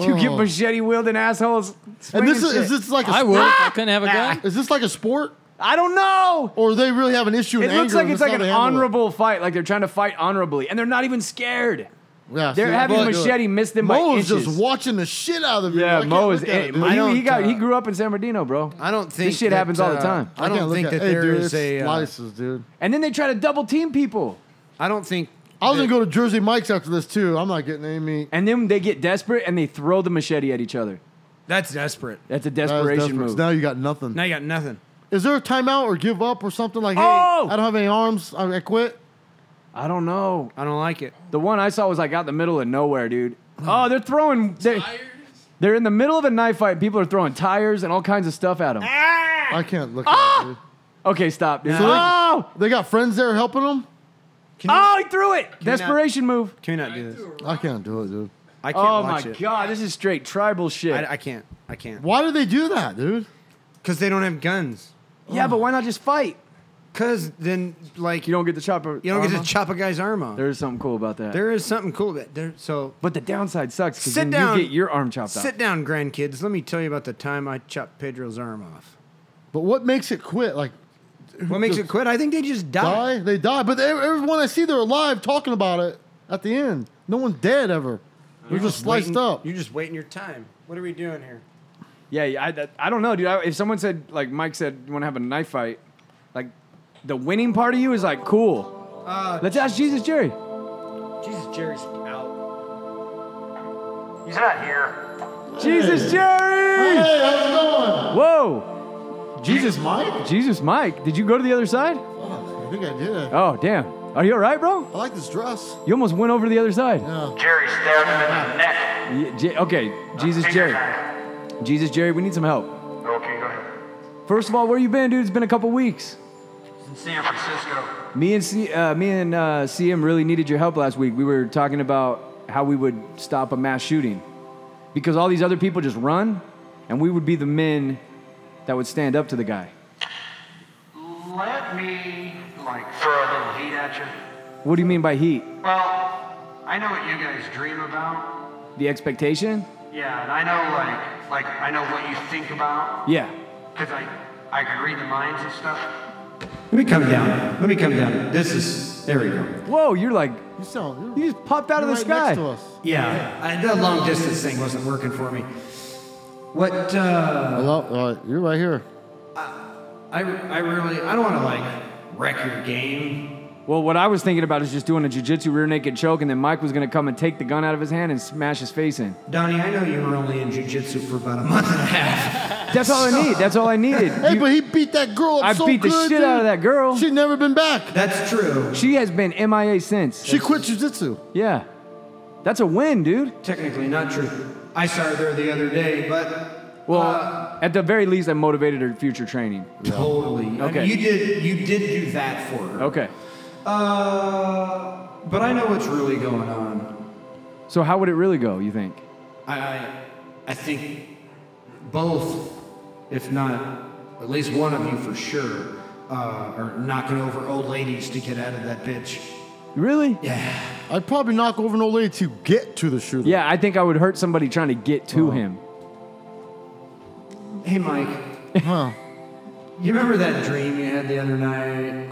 Speaker 4: You get
Speaker 2: Oh.
Speaker 4: machete wielding assholes.
Speaker 2: And
Speaker 4: swinging
Speaker 2: this is, is
Speaker 4: shit.
Speaker 2: this like a
Speaker 6: I
Speaker 2: sport?
Speaker 6: would.
Speaker 4: Ah!
Speaker 6: if I couldn't have a gun.
Speaker 2: Is this like a sport,
Speaker 4: I don't know.
Speaker 2: or they really have an issue?
Speaker 4: It
Speaker 2: in
Speaker 4: looks
Speaker 2: anger
Speaker 4: like
Speaker 2: and
Speaker 4: it's
Speaker 2: that's
Speaker 4: like an
Speaker 2: how they handle it?
Speaker 4: honorable fight. Like they're trying to fight honorably, and they're not even scared.
Speaker 2: Yeah,
Speaker 4: They're
Speaker 2: see,
Speaker 4: having
Speaker 2: but-
Speaker 4: machete miss them by
Speaker 2: Mo is
Speaker 4: inches.
Speaker 2: just watching the shit out of the video. I
Speaker 4: yeah,
Speaker 2: can't
Speaker 4: Mo is.
Speaker 2: look at
Speaker 4: eh,
Speaker 2: it, dude.
Speaker 4: Mo- he,
Speaker 3: don't,
Speaker 4: he got.
Speaker 3: uh,
Speaker 4: he grew up in San Bernardino, bro.
Speaker 3: I don't think
Speaker 4: shit
Speaker 3: that,
Speaker 4: happens all the
Speaker 3: uh,
Speaker 4: time.
Speaker 3: I
Speaker 2: I
Speaker 3: don't
Speaker 2: can't
Speaker 3: think
Speaker 2: look
Speaker 3: that
Speaker 2: at, hey,
Speaker 3: there
Speaker 2: dude,
Speaker 3: is
Speaker 2: it's
Speaker 3: a. uh,
Speaker 2: slices, dude.
Speaker 4: And then they try to double team people.
Speaker 3: I don't think.
Speaker 2: I was
Speaker 3: that-
Speaker 2: gonna go to Jersey Mike's after this too. I'm not getting any meat.
Speaker 4: And then they get desperate and they throw the machete at each other.
Speaker 3: That's desperate.
Speaker 4: That's a
Speaker 2: That was
Speaker 4: desperation
Speaker 2: desperate.
Speaker 4: move.
Speaker 2: Now you got nothing.
Speaker 3: Now you got nothing.
Speaker 2: Is there a timeout or give up or something like? Hey,
Speaker 4: Oh!
Speaker 2: I don't have any arms. I, I quit.
Speaker 4: I don't know.
Speaker 3: I don't like it.
Speaker 4: The one I saw was like out in the middle of nowhere, dude. Oh, they're throwing they're, they're in the middle of a knife fight. People are throwing tires and all kinds of stuff at them.
Speaker 3: Ah!
Speaker 2: I can't look.
Speaker 4: Ah!
Speaker 2: at it, dude.
Speaker 4: Okay, stop, dude.
Speaker 3: So they-
Speaker 4: Oh,
Speaker 2: They got friends there helping them.
Speaker 3: Can you,
Speaker 4: oh, he threw it. Desperation move.
Speaker 3: can we not do this?
Speaker 2: I can't do it, dude.
Speaker 3: I can't
Speaker 4: Oh my
Speaker 3: watch it.
Speaker 4: god, this is straight tribal shit.
Speaker 3: I, I can't. I can't.
Speaker 2: Why do they do that, dude?
Speaker 3: Because they don't have guns.
Speaker 4: yeah, but why not just fight?
Speaker 3: Because then, like,
Speaker 4: You don't get the chopper.
Speaker 3: you don't get
Speaker 4: arm
Speaker 3: to
Speaker 4: off.
Speaker 3: chop a guy's arm off.
Speaker 4: There's something cool about that.
Speaker 3: there is something cool that there. So
Speaker 4: but the downside sucks because
Speaker 3: Sit
Speaker 4: then
Speaker 3: down.
Speaker 4: you get your arm chopped
Speaker 3: sit
Speaker 4: off.
Speaker 3: down, grandkids. Let me tell you about the time I chopped Pedro's arm
Speaker 4: <laughs>
Speaker 3: off.
Speaker 2: But what makes it quit? Like
Speaker 3: What makes it quit? I think they just
Speaker 2: die?
Speaker 3: died.
Speaker 2: They die. But ev- everyone I see, they're alive talking about it at the end. No one's dead ever. They're just sliced
Speaker 3: Waiting-
Speaker 2: up.
Speaker 3: You're just waiting your time. What are we doing here?
Speaker 4: Yeah, yeah, I, that- I don't know, dude. I, if someone said like Mike said, you want to have a knife fight, like the winning part of you is like cool. Let's ask Jesus <laughs> Jerry.
Speaker 3: Jesus, Jerry's out.
Speaker 7: He's not here.
Speaker 4: Jesus Jerry! <laughs>
Speaker 2: Hey, how's it going?
Speaker 4: Whoa! Jesus
Speaker 2: Mike?
Speaker 4: Jesus Mike, did you go to the other side?
Speaker 2: I think I did. I
Speaker 4: Oh, damn. Are you all right, bro?
Speaker 2: like this dress.
Speaker 4: You almost went over to the other side.
Speaker 7: Jerry stabbed him in the neck.
Speaker 4: Yeah, J- okay, Jesus Jerry. Jesus Jerry, we need some help.
Speaker 7: Okay, go ahead.
Speaker 4: First of all, where you been, dude? It's been a couple weeks.
Speaker 7: San Francisco.
Speaker 4: Me and C- uh, me and uh, CM really needed your help last week. We were talking about how we would stop a mass shooting because all these other people just run, and we would be the men that would stand up to the guy.
Speaker 7: Let me, like, throw a little heat at you.
Speaker 4: What do you mean by heat?
Speaker 7: Well, I know what you guys dream about.
Speaker 4: The expectation?
Speaker 7: Yeah, and I know, like, like I know what you think about.
Speaker 4: Yeah.
Speaker 7: Because I, I can read the minds and stuff.
Speaker 3: Let me come down. Let me come down. This is. There we go.
Speaker 4: Whoa, you're like
Speaker 2: You sound.
Speaker 4: you just popped out of
Speaker 2: you're
Speaker 4: the
Speaker 2: right
Speaker 4: sky.
Speaker 2: Next to us.
Speaker 3: Yeah, I, the long distance thing wasn't working for me. What uh,
Speaker 2: Hello. All right, you're right here.
Speaker 3: I I really I don't want to like wreck your game.
Speaker 4: Well, what I was thinking about is just doing a jujitsu rear naked choke, and then Mike was gonna come and take the gun out of his hand and smash his face in.
Speaker 3: Donnie, I know you were only in jujitsu for about a month and a half.
Speaker 4: That's all
Speaker 2: <laughs>
Speaker 4: I need. That's all I needed.
Speaker 2: Hey,
Speaker 4: You-
Speaker 2: but he beat that girl up
Speaker 4: I
Speaker 2: so
Speaker 4: beat the
Speaker 2: good,
Speaker 4: shit
Speaker 2: dude.
Speaker 4: out of that girl.
Speaker 2: She'd never been back.
Speaker 3: That's true.
Speaker 4: She has been MIA since.
Speaker 2: She quit jujitsu.
Speaker 4: yeah, that's a win, dude.
Speaker 3: Technically not true. I saw her there the other day, but
Speaker 4: Well,
Speaker 7: Uh,
Speaker 4: at the very least, I motivated her future training.
Speaker 3: totally. I mean,
Speaker 4: Okay.
Speaker 3: you did you did do that for her.
Speaker 4: Okay.
Speaker 3: Uh, but I know what's really going on.
Speaker 4: So how would it really go? You think?
Speaker 3: I I, I think both, if not at least one of you for sure, uh, are knocking over old ladies to get out of that bitch.
Speaker 4: Really?
Speaker 3: Yeah.
Speaker 2: I'd probably knock over an old lady to get to the shooter.
Speaker 4: Yeah, I think I would hurt somebody trying to get to him.
Speaker 3: Hey, Mike.
Speaker 2: Huh.
Speaker 3: You remember that dream you had the other night?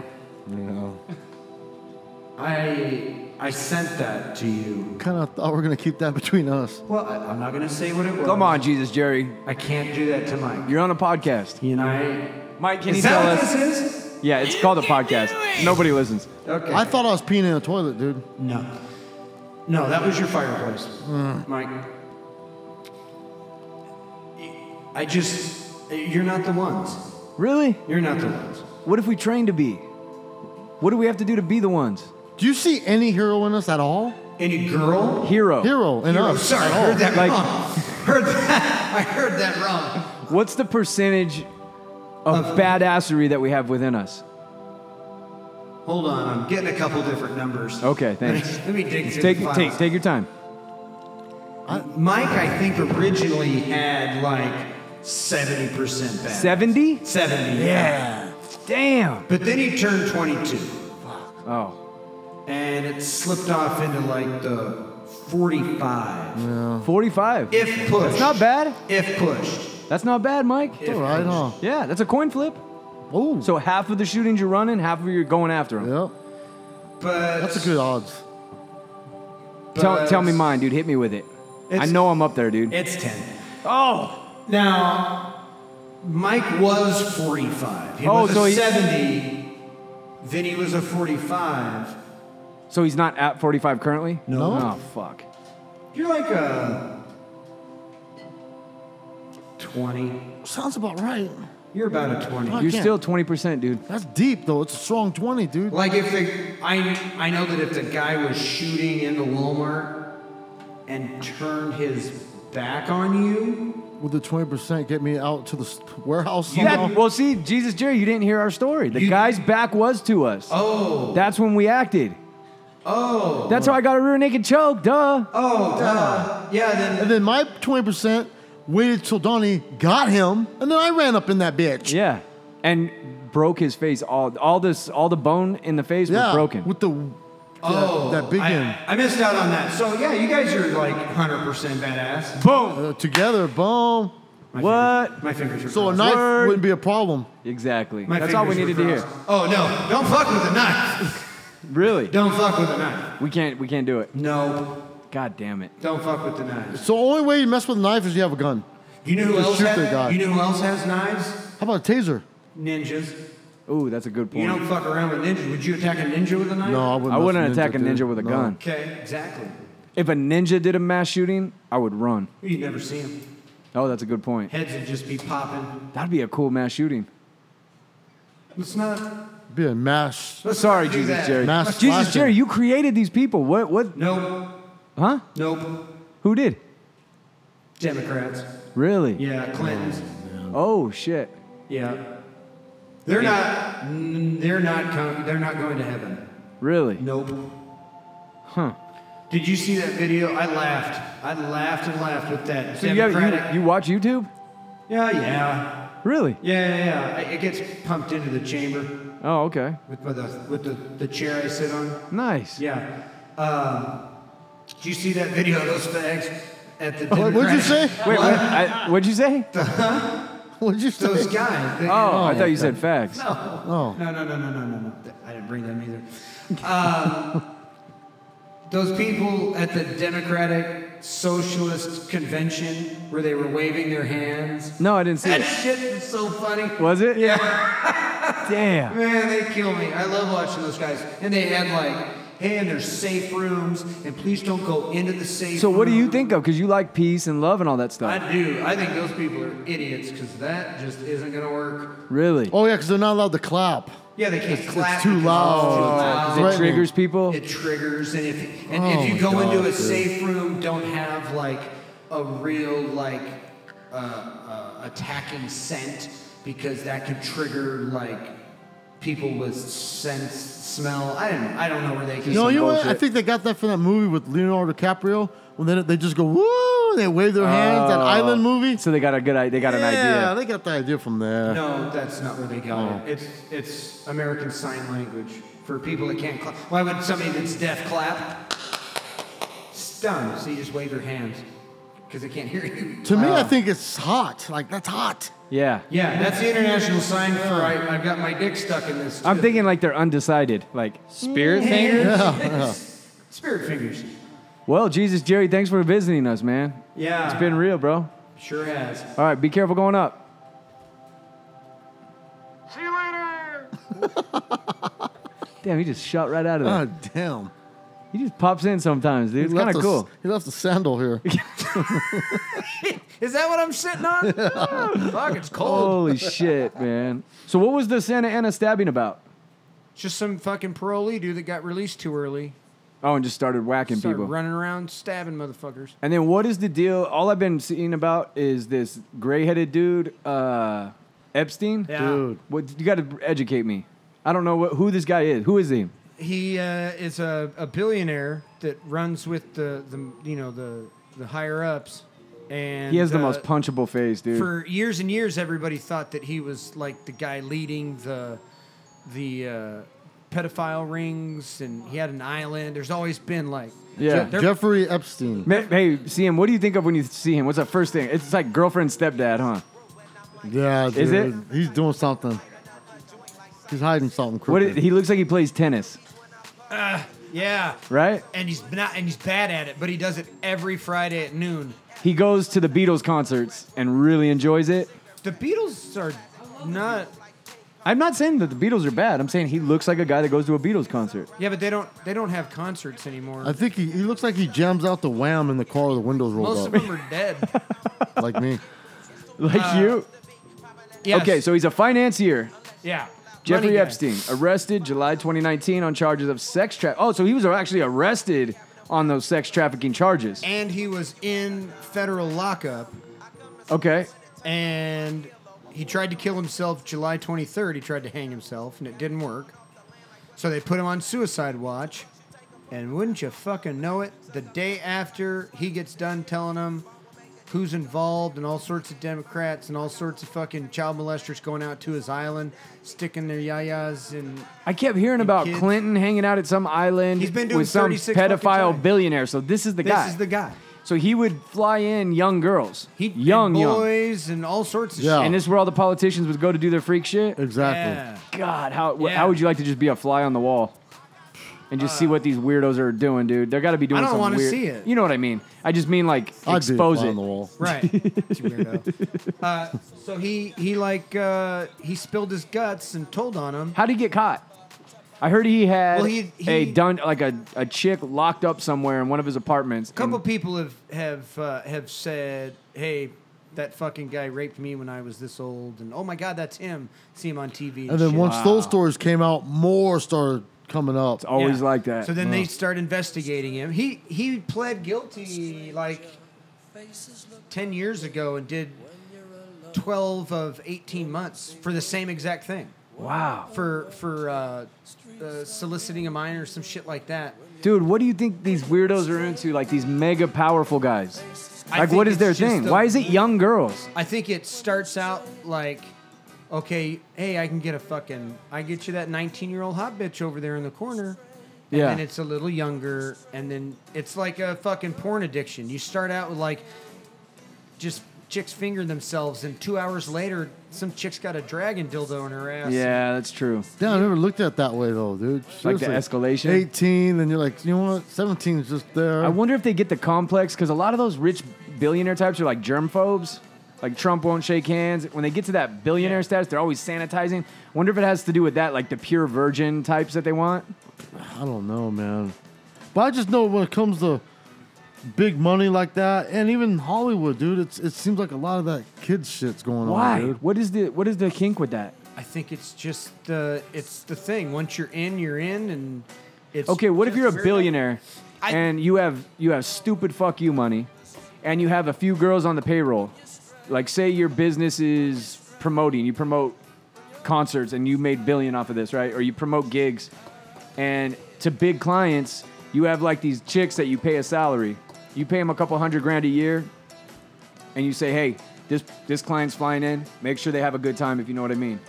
Speaker 3: I
Speaker 7: I sent that to you.
Speaker 2: Kind of thought we are gonna keep that between us.
Speaker 7: Well, I, I'm not going to say what it was.
Speaker 4: Come on, Jesus, Jerry.
Speaker 7: I can't do that to Mike.
Speaker 4: You're on a podcast.
Speaker 7: You know.
Speaker 4: Mike, can
Speaker 7: Is
Speaker 4: you
Speaker 7: that
Speaker 4: tell
Speaker 7: what
Speaker 4: us?
Speaker 7: this is?
Speaker 4: Yeah, it's
Speaker 7: <laughs>
Speaker 4: called a podcast. Nobody listens.
Speaker 7: Okay.
Speaker 2: I thought I was peeing in a toilet, dude.
Speaker 7: No. No, that was your fireplace,
Speaker 4: Mm.
Speaker 7: Mike. I just, you're not the ones.
Speaker 4: Really?
Speaker 7: You're not the ones.
Speaker 4: What if we train to be? What do we have to do to be the ones?
Speaker 2: Do you see any hero in us at all?
Speaker 7: Any girl?
Speaker 4: Hero.
Speaker 2: Hero in
Speaker 7: Hero.
Speaker 2: us.
Speaker 7: Sorry, I
Speaker 2: at all.
Speaker 7: heard that
Speaker 4: Like-
Speaker 7: wrong. <laughs> Heard that. I heard that wrong.
Speaker 4: What's the percentage of
Speaker 7: Uh,
Speaker 4: badassery that we have within us?
Speaker 7: Hold on, I'm getting a couple different numbers.
Speaker 4: Okay, thanks.
Speaker 7: Let me dig through
Speaker 4: Take
Speaker 7: the files. Uh,
Speaker 4: take take your time.
Speaker 7: Mike, I think originally had like 70% back.
Speaker 4: 70?
Speaker 7: 70. Yeah.
Speaker 4: Damn.
Speaker 7: But then he turned 22. Uh,
Speaker 4: Oh.
Speaker 7: and it slipped off into like the 45.
Speaker 4: 45.
Speaker 7: If pushed. It's
Speaker 4: Not bad.
Speaker 7: If pushed.
Speaker 4: That's not bad, Mike.
Speaker 2: All right, huh?
Speaker 4: Yeah, that's a coin flip.
Speaker 2: Oh,
Speaker 4: So half of the shootings you're running, half of you're going after them.
Speaker 2: yeah.
Speaker 7: But
Speaker 2: That's a good odds.
Speaker 4: Tell,
Speaker 7: but
Speaker 4: tell me mine, dude. Hit me with it. I
Speaker 7: It's-
Speaker 4: know I'm up there, dude.
Speaker 7: It's 10.
Speaker 4: Oh,
Speaker 7: Now, Mike was 45. He
Speaker 4: Oh,
Speaker 7: was
Speaker 4: so
Speaker 7: a
Speaker 4: he-
Speaker 7: 70. Then he was a 45.
Speaker 4: so he's not at 45 currently?
Speaker 2: No.
Speaker 4: Oh fuck.
Speaker 7: You're like a 20.
Speaker 2: Sounds about right.
Speaker 7: You're about a 20.
Speaker 4: You're
Speaker 2: can't.
Speaker 4: still 20%, dude.
Speaker 2: That's deep though. It's a strong twenty, dude.
Speaker 7: Like if the I I know that if the guy was shooting into Walmart and turned his back on you,
Speaker 2: Would the twenty percent get me out to the s- warehouse somehow?
Speaker 4: That, well, see, Jesus Jerry, you didn't hear our story. The
Speaker 7: You-
Speaker 4: guy's back was to us.
Speaker 7: oh
Speaker 4: That's when we acted.
Speaker 7: oh
Speaker 4: That's how I got a rear naked choke, duh.
Speaker 7: oh duh. yeah then
Speaker 2: And then my twenty percent waited till Donnie got him, and then I ran up in that bitch.
Speaker 4: Yeah. And broke his face. All all this all the bone in the face
Speaker 2: Yeah,
Speaker 4: was broken.
Speaker 2: with the
Speaker 7: oh
Speaker 2: that big
Speaker 7: I,
Speaker 2: end.
Speaker 7: I missed out on that. So yeah, you guys are like hundred percent badass.
Speaker 4: Boom!
Speaker 2: uh, together, boom.
Speaker 7: My
Speaker 4: What?
Speaker 7: fingers- my fingers are
Speaker 2: So a
Speaker 7: crossed.
Speaker 2: knife
Speaker 4: Word.
Speaker 2: wouldn't be a problem.
Speaker 4: Exactly.
Speaker 7: My
Speaker 4: That's all we
Speaker 7: fingers
Speaker 4: needed to
Speaker 7: were
Speaker 4: hear.
Speaker 7: crossed. Oh no! Don't fuck with a knife.
Speaker 4: Really?
Speaker 7: Don't fuck with a knife.
Speaker 4: We can't we can't do it.
Speaker 7: No,
Speaker 4: God damn it.
Speaker 7: don't fuck with the knife.
Speaker 2: So the only way you mess with a knife is you have a gun.
Speaker 7: You know who
Speaker 2: Just
Speaker 7: else?
Speaker 2: shoot the guy.
Speaker 7: Has, you know who else has knives?
Speaker 2: How about a taser?
Speaker 7: Ninjas.
Speaker 4: Ooh, that's a good point.
Speaker 7: You don't fuck around with ninjas. Would you attack a ninja with a knife?
Speaker 2: No, I wouldn't.
Speaker 4: I
Speaker 2: mess
Speaker 4: wouldn't
Speaker 2: with
Speaker 4: attack a ninja
Speaker 2: dude.
Speaker 4: with a
Speaker 2: No.
Speaker 4: gun.
Speaker 7: Okay, exactly.
Speaker 4: If a ninja did a mass shooting, I would run.
Speaker 7: You'd never see him.
Speaker 4: Oh, that's a good point.
Speaker 7: Heads would just be popping.
Speaker 4: That'd be a cool mass shooting.
Speaker 7: Let's not.
Speaker 2: Be a mass. <laughs>
Speaker 7: Let's
Speaker 4: Sorry,
Speaker 7: not do
Speaker 4: Jesus
Speaker 7: that.
Speaker 4: Jerry. Jesus
Speaker 2: Mass slashing.
Speaker 4: Jerry, you created these people. What what
Speaker 7: Nope.
Speaker 4: huh?
Speaker 7: Nope.
Speaker 4: Who did?
Speaker 7: Democrats.
Speaker 4: Really?
Speaker 7: Yeah. Clintons.
Speaker 4: Oh shit.
Speaker 7: Yeah. They're not. n- They're not. Com- they're not going to heaven.
Speaker 4: Really?
Speaker 7: Nope.
Speaker 4: Huh.
Speaker 7: Did you see that video? I laughed. I laughed and laughed with that
Speaker 4: So you,
Speaker 7: Democratic.
Speaker 4: have, you, you watch YouTube?
Speaker 7: yeah, yeah,
Speaker 4: Really?
Speaker 7: yeah, yeah, yeah. I- It gets pumped into the chamber
Speaker 4: Oh, okay.
Speaker 7: with by the with the, the chair I sit on.
Speaker 4: Nice.
Speaker 7: Yeah. Um, did you see that video of those fags at
Speaker 4: <laughs>
Speaker 7: the?
Speaker 2: What- what'd you
Speaker 7: Democratic-
Speaker 2: say?
Speaker 4: Wait, what? I, what'd you
Speaker 7: <laughs>
Speaker 4: say?
Speaker 2: What'd you say?
Speaker 7: Those guys. They,
Speaker 4: Oh, I thought you said facts.
Speaker 2: Oh.
Speaker 7: No, no, no, no, no, no, no. I didn't bring them either. Um, those people at the Democratic Socialist Convention where they were waving their hands.
Speaker 4: No, I didn't see
Speaker 7: That <laughs>
Speaker 4: it.
Speaker 7: shit is so funny.
Speaker 4: Was it?
Speaker 7: Yeah.
Speaker 4: Damn.
Speaker 7: Man, they kill me. I love watching those guys. And they had like, hey, and there's safe rooms, and please don't go into the safe.
Speaker 4: So what do you
Speaker 7: room.
Speaker 4: think of? Because you like peace and love and all that stuff.
Speaker 7: I do. I think those people are idiots because that just isn't going to work.
Speaker 4: Really?
Speaker 2: Oh yeah, because they're not allowed to clap.
Speaker 7: Yeah, they can't clap.
Speaker 2: it's too
Speaker 7: because
Speaker 2: loud.
Speaker 7: It's too
Speaker 2: Right.
Speaker 7: loud.
Speaker 4: It triggers people.
Speaker 7: It triggers, and if and
Speaker 2: Oh
Speaker 7: if
Speaker 2: my
Speaker 7: you go into
Speaker 2: God,
Speaker 7: a
Speaker 2: dude.
Speaker 7: safe room, don't have like a real like uh, uh, attacking scent because that could trigger like people with sense smell. I don't know. I don't know where they can.
Speaker 2: No, you know what? I
Speaker 4: bullshit.
Speaker 2: think they got that from that movie with Leonardo DiCaprio when they, they just go woo, and they wave their hands. That
Speaker 4: Oh.
Speaker 2: island movie.
Speaker 4: So they got a good idea. They got
Speaker 2: yeah,
Speaker 4: an idea.
Speaker 2: they got the idea from there.
Speaker 7: No, that's not where they got
Speaker 2: Oh.
Speaker 7: it. It's it's American Sign Language for people that can't clap. Why would somebody that's deaf clap? Stunned. So you just wave your hands because they can't hear you. Um,
Speaker 2: To me, I
Speaker 4: Uh.
Speaker 2: think it's hot. Like that's hot.
Speaker 4: Yeah.
Speaker 7: Yeah, that's the international sign for I, I've got my dick stuck in this.
Speaker 4: I'm
Speaker 7: too.
Speaker 4: thinking like they're undecided. Like
Speaker 8: Spirit fingers?
Speaker 2: Yeah.
Speaker 3: Spirit fingers.
Speaker 4: Well, Jesus, Jerry, thanks for visiting us, man.
Speaker 3: Yeah.
Speaker 4: It's been real, bro.
Speaker 3: Sure has.
Speaker 4: All right, be careful going up.
Speaker 7: See you later.
Speaker 4: <laughs> Damn, he just shot right out of there.
Speaker 2: God damn.
Speaker 4: he just pops in sometimes, dude. It's
Speaker 2: He left
Speaker 4: kind of
Speaker 2: a-
Speaker 4: cool.
Speaker 2: He left a sandal here.
Speaker 3: Is that what I'm
Speaker 4: <laughs>
Speaker 3: sitting on? Oh, fuck, it's
Speaker 4: <laughs>
Speaker 3: cold.
Speaker 4: Holy shit, man. So, what was the Santa Ana stabbing about?
Speaker 3: It's Just some fucking parolee dude that got released too early.
Speaker 4: Oh, and just started whacking
Speaker 3: Started
Speaker 4: people.
Speaker 3: running around stabbing motherfuckers.
Speaker 4: And then, what is the deal? All I've been seeing about is this gray headed dude, uh, Epstein.
Speaker 3: Yeah. Dude.
Speaker 4: What, you got to educate me. I don't know what, who this guy is. Who is he?
Speaker 3: He uh, is a, a billionaire that runs with the, the you know the the higher ups, and
Speaker 4: He has the
Speaker 3: uh,
Speaker 4: most punchable face, dude.
Speaker 3: For years and years, everybody thought that he was like the guy leading the the uh, pedophile rings, and he had an island. There's always been like
Speaker 4: <laughs> yeah.
Speaker 3: They're-
Speaker 2: Jeffrey Epstein.
Speaker 4: Ma- Hey, CM, what do you think of when you see him? What's the first thing? It's like girlfriend, stepdad, huh?
Speaker 2: Yeah, dude.
Speaker 4: Is it?
Speaker 2: He's doing something. He's hiding something.
Speaker 4: What
Speaker 2: crooked.
Speaker 4: is, he looks like he plays tennis,
Speaker 3: yeah,
Speaker 4: right?
Speaker 3: and he's not and he's bad at it, but he does it every Friday at noon.
Speaker 4: He goes to the Beatles concerts and really enjoys it.
Speaker 3: The Beatles are not
Speaker 4: I'm not saying that the Beatles are bad. I'm saying he looks like a guy that goes to a Beatles concert. <laughs>
Speaker 3: yeah, but they don't they don't have concerts anymore.
Speaker 2: I think he, he looks like he jams out the wham in the car. The windows rolled
Speaker 3: Most of
Speaker 2: up,
Speaker 3: them are dead.
Speaker 2: like
Speaker 4: <laughs>
Speaker 2: me.
Speaker 4: Like you.
Speaker 3: Uh,
Speaker 4: <laughs>
Speaker 3: Yes.
Speaker 4: Okay, so he's a financier.
Speaker 3: yeah, Money
Speaker 4: Jeffrey
Speaker 3: guy.
Speaker 4: Epstein, arrested July 2019 on charges of sex trafficking. Oh, so he was actually arrested on those sex trafficking charges.
Speaker 3: and he was in federal lockup,
Speaker 4: Okay.
Speaker 3: and he tried to kill himself July 23rd. He tried to hang himself, and it didn't work. So they put him on suicide watch, and wouldn't you fucking know it? The day after he gets done telling them who's involved and all sorts of Democrats and all sorts of fucking child molesters going out to his island, sticking their yayas and
Speaker 4: I kept hearing about
Speaker 3: kids.
Speaker 4: Clinton hanging out at some island
Speaker 3: He's been doing
Speaker 4: with some
Speaker 3: 36 fucking
Speaker 4: pedophile
Speaker 3: times.
Speaker 4: billionaire. So this is the
Speaker 3: this
Speaker 4: guy.
Speaker 3: is the guy.
Speaker 4: so he would fly in young girls.
Speaker 3: He
Speaker 4: young,
Speaker 3: and
Speaker 4: young.
Speaker 3: boys and all sorts of
Speaker 2: Yeah.
Speaker 3: shit.
Speaker 4: And this is where all the politicians would go to do their freak shit.
Speaker 2: Exactly.
Speaker 3: Yeah.
Speaker 4: God, how wh-
Speaker 3: Uh, Yeah. Uh,
Speaker 4: how would you like to just be a fly on the wall and just see what these weirdos are doing, dude? They got to be doing
Speaker 3: I don't
Speaker 4: some
Speaker 3: wanna
Speaker 4: weird.
Speaker 3: see it.
Speaker 4: You know what I mean? I just mean like
Speaker 2: I'd be
Speaker 4: expose it.
Speaker 2: fly
Speaker 4: Oh,
Speaker 2: on the wall.
Speaker 3: Right. It's weirdo. Uh, so he he like uh, he spilled his guts and told on him.
Speaker 4: How would he get caught? I heard he had
Speaker 3: Well, he-
Speaker 4: a
Speaker 3: he-
Speaker 4: dun like a, a chick locked up somewhere in one of his apartments.
Speaker 3: A couple
Speaker 4: and-
Speaker 3: people have have uh, have said, "Hey, that fucking guy raped me when I was this old," and "Oh my god, that's him." See him on TV. And,
Speaker 2: And then
Speaker 3: shit.
Speaker 2: once those stories came out, more started coming up.
Speaker 4: it's always
Speaker 3: Yeah.
Speaker 4: like that.
Speaker 3: So then they start investigating him. He he pled guilty like ten years ago and did twelve of eighteen months for the same exact thing.
Speaker 4: wow,
Speaker 3: for for uh, uh, soliciting a minor or some shit like that.
Speaker 4: dude, what do you think these weirdos are into? Like these mega powerful guys.
Speaker 3: I
Speaker 4: Like
Speaker 3: think
Speaker 4: what is
Speaker 3: it's
Speaker 4: their
Speaker 3: just
Speaker 4: thing?
Speaker 3: a-
Speaker 4: Why is it young girls?
Speaker 3: I think it starts out like, okay, hey, I can get a fucking, I get you that 19 year old hot bitch over there in the corner. And
Speaker 4: Yeah.
Speaker 3: then it's a little younger, and then it's like a fucking porn addiction. You start out with like, just chicks finger themselves, and two hours later, some chick's got a dragon dildo in her ass.
Speaker 4: Yeah, that's true.
Speaker 2: Damn, I never looked at it that way though, dude.
Speaker 4: Like the escalation?
Speaker 2: 18, then you're like, you know what? 17 is just there.
Speaker 4: I wonder if they get the complex because a lot of those rich billionaire types are like germphobes. Like Trump won't shake hands. When they get to that billionaire status, they're always sanitizing. Wonder if it has to do with that, like the pure virgin types that they want.
Speaker 2: I don't know, man. But I just know when it comes to big money like that, and even Hollywood, dude, it's, it seems like a lot of that kid shit's going
Speaker 4: Why?
Speaker 2: on, dude.
Speaker 4: What is the what is the kink with that?
Speaker 3: I think it's just the it's the thing. Once you're in, you're in, and it's
Speaker 4: Okay, what if
Speaker 3: just
Speaker 4: you're a
Speaker 3: weird.
Speaker 4: billionaire
Speaker 3: I-
Speaker 4: and you have you have stupid fuck you money, and you have a few girls on the payroll? Like, say your business is promoting, you promote concerts, and you made billion off of this, right? Or you promote gigs, and to big clients, you have like these chicks that you pay a salary. You pay them a couple hundred grand a year, and you say, hey, this this client's flying in. Make sure they have a good time, if you know what I mean.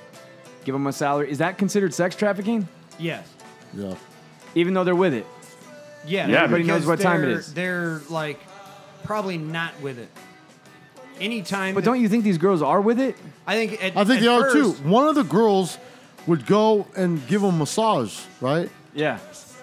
Speaker 4: Give them a salary. Is that considered sex trafficking?
Speaker 3: Yes.
Speaker 2: Yeah.
Speaker 4: Even though they're with it.
Speaker 3: Yeah,
Speaker 5: Yeah,
Speaker 4: Everybody
Speaker 3: because
Speaker 4: knows what time it
Speaker 3: they're-
Speaker 4: is.
Speaker 3: They're like probably not with it. Anytime,
Speaker 4: But don't you think these girls are with it?
Speaker 3: I think at,
Speaker 2: I think
Speaker 3: at
Speaker 2: they are too.
Speaker 3: first-
Speaker 2: One of the girls would go and give him massage, right?
Speaker 4: Yeah.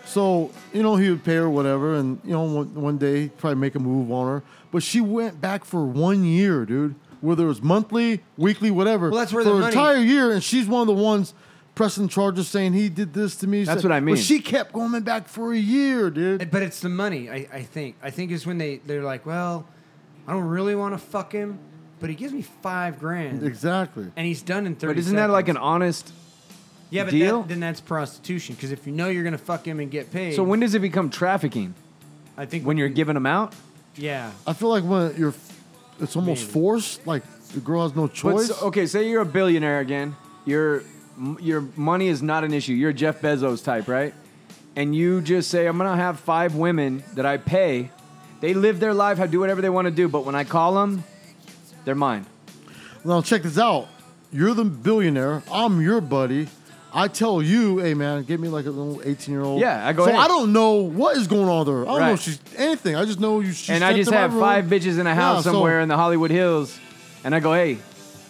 Speaker 2: So, you know, he would pay her whatever, and, you know, one, one day, probably make a move on her. But she went back for one year, dude, whether it was monthly, weekly, whatever.
Speaker 3: Well, that's where
Speaker 2: for
Speaker 3: the
Speaker 2: an
Speaker 3: money-
Speaker 2: entire year, and she's one of the ones pressing charges saying he did this to me.
Speaker 4: That's
Speaker 2: But
Speaker 4: what I mean.
Speaker 2: she kept going back for a year, dude.
Speaker 3: But it's the money, I, I think. I think it's when they, they're like, well, I don't really want to fuck him, but he gives me five grand.
Speaker 2: Exactly.
Speaker 3: And he's done in 30
Speaker 4: But isn't that like an
Speaker 3: seconds.
Speaker 4: honest?
Speaker 3: yeah, but
Speaker 4: deal?
Speaker 3: That, then that's prostitution because if you know you're going to fuck him and get paid.
Speaker 4: So when does it become trafficking?
Speaker 3: I think
Speaker 4: When you're giving them out?
Speaker 3: Yeah.
Speaker 2: I feel like when you're, it's almost forced, like the girl has no
Speaker 4: But
Speaker 2: choice.
Speaker 4: so- okay, say you're a billionaire again. Your m- your money is not an issue. You're a Jeff Bezos type, right? And you just say, I'm gonna have five women that I pay. They live their life, I do whatever they want to do. But when I call them, they're mine.
Speaker 2: Now check this out. You're the billionaire. I'm your buddy. I tell you, hey man, give me like a little 18 year old.
Speaker 4: Yeah, I go,
Speaker 2: So
Speaker 4: "Hey."
Speaker 2: I don't know what is going on there. I don't know
Speaker 4: Right.
Speaker 2: if she's anything. I just know you. She
Speaker 4: and I
Speaker 2: sent
Speaker 4: just
Speaker 2: to my
Speaker 4: have
Speaker 2: room.
Speaker 4: five bitches in a house
Speaker 2: Yeah, so-
Speaker 4: somewhere in the Hollywood Hills, and I go, hey,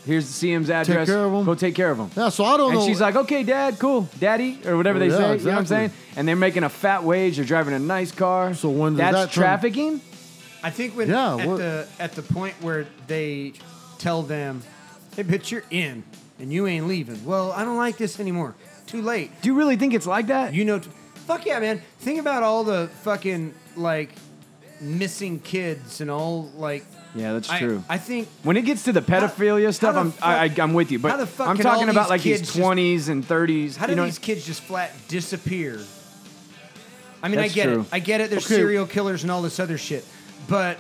Speaker 4: here's the CM's address.
Speaker 2: care of 'em.
Speaker 4: Go take care of them.
Speaker 2: Yeah, so I don't
Speaker 4: And
Speaker 2: know.
Speaker 4: she's like, okay, dad, cool, daddy, or whatever they
Speaker 2: Yeah,
Speaker 4: say. You know what I'm
Speaker 2: exactly.
Speaker 4: saying? And they're making a fat wage. They're driving a nice car.
Speaker 2: So when does
Speaker 4: that's
Speaker 2: that turn-
Speaker 4: trafficking?
Speaker 3: I think when
Speaker 2: Yeah,
Speaker 3: at
Speaker 2: what-
Speaker 3: the at the point where they tell them, "Hey, bitch, you're in and you ain't leaving." Well, I don't like this anymore. Too late.
Speaker 4: Do you really think it's like that?
Speaker 3: You know, t- fuck yeah, man. Think about all the fucking like missing kids and all like.
Speaker 4: Yeah, that's
Speaker 3: I-
Speaker 4: true.
Speaker 3: I think
Speaker 4: when it gets to the pedophilia
Speaker 3: How-
Speaker 4: stuff,
Speaker 3: how
Speaker 4: I'm
Speaker 3: the
Speaker 4: I,
Speaker 3: fuck-
Speaker 4: I, I'm with you.
Speaker 3: how the
Speaker 4: But
Speaker 3: fuck
Speaker 4: I'm
Speaker 3: can all
Speaker 4: talking
Speaker 3: these
Speaker 4: about like
Speaker 3: kids
Speaker 4: these
Speaker 3: just-
Speaker 4: 20s and 30s.
Speaker 3: how do
Speaker 4: you know,
Speaker 3: these kids just flat disappear? I mean,
Speaker 4: That's
Speaker 3: I get
Speaker 4: true.
Speaker 3: it. I get it. There's
Speaker 2: Okay.
Speaker 3: serial killers and all this other shit, but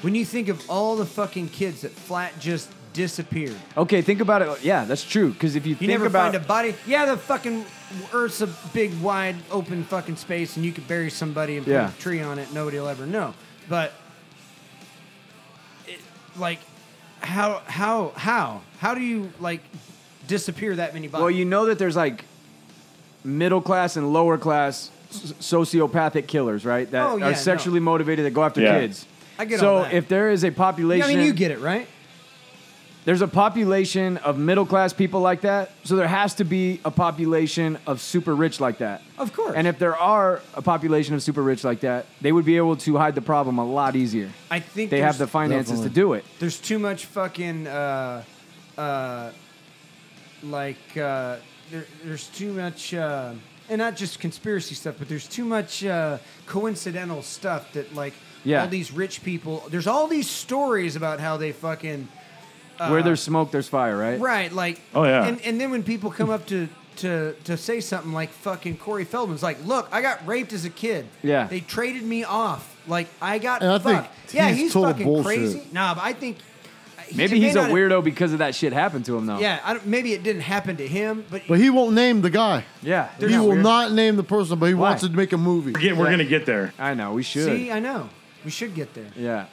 Speaker 3: when you think of all the fucking kids that flat just disappeared.
Speaker 4: Okay, think about it. Yeah, that's true. Because if you,
Speaker 3: You
Speaker 4: think
Speaker 3: never
Speaker 4: about
Speaker 3: find a body. Yeah, the fucking Earth's a big, wide, open fucking space, and you could bury somebody and put
Speaker 4: Yeah.
Speaker 3: a tree on it. Nobody will ever know. But, it, like, how, how, how, how do you like disappear that many bodies?
Speaker 4: Well, you know that there's like middle class and lower class s- sociopathic killers, right? That
Speaker 3: Oh, yeah,
Speaker 4: are sexually motivated that go after
Speaker 5: Yeah.
Speaker 4: kids.
Speaker 3: I get
Speaker 4: so
Speaker 3: all that.
Speaker 4: if there is a population,
Speaker 3: Yeah, I mean, you get it, right?
Speaker 4: there's a population of middle class people like that. So there has to be a population of super rich like that.
Speaker 3: Of course.
Speaker 4: And if there are a population of super rich like that, they would be able to hide the problem a lot easier.
Speaker 3: I think
Speaker 4: They have the
Speaker 3: there's-
Speaker 4: finances to do it.
Speaker 3: There's too much fucking, uh, uh, like, uh, there, there's too much, uh, and not just conspiracy stuff, but there's too much uh, coincidental stuff that, like,
Speaker 4: Yeah.
Speaker 3: all these rich people, there's all these stories about how they fucking,
Speaker 4: Where there's smoke, there's fire, right?
Speaker 3: right, like,
Speaker 5: Oh, yeah.
Speaker 3: And, and then when people come up to, to, to say something like fucking Corey Feldman's like, look, I got raped as a kid.
Speaker 4: Yeah.
Speaker 3: They traded me off. Like, I got
Speaker 2: And I think
Speaker 3: fucked. yeah,
Speaker 2: he's
Speaker 3: he's
Speaker 2: total
Speaker 3: fucking
Speaker 2: bullshit.
Speaker 3: crazy. Nah, but I think. he
Speaker 4: Maybe
Speaker 3: may
Speaker 4: he's a
Speaker 3: not-
Speaker 4: weirdo because of that shit happened to him, though.
Speaker 3: yeah, I don't, maybe it didn't happen to him, but,
Speaker 2: but he won't name the guy.
Speaker 4: Yeah.
Speaker 2: He
Speaker 4: Isn't that
Speaker 2: will
Speaker 4: weird?
Speaker 2: not name the person, but he
Speaker 4: Why?
Speaker 2: wants to make a movie.
Speaker 5: Again, we're gonna get there.
Speaker 4: I know. We should.
Speaker 3: see, uh, I know we should get there.
Speaker 4: Yeah.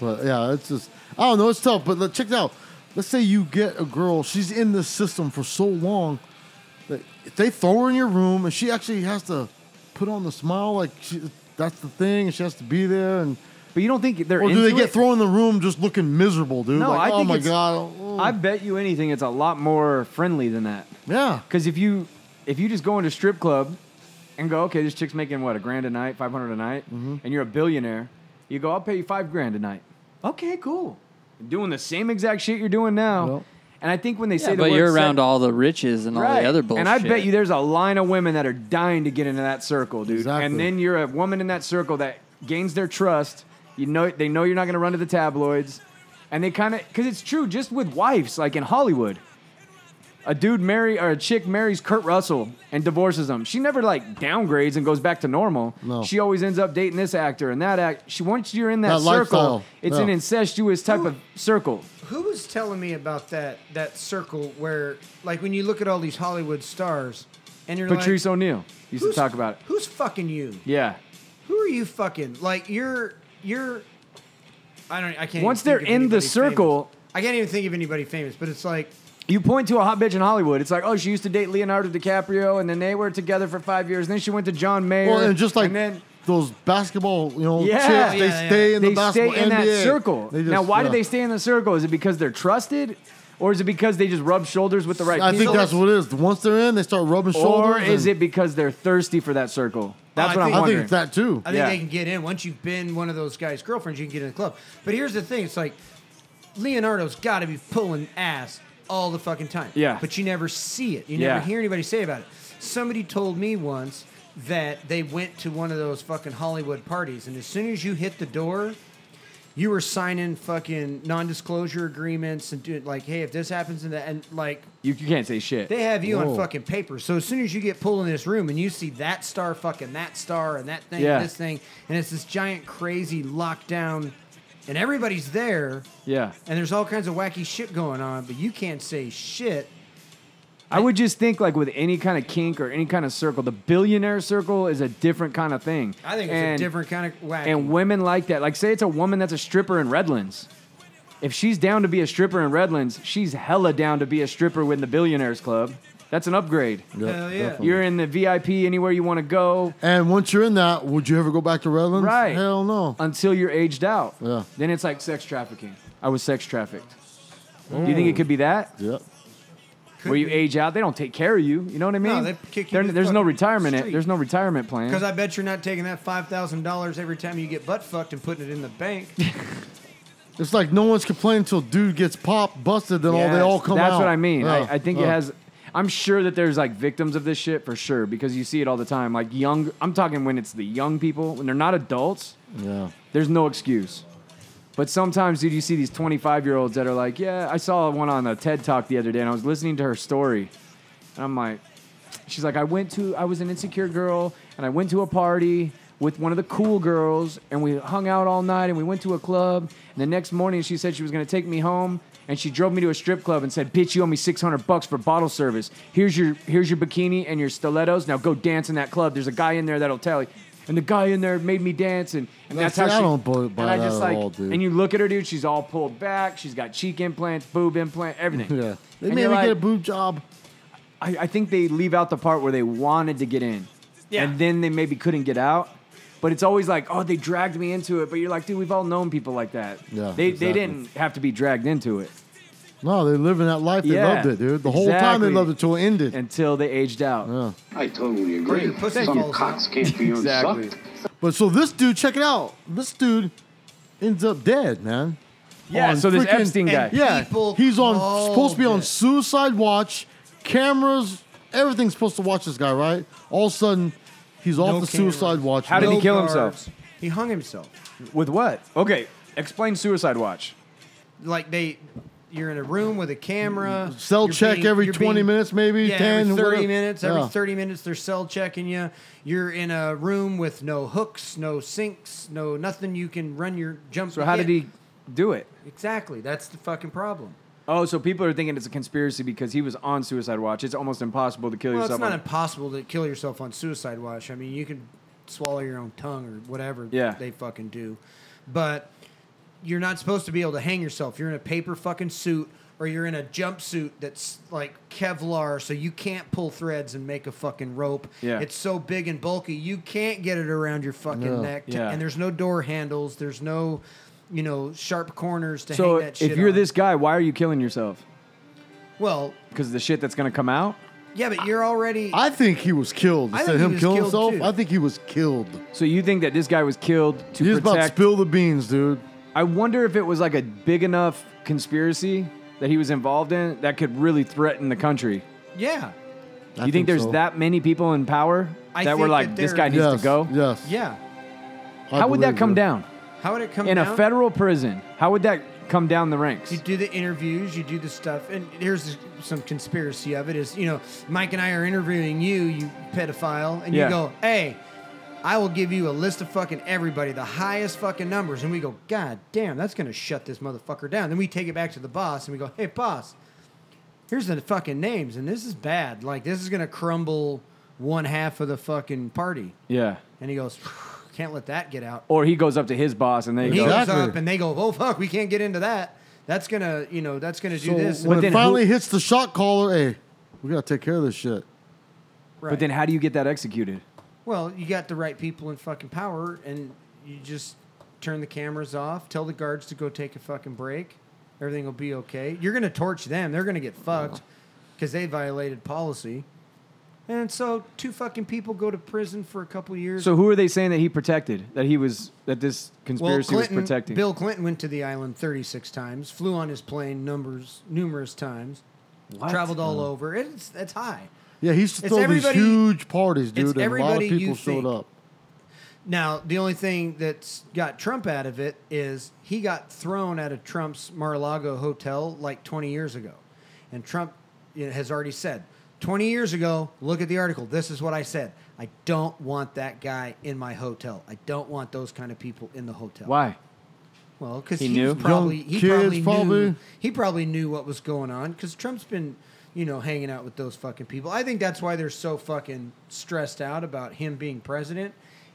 Speaker 2: But yeah, it's just I don't know. It's tough. But let, check it out. Let's say you get a girl. She's in this system for so long that if they throw her in your room and she actually has to put on the smile, like she, that's the thing, and she has to be there. And
Speaker 4: But you don't think they're
Speaker 2: or do
Speaker 4: into
Speaker 2: they get
Speaker 4: it?
Speaker 2: thrown in the room just looking miserable, dude?
Speaker 4: No,
Speaker 2: like,
Speaker 4: I
Speaker 2: oh
Speaker 4: think
Speaker 2: my
Speaker 4: it's-
Speaker 2: god. oh,
Speaker 4: I bet you anything, it's a lot more friendly than that.
Speaker 2: yeah.
Speaker 4: Because if you if you just go into strip club and go, okay, this chick's making what a grand a night, five hundred a night,
Speaker 6: Mm-hmm.
Speaker 4: and you're a billionaire, you go, I'll pay you five grand a night. Okay, cool. Doing the same exact shit you're doing now.
Speaker 2: Well-
Speaker 4: and I think when they say,
Speaker 6: Yeah,
Speaker 4: the
Speaker 6: but
Speaker 4: word
Speaker 6: you're around
Speaker 4: sex-
Speaker 6: all the riches and all
Speaker 4: Right.
Speaker 6: the other bullshit.
Speaker 4: And I bet you there's a line of women that are dying to get into that circle, dude.
Speaker 2: Exactly.
Speaker 4: And then you're a woman in that circle that gains their trust. You know, they know you're not going to run to the tabloids, and they kind of because it's true. Just with wives, like in Hollywood, a dude marry or a chick marries Kurt Russell and divorces him. She never like downgrades and goes back to normal.
Speaker 2: No.
Speaker 4: She always ends up dating this actor and that act. She once you're in
Speaker 2: That
Speaker 4: that, circle,
Speaker 2: lifestyle.
Speaker 4: it's
Speaker 2: Yeah.
Speaker 4: an incestuous type of circle.
Speaker 3: Who was telling me about that that circle where, like, when you look at all these Hollywood stars, and you're
Speaker 4: Patrice
Speaker 3: like,
Speaker 4: O'Neill used to
Speaker 3: who's-
Speaker 4: talk about it.
Speaker 3: Who's fucking you?
Speaker 4: Yeah.
Speaker 3: Who are you fucking? Like, you're you're. I don't. I can't. even
Speaker 4: Once
Speaker 3: think
Speaker 4: they're
Speaker 3: of
Speaker 4: in the
Speaker 3: anybody famous.
Speaker 4: circle-
Speaker 3: I can't even think of anybody famous. But it's like,
Speaker 4: You point to a hot bitch in Hollywood. It's like, oh, she used to date Leonardo DiCaprio, and then they were together for five years. And then she went to John Mayer.
Speaker 2: Well, and just like
Speaker 4: then
Speaker 2: those basketball, you know,
Speaker 4: Yeah.
Speaker 2: chicks,
Speaker 3: Yeah,
Speaker 2: they
Speaker 3: yeah.
Speaker 2: stay in the
Speaker 4: they stay
Speaker 2: basketball
Speaker 4: in that
Speaker 2: NBA.
Speaker 4: circle.
Speaker 2: They just-
Speaker 4: now, why do
Speaker 2: yeah.
Speaker 4: they stay in the circle? Is it because they're trusted, Or is it because they just rub shoulders with the right
Speaker 2: I
Speaker 4: people?
Speaker 2: think that's what it is. Once they're in, they start
Speaker 4: Or
Speaker 2: rubbing shoulders.
Speaker 4: is
Speaker 2: and-
Speaker 4: it because they're thirsty for that circle? That's
Speaker 3: I
Speaker 4: what I'm
Speaker 2: I
Speaker 3: think-
Speaker 2: think
Speaker 4: wondering.
Speaker 2: it's that too.
Speaker 3: I think
Speaker 4: Yeah.
Speaker 3: they can get in. Once you've been one of those guys' girlfriends, you can get in the club. But here's the thing it's like Leonardo's got to be pulling ass all the fucking time.
Speaker 4: Yeah.
Speaker 3: But you never see it. You
Speaker 4: Yeah.
Speaker 3: never hear anybody say about it. Somebody told me once that they went to one of those fucking Hollywood parties, and as soon as you hit the door, you were signing fucking non-disclosure agreements and doing like, hey, if this happens and that, and like
Speaker 4: you, you can't say shit.
Speaker 3: they have you
Speaker 2: Whoa.
Speaker 3: on fucking paper. So as soon as you get pulled in this room and you see that star fucking that star and that thing
Speaker 4: Yeah.
Speaker 3: and this thing, and it's this giant crazy lockdown, and everybody's there,
Speaker 4: yeah.
Speaker 3: and there's all kinds of wacky shit going on, but you can't say shit.
Speaker 4: I would just think like with any kind of kink or any kind of circle, the billionaire circle is a different kind of thing.
Speaker 3: I think it's
Speaker 4: And-
Speaker 3: a different kind of wacky.
Speaker 4: And women like that. Like say it's a woman that's a stripper in Redlands. If she's down to be a stripper in Redlands, she's hella down to be a stripper with the Billionaires Club. That's an upgrade.
Speaker 3: Hell yeah.
Speaker 2: definitely.
Speaker 4: You're in the VIP anywhere you want to go
Speaker 2: And once you're in that, would you ever go back to Redlands?
Speaker 4: Right.
Speaker 2: Hell no.
Speaker 4: until you're aged out.
Speaker 2: Oh. Yeah.
Speaker 4: Then it's like sex trafficking. I was sex trafficked. Do you
Speaker 2: Oh.
Speaker 4: think it could be that?
Speaker 2: Yep.
Speaker 4: Where you age out, they don't take care of you. You know what I mean?
Speaker 3: No, they kick you
Speaker 4: There-
Speaker 3: to the
Speaker 4: there's no
Speaker 3: fucking
Speaker 4: retirement.
Speaker 3: street.
Speaker 4: There's no retirement plan.
Speaker 3: because I bet you're not taking that five thousand dollars every time you get butt fucked and putting it in the bank.
Speaker 2: It's like no one's complaining until dude gets popped, busted, then all Oh, they
Speaker 4: Yes,
Speaker 2: all come
Speaker 4: That's
Speaker 2: out. Oh,
Speaker 4: what I mean.
Speaker 2: Yeah,
Speaker 4: I, I think it
Speaker 2: yeah.
Speaker 4: has. I'm sure that there's like victims of this shit for sure because you see it all the time. Like young, I'm talking when it's the young people when they're not adults.
Speaker 2: Yeah.
Speaker 4: There's no excuse. But sometimes, dude, you see these 25 year olds that are like, "Yeah, I saw one on a TED Talk the other day, and I was listening to her story, and I'm like, she's like, I went to, I was an insecure girl, and I went to a party." With one of the cool girls, and we hung out all night, and we went to a club. And the next morning, she said she was gonna take me home, and she drove me to a strip club and said, "Bitch, you owe me 600 bucks for bottle service. Here's your here's your bikini and your stilettos. Now go dance in that club. There's a guy in there that'll tell you." And the guy in there made me dance, and, and
Speaker 2: No,
Speaker 4: that's
Speaker 2: see,
Speaker 4: how
Speaker 2: I
Speaker 4: she,
Speaker 2: don't bu- buy
Speaker 4: and I
Speaker 2: that
Speaker 4: just
Speaker 2: at
Speaker 4: like,
Speaker 2: all, dude.
Speaker 4: and you look at her, dude. She's all pulled back. She's got cheek implants, boob implant, everything.
Speaker 2: Yeah. They
Speaker 4: And
Speaker 2: made
Speaker 4: you're
Speaker 2: me get a
Speaker 4: like-
Speaker 2: boob job.
Speaker 4: I, I think they leave out the part where they wanted to get in,
Speaker 3: Yeah.
Speaker 4: and then they maybe couldn't get out. But it's always like, oh, they dragged me into it. But you're like, dude, we've all known people like that.
Speaker 2: Yeah,
Speaker 4: they
Speaker 2: exactly.
Speaker 4: they didn't have to be dragged into it
Speaker 2: No, they living that life. They
Speaker 4: Yeah.
Speaker 2: loved it, dude. The whole time they
Speaker 4: Exactly.
Speaker 2: loved it till it ended.
Speaker 4: until they aged out.
Speaker 2: Yeah.
Speaker 9: I totally agree.
Speaker 3: your pussy
Speaker 9: Some
Speaker 3: falls
Speaker 9: cocks can't
Speaker 3: <laughs>
Speaker 9: be
Speaker 4: Exactly.
Speaker 9: unsucked.
Speaker 2: But so this dude, check it out. This dude ends up dead, man.
Speaker 4: Yeah,
Speaker 2: On
Speaker 4: so this
Speaker 2: freaking-
Speaker 4: Epstein guy.
Speaker 2: Yeah,
Speaker 3: People
Speaker 2: he's on
Speaker 3: called
Speaker 2: supposed to be on
Speaker 3: it.
Speaker 2: suicide watch. Cameras, everything's supposed to watch this guy, right? All of a sudden, he's off
Speaker 3: No
Speaker 2: the
Speaker 3: cameras.
Speaker 2: suicide
Speaker 4: <laughs>
Speaker 2: watch.
Speaker 4: How did
Speaker 2: man.
Speaker 4: he kill
Speaker 3: guards.
Speaker 4: himself?
Speaker 3: He hung himself.
Speaker 4: With what? Okay, explain Suicide Watch.
Speaker 3: Like they, you're in a room with a camera.
Speaker 2: Cell
Speaker 3: you're
Speaker 2: check
Speaker 3: being-
Speaker 2: every
Speaker 3: you're
Speaker 2: 20
Speaker 3: being-
Speaker 2: minutes, maybe
Speaker 3: Yeah,
Speaker 2: 10,
Speaker 3: every 30
Speaker 2: whatever.
Speaker 3: minutes. Every
Speaker 2: Yeah.
Speaker 3: 30 minutes, they're cell checking you. You're in a room with no hooks, no sinks, no nothing you can run your jump.
Speaker 4: So how did he do it?
Speaker 3: Exactly. That's the fucking problem.
Speaker 4: Oh, so people are thinking it's a conspiracy because he was on suicide watch. It's almost impossible to kill
Speaker 3: Well, it's
Speaker 4: yourself.
Speaker 3: not
Speaker 4: on-
Speaker 3: impossible to kill yourself on suicide watch. I mean, you can swallow your own tongue or whatever
Speaker 4: Yeah.
Speaker 3: they fucking do. But you're not supposed to be able to hang yourself. You're in a paper fucking suit or you're in a jumpsuit that's like Kevlar, so you can't pull threads and make a fucking rope.
Speaker 4: Yeah.
Speaker 3: It's so big and bulky, you can't get it around your fucking
Speaker 2: Yeah.
Speaker 3: neck. to-
Speaker 4: Yeah.
Speaker 3: And there's no door handles. There's no, you know, sharp corners to
Speaker 4: so
Speaker 3: hang that shit
Speaker 4: if you're
Speaker 3: on.
Speaker 4: this guy, why are you killing yourself?
Speaker 3: Well,
Speaker 4: Because of the shit that's gonna come out.
Speaker 3: yeah, but you're already.
Speaker 2: I think he was killed.
Speaker 3: I
Speaker 2: Instead of
Speaker 3: think he
Speaker 2: him
Speaker 3: was
Speaker 2: killing
Speaker 3: killed,
Speaker 2: himself,
Speaker 3: too.
Speaker 2: I think he was killed.
Speaker 4: So you think that this guy was killed to
Speaker 2: He was about to
Speaker 4: protect?
Speaker 2: spill the beans, dude.
Speaker 4: I wonder if it was like a big enough conspiracy that he was involved in that could really threaten the country.
Speaker 3: yeah.
Speaker 2: I
Speaker 4: you think, there's
Speaker 2: so.
Speaker 4: that many people in power
Speaker 3: I
Speaker 4: that were
Speaker 3: think
Speaker 4: like,
Speaker 3: that
Speaker 4: this
Speaker 3: there-
Speaker 4: guy needs
Speaker 2: yes,
Speaker 4: to go?
Speaker 2: Yes.
Speaker 3: Yeah.
Speaker 2: I
Speaker 4: How would that
Speaker 2: believe
Speaker 4: come
Speaker 2: you.
Speaker 4: down
Speaker 3: How would it come
Speaker 4: in
Speaker 3: down?
Speaker 4: a federal prison? How would that come down the ranks?
Speaker 3: You do the interviews, you do the stuff, and here's some conspiracy of it is, you know, Mike and I are interviewing you, you pedophile, and
Speaker 4: Yeah.
Speaker 3: you go, hey, I will give you a list of fucking everybody, the highest fucking numbers, and we go, god damn, that's gonna shut this motherfucker down. Then we take it back to the boss, and we go, hey, boss, here's the fucking names, and this is bad. Like this is gonna crumble one half of the fucking party.
Speaker 4: Yeah.
Speaker 3: And he goes, can't let that get out.
Speaker 4: Or he goes up to his boss and they
Speaker 3: He
Speaker 4: go.
Speaker 2: Exactly.
Speaker 3: goes up and they go, oh fuck, we can't get into that. That's gonna, you know, that's gonna do
Speaker 2: So
Speaker 3: this.
Speaker 2: when
Speaker 4: But
Speaker 2: it
Speaker 4: then
Speaker 2: finally
Speaker 4: who-
Speaker 2: hits the shot caller, hey, we gotta take care of this shit.
Speaker 4: But then how do you get that executed?
Speaker 3: well, you got the right people in fucking power, and you just turn the cameras off, tell the guards to go take a fucking break, Everything will be okay. You're going to torch them. They're going to get fucked because they violated policy. And so two fucking people go to prison for a couple years.
Speaker 4: So who are they saying that he protected? That he was that this conspiracy
Speaker 3: Clinton,
Speaker 4: was protecting?
Speaker 3: Bill Clinton went to the island 36 times, flew on his plane numbers numerous times, traveled all
Speaker 4: Oh.
Speaker 3: over. It's that's high.
Speaker 2: Yeah, he used to
Speaker 3: It's
Speaker 2: throw these
Speaker 3: everybody-
Speaker 2: huge parties,
Speaker 3: it's
Speaker 2: dude, and a lot of
Speaker 3: everybody you
Speaker 2: people showed
Speaker 3: think.
Speaker 2: up.
Speaker 3: Now, the only thing that's got Trump out of it is he got thrown out of Trump's Mar-a-Lago hotel like 20 years ago. And Trump you know, has already said, 20 years ago, look at the article. This is what I said. I don't want that guy in my hotel. I don't want those kind of people in the hotel.
Speaker 4: Why?
Speaker 3: Well, because
Speaker 4: He
Speaker 3: he,
Speaker 4: knew?
Speaker 3: was probably
Speaker 2: Young
Speaker 3: he
Speaker 2: kids,
Speaker 3: probably,
Speaker 2: probably.
Speaker 3: knew he probably knew what was going on because Trump's been you know hanging out with those fucking people. I think that's why they're so fucking stressed out about him being president.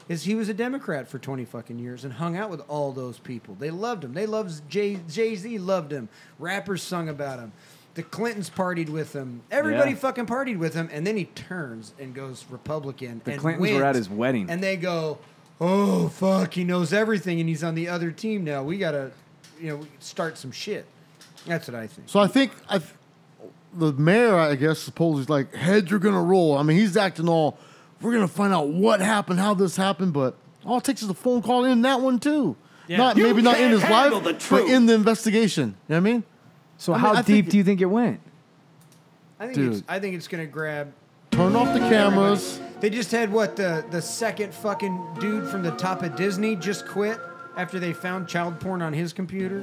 Speaker 3: Is he was a Democrat for twenty fucking years and hung out with all those people. They loved him. They loved Jay Jay Z. Loved him. Rappers sung about him. The Clintons partied with him. Everybody
Speaker 4: Yeah.
Speaker 3: fucking partied with him, and then he turns and goes Republican.
Speaker 4: The
Speaker 3: and
Speaker 4: Clintons were at
Speaker 3: wins.
Speaker 4: his wedding.
Speaker 3: and they go, "Oh fuck, he knows everything, and he's on the other team now. We gotta, you know, start some shit." That's what I think.
Speaker 2: So I think I, th- the mayor, I guess, supposedly is like heads are gonna roll. I mean, he's acting all. We're gonna find out what happened, how this happened, but all it takes is a phone call in that one too. Not
Speaker 10: You
Speaker 2: maybe not in
Speaker 10: can't
Speaker 2: his
Speaker 10: handle
Speaker 2: life,
Speaker 10: the
Speaker 2: but
Speaker 10: truth.
Speaker 2: in the investigation. You know what I mean?
Speaker 4: So
Speaker 2: I mean,
Speaker 4: how
Speaker 2: I think
Speaker 4: deep
Speaker 2: it-
Speaker 4: do you think it went?
Speaker 3: I think
Speaker 2: Dude.
Speaker 3: it's, I think it's gonna grab.
Speaker 2: Turn off the cameras.
Speaker 3: They just had what the the second fucking dude from the top of Disney just quit after they found child porn on his computer.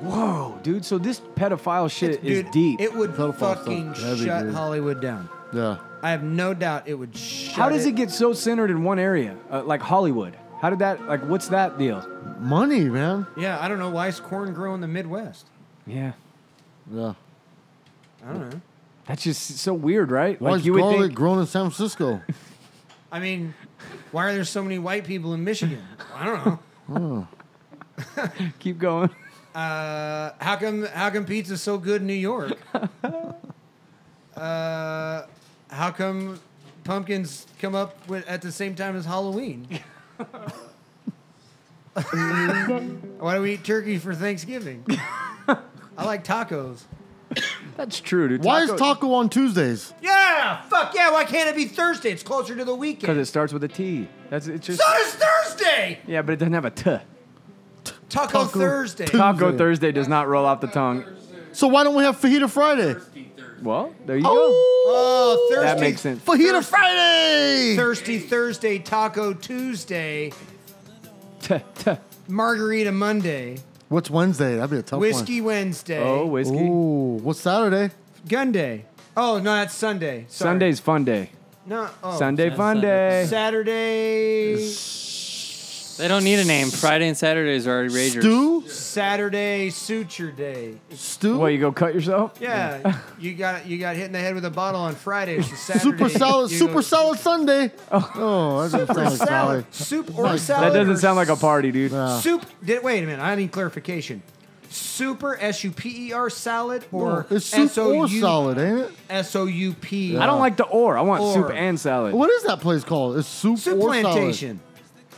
Speaker 4: Whoa, dude! So this pedophile shit
Speaker 3: It's-
Speaker 4: is
Speaker 3: dude,
Speaker 4: deep.
Speaker 3: It would
Speaker 2: Pedophile's so
Speaker 3: fucking
Speaker 2: heavy,
Speaker 3: shut
Speaker 2: dude.
Speaker 3: Hollywood down.
Speaker 2: Yeah.
Speaker 3: I have no doubt it would. Shut
Speaker 4: how does it get so centered in one area, uh, like Hollywood? How did that? Like, what's that deal?
Speaker 2: Money, man.
Speaker 3: Yeah, I don't know why is corn grow in the Midwest.
Speaker 4: Yeah,
Speaker 2: Yeah.
Speaker 3: I don't know.
Speaker 4: that's just so weird, right?
Speaker 2: Why
Speaker 4: like
Speaker 2: is
Speaker 4: you would
Speaker 2: garlic
Speaker 4: think.
Speaker 2: grown in San Francisco?
Speaker 3: I mean, why are there so many white people in Michigan? I don't know.
Speaker 4: <laughs> keep going.
Speaker 3: Uh, how come how come pizza's so good in New York? uh, how come pumpkins come up with, at the same time as Halloween? Why do we eat turkey for Thanksgiving? I like tacos.
Speaker 4: That's true, dude.
Speaker 2: Why is taco on Tuesdays?
Speaker 3: Yeah, fuck yeah. Why can't it be Thursday? It's closer to the
Speaker 4: Because
Speaker 3: weekend.
Speaker 4: it starts with a T. That's it's just.
Speaker 3: So does Thursday.
Speaker 4: Yeah, but it doesn't have a T.
Speaker 3: Taco, Thursday.
Speaker 4: Taco Thursday does not roll off the tongue.
Speaker 2: So why don't we have fajita Friday?
Speaker 4: Well, there you
Speaker 3: oh,
Speaker 10: Uh,
Speaker 4: go.
Speaker 3: Thursday.
Speaker 4: That makes sense.
Speaker 2: Fajita Friday.
Speaker 3: Thirsty Thursday, Taco Tuesday,
Speaker 4: T, t.
Speaker 3: Margarita Monday,
Speaker 2: What's Wednesday? That'd be a tough
Speaker 3: Whiskey Wednesday,
Speaker 4: Oh,
Speaker 2: one.
Speaker 4: whiskey.
Speaker 2: Ooh, what's Saturday?
Speaker 3: Gun Day. Oh no, that's Sunday. Sorry.
Speaker 4: Sunday's fun day.
Speaker 3: No. Oh.
Speaker 4: Sunday fun
Speaker 6: Sunday.
Speaker 4: day.
Speaker 3: Saturday.
Speaker 6: They don't need a name. Friday and Saturdays are already Ragers.
Speaker 2: Stew?
Speaker 3: Saturday Suture Day.
Speaker 2: Stew?
Speaker 4: What, you go cut yourself?
Speaker 3: Yeah, <laughs> you got you got hit in the head with a bottle on Friday. So
Speaker 2: <laughs>
Speaker 3: Saturday. <laughs>
Speaker 2: Super salad,
Speaker 3: you
Speaker 2: super
Speaker 3: go-
Speaker 2: salad Sunday. Oh, that doesn't sound like salad.
Speaker 3: Soup or salad.
Speaker 4: That
Speaker 3: or
Speaker 4: doesn't sound like a party, dude.
Speaker 3: Soup. Did, wait a minute. I need clarification. Super S U P E R salad or
Speaker 2: It's soup or
Speaker 3: SOU
Speaker 2: salad, ain't it?
Speaker 3: S O U P. E
Speaker 4: I don't
Speaker 2: Uh,
Speaker 4: like the or. I want soup
Speaker 3: Or.
Speaker 4: and salad.
Speaker 2: What is that place called? It's soup,
Speaker 3: Soup
Speaker 2: or
Speaker 3: Plantation.
Speaker 2: salad.